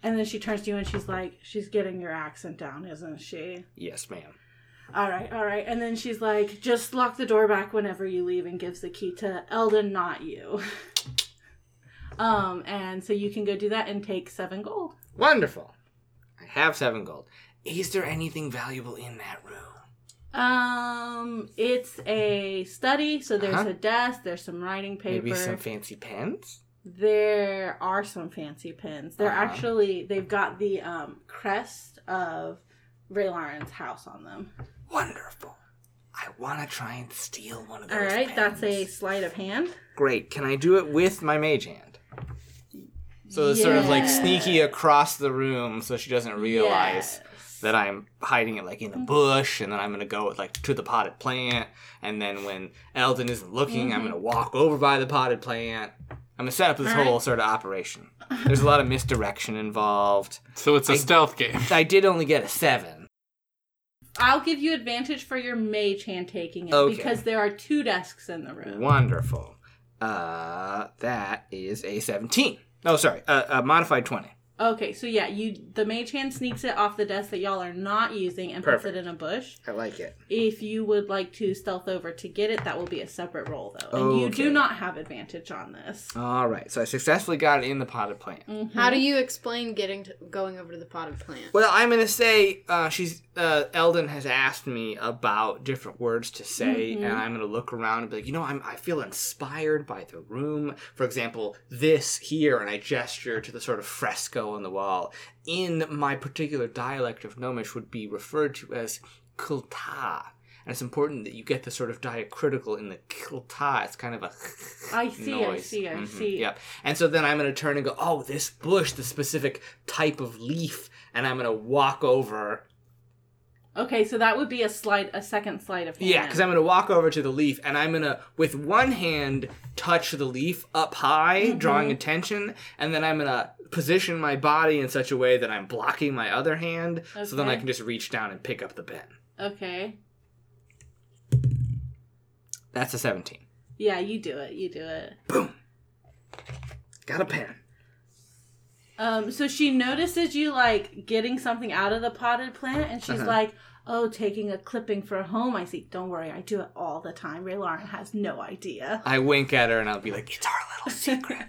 [SPEAKER 1] And then she turns to you and she's like, "She's getting your accent down, isn't she?"
[SPEAKER 3] Yes, ma'am.
[SPEAKER 1] All right, all right. And then she's like, "Just lock the door back whenever you leave and gives the key to Eldon, not you." um and so you can go do that and take 7 gold.
[SPEAKER 3] Wonderful. I have seven gold. Is there anything valuable in that room?
[SPEAKER 1] Um, it's a study, so there's
[SPEAKER 3] Uh-huh.
[SPEAKER 1] a desk, there's some writing paper.
[SPEAKER 3] Maybe some fancy pens?
[SPEAKER 1] there are some fancy pins. They're
[SPEAKER 3] Uh-huh.
[SPEAKER 1] actually they've got the um crest of Ray Lauren's house on them.
[SPEAKER 3] Wonderful. I want to try and steal one of those.
[SPEAKER 1] All right, that's a
[SPEAKER 3] pens.
[SPEAKER 1] sleight of hand.
[SPEAKER 3] Great. Can I do it with my mage hand? So it's sort of like
[SPEAKER 1] Yes.
[SPEAKER 3] sneaky across the room so she doesn't realize
[SPEAKER 1] Yes.
[SPEAKER 3] that I'm hiding it like in a bush and then I'm going to go with like to the potted plant and then when Eldon isn't looking, I'm going to walk over by the potted plant. I'm going to set up this
[SPEAKER 1] All
[SPEAKER 3] whole
[SPEAKER 1] right.
[SPEAKER 3] sort of operation. There's a lot of misdirection involved.
[SPEAKER 2] So it's a
[SPEAKER 3] I-
[SPEAKER 2] stealth game.
[SPEAKER 3] I did only get a 7.
[SPEAKER 1] I'll give you advantage for your mage hand taking it
[SPEAKER 3] Okay.
[SPEAKER 1] because there are two desks in the room.
[SPEAKER 3] Wonderful. Uh, that is a 17. No, sorry, Uh, a, a modified 20.
[SPEAKER 1] Okay, so yeah, you the mage hand sneaks it off the desk that y'all are not using and puts
[SPEAKER 3] Perfect.
[SPEAKER 1] it in a bush.
[SPEAKER 3] I like it.
[SPEAKER 1] If you would like to stealth over to get it, that will be a separate roll though. And you
[SPEAKER 3] Okay.
[SPEAKER 1] do not have advantage on this.
[SPEAKER 3] All right, so I successfully got it in the potted plant.
[SPEAKER 4] How do you explain getting to, going over to the potted plant?
[SPEAKER 3] Well, I'm gonna say uh, she's uh, Eldon has asked me about different words to say, and I'm gonna look around and be like, you know, I'm I feel inspired by the room. For example, this here, and I gesture to the sort of fresco on the wall. In my particular dialect of Gnomish, would be referred to as kilta, and it's important that you get the sort of diacritical in the kilta. It's kind of a
[SPEAKER 1] I see, I
[SPEAKER 3] noise.
[SPEAKER 1] see, I
[SPEAKER 3] Mhm,
[SPEAKER 1] see.
[SPEAKER 3] Yep. And so then I'm going to turn and go, oh, this bush, the specific type of leaf, and I'm going to walk over.
[SPEAKER 1] Okay, so that would be a slide a second slide of hand.
[SPEAKER 3] Yeah, because I'm going to walk over to the leaf, and I'm going to, with one hand, touch the leaf up high,
[SPEAKER 1] Mm-hmm.
[SPEAKER 3] drawing attention, and then I'm going to position my body in such a way that I'm blocking my other hand, so then I
[SPEAKER 1] Okay.
[SPEAKER 3] can just reach down and pick up the pen.
[SPEAKER 1] Okay.
[SPEAKER 3] That's a 17.
[SPEAKER 1] Yeah, you do it, you do it.
[SPEAKER 3] Got a pen.
[SPEAKER 1] Um, so she notices you like getting something out of the potted plant and she's
[SPEAKER 3] Uh-huh.
[SPEAKER 1] like, Oh, taking a clipping for home. I see. Don't worry, I do it all the time. Ray Lauren has no idea.
[SPEAKER 3] I wink at her, and I'll be like, it's our little secret.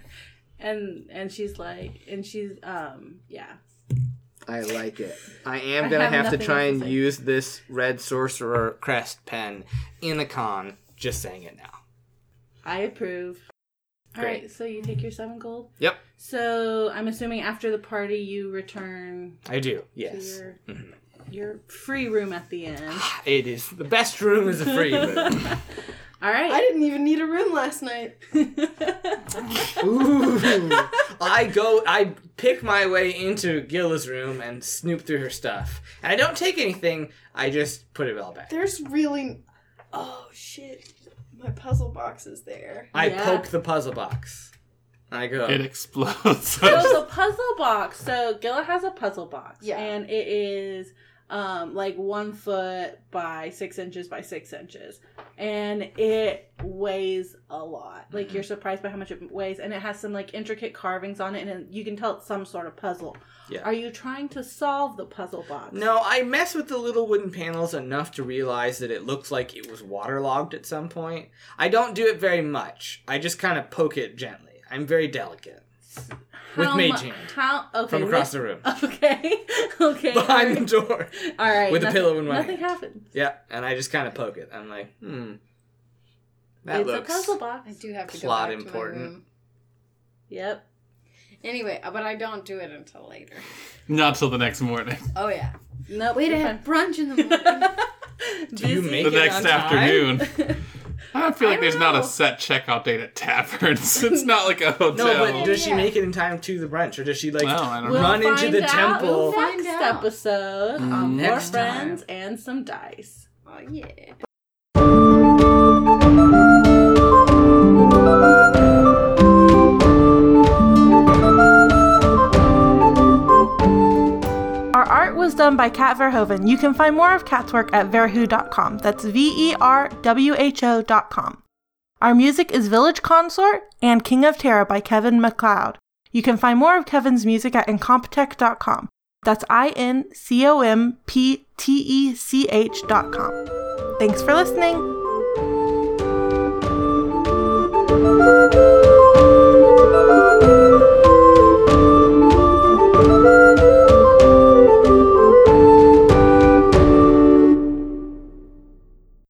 [SPEAKER 1] And and she's like and she's um yeah.
[SPEAKER 3] I like it. I am
[SPEAKER 1] I
[SPEAKER 3] gonna
[SPEAKER 1] have
[SPEAKER 3] have, to
[SPEAKER 1] nothing else
[SPEAKER 3] try
[SPEAKER 1] to
[SPEAKER 3] and
[SPEAKER 1] say.
[SPEAKER 3] use this red sorcerer crest pen in a con. Just saying it now.
[SPEAKER 1] I approve. All
[SPEAKER 3] Great.
[SPEAKER 1] right, so you take your seven gold.
[SPEAKER 3] Yep,
[SPEAKER 1] So I'm assuming after the party you return
[SPEAKER 3] I do.
[SPEAKER 1] to
[SPEAKER 3] Yes,
[SPEAKER 1] your your free room at the end.
[SPEAKER 3] it is the best room is a free room.
[SPEAKER 1] All
[SPEAKER 4] I
[SPEAKER 1] right.
[SPEAKER 4] didn't even need a room last night.
[SPEAKER 3] Ooh, I go. I pick my way into Gilla's room and snoop through her stuff, and I don't take anything. I just put it all back.
[SPEAKER 4] There's really. Oh shit! My puzzle box is there.
[SPEAKER 3] I
[SPEAKER 1] Yeah.
[SPEAKER 3] poke the puzzle box. I go.
[SPEAKER 2] It explodes.
[SPEAKER 1] so the puzzle box. So Gilla has a puzzle box.
[SPEAKER 4] Yeah.
[SPEAKER 1] And it is um like one foot by six inches by six inches. And it weighs a lot.
[SPEAKER 3] Mm-hmm.
[SPEAKER 1] Like you're surprised by how much it weighs. And it has some like intricate carvings on it and it- you can tell it's some sort of puzzle.
[SPEAKER 3] Yeah.
[SPEAKER 1] Are you trying to solve the puzzle box?
[SPEAKER 3] No, I mess with the little wooden panels enough to realize that it looks like it was waterlogged at some point. I don't do it very much. I just kind of poke it gently. I'm very delicate. With
[SPEAKER 4] how
[SPEAKER 3] Mei
[SPEAKER 4] mu-
[SPEAKER 3] Jing.
[SPEAKER 4] How okay.
[SPEAKER 3] from across the
[SPEAKER 4] with-
[SPEAKER 3] room,
[SPEAKER 4] Okay. okay.
[SPEAKER 3] behind the
[SPEAKER 4] alright.
[SPEAKER 3] door.
[SPEAKER 4] All right.
[SPEAKER 3] with a
[SPEAKER 4] nothing-
[SPEAKER 3] pillow in my
[SPEAKER 4] Nothing
[SPEAKER 3] hand.
[SPEAKER 4] happened.
[SPEAKER 3] Yeah, and I just kind of poke it. I'm like, hmm, that
[SPEAKER 1] it's
[SPEAKER 3] looks
[SPEAKER 1] a puzzle box.
[SPEAKER 4] I do have to
[SPEAKER 3] Plot
[SPEAKER 4] go back To
[SPEAKER 3] important.
[SPEAKER 4] my room.
[SPEAKER 1] Yep.
[SPEAKER 4] Anyway, but I don't do it until later.
[SPEAKER 2] Not till the next morning.
[SPEAKER 4] Oh yeah.
[SPEAKER 1] Nope.
[SPEAKER 4] Wait, I
[SPEAKER 1] you're
[SPEAKER 4] had brunch in the morning.
[SPEAKER 1] fine.
[SPEAKER 3] Do you
[SPEAKER 1] Busy.
[SPEAKER 3] make
[SPEAKER 2] The
[SPEAKER 3] it
[SPEAKER 2] next
[SPEAKER 3] on time?
[SPEAKER 2] afternoon. I don't feel
[SPEAKER 4] I
[SPEAKER 2] like there's
[SPEAKER 4] don't
[SPEAKER 2] not
[SPEAKER 4] know.
[SPEAKER 2] a set checkout date at taverns. It's not like a hotel.
[SPEAKER 3] No, but does she
[SPEAKER 4] Yeah.
[SPEAKER 3] make it in time to the brunch, or does she like
[SPEAKER 2] Wow, I don't
[SPEAKER 1] We'll
[SPEAKER 3] run into
[SPEAKER 1] find
[SPEAKER 3] the
[SPEAKER 1] out
[SPEAKER 3] temple? Mm,
[SPEAKER 4] We'll
[SPEAKER 1] Next
[SPEAKER 4] find out.
[SPEAKER 1] episode on more
[SPEAKER 3] Next time.
[SPEAKER 1] friends and some dice.
[SPEAKER 4] oh yeah.
[SPEAKER 1] Our art was done by Kat Verhoeven. You can find more of Kat's work at verhu.com. That's V E R W H O.com. Our music is Village Consort and King of Terror by Kevin McLeod. You can find more of Kevin's music at incompetech.com. That's I N C O M P T E C H.com. Thanks for listening.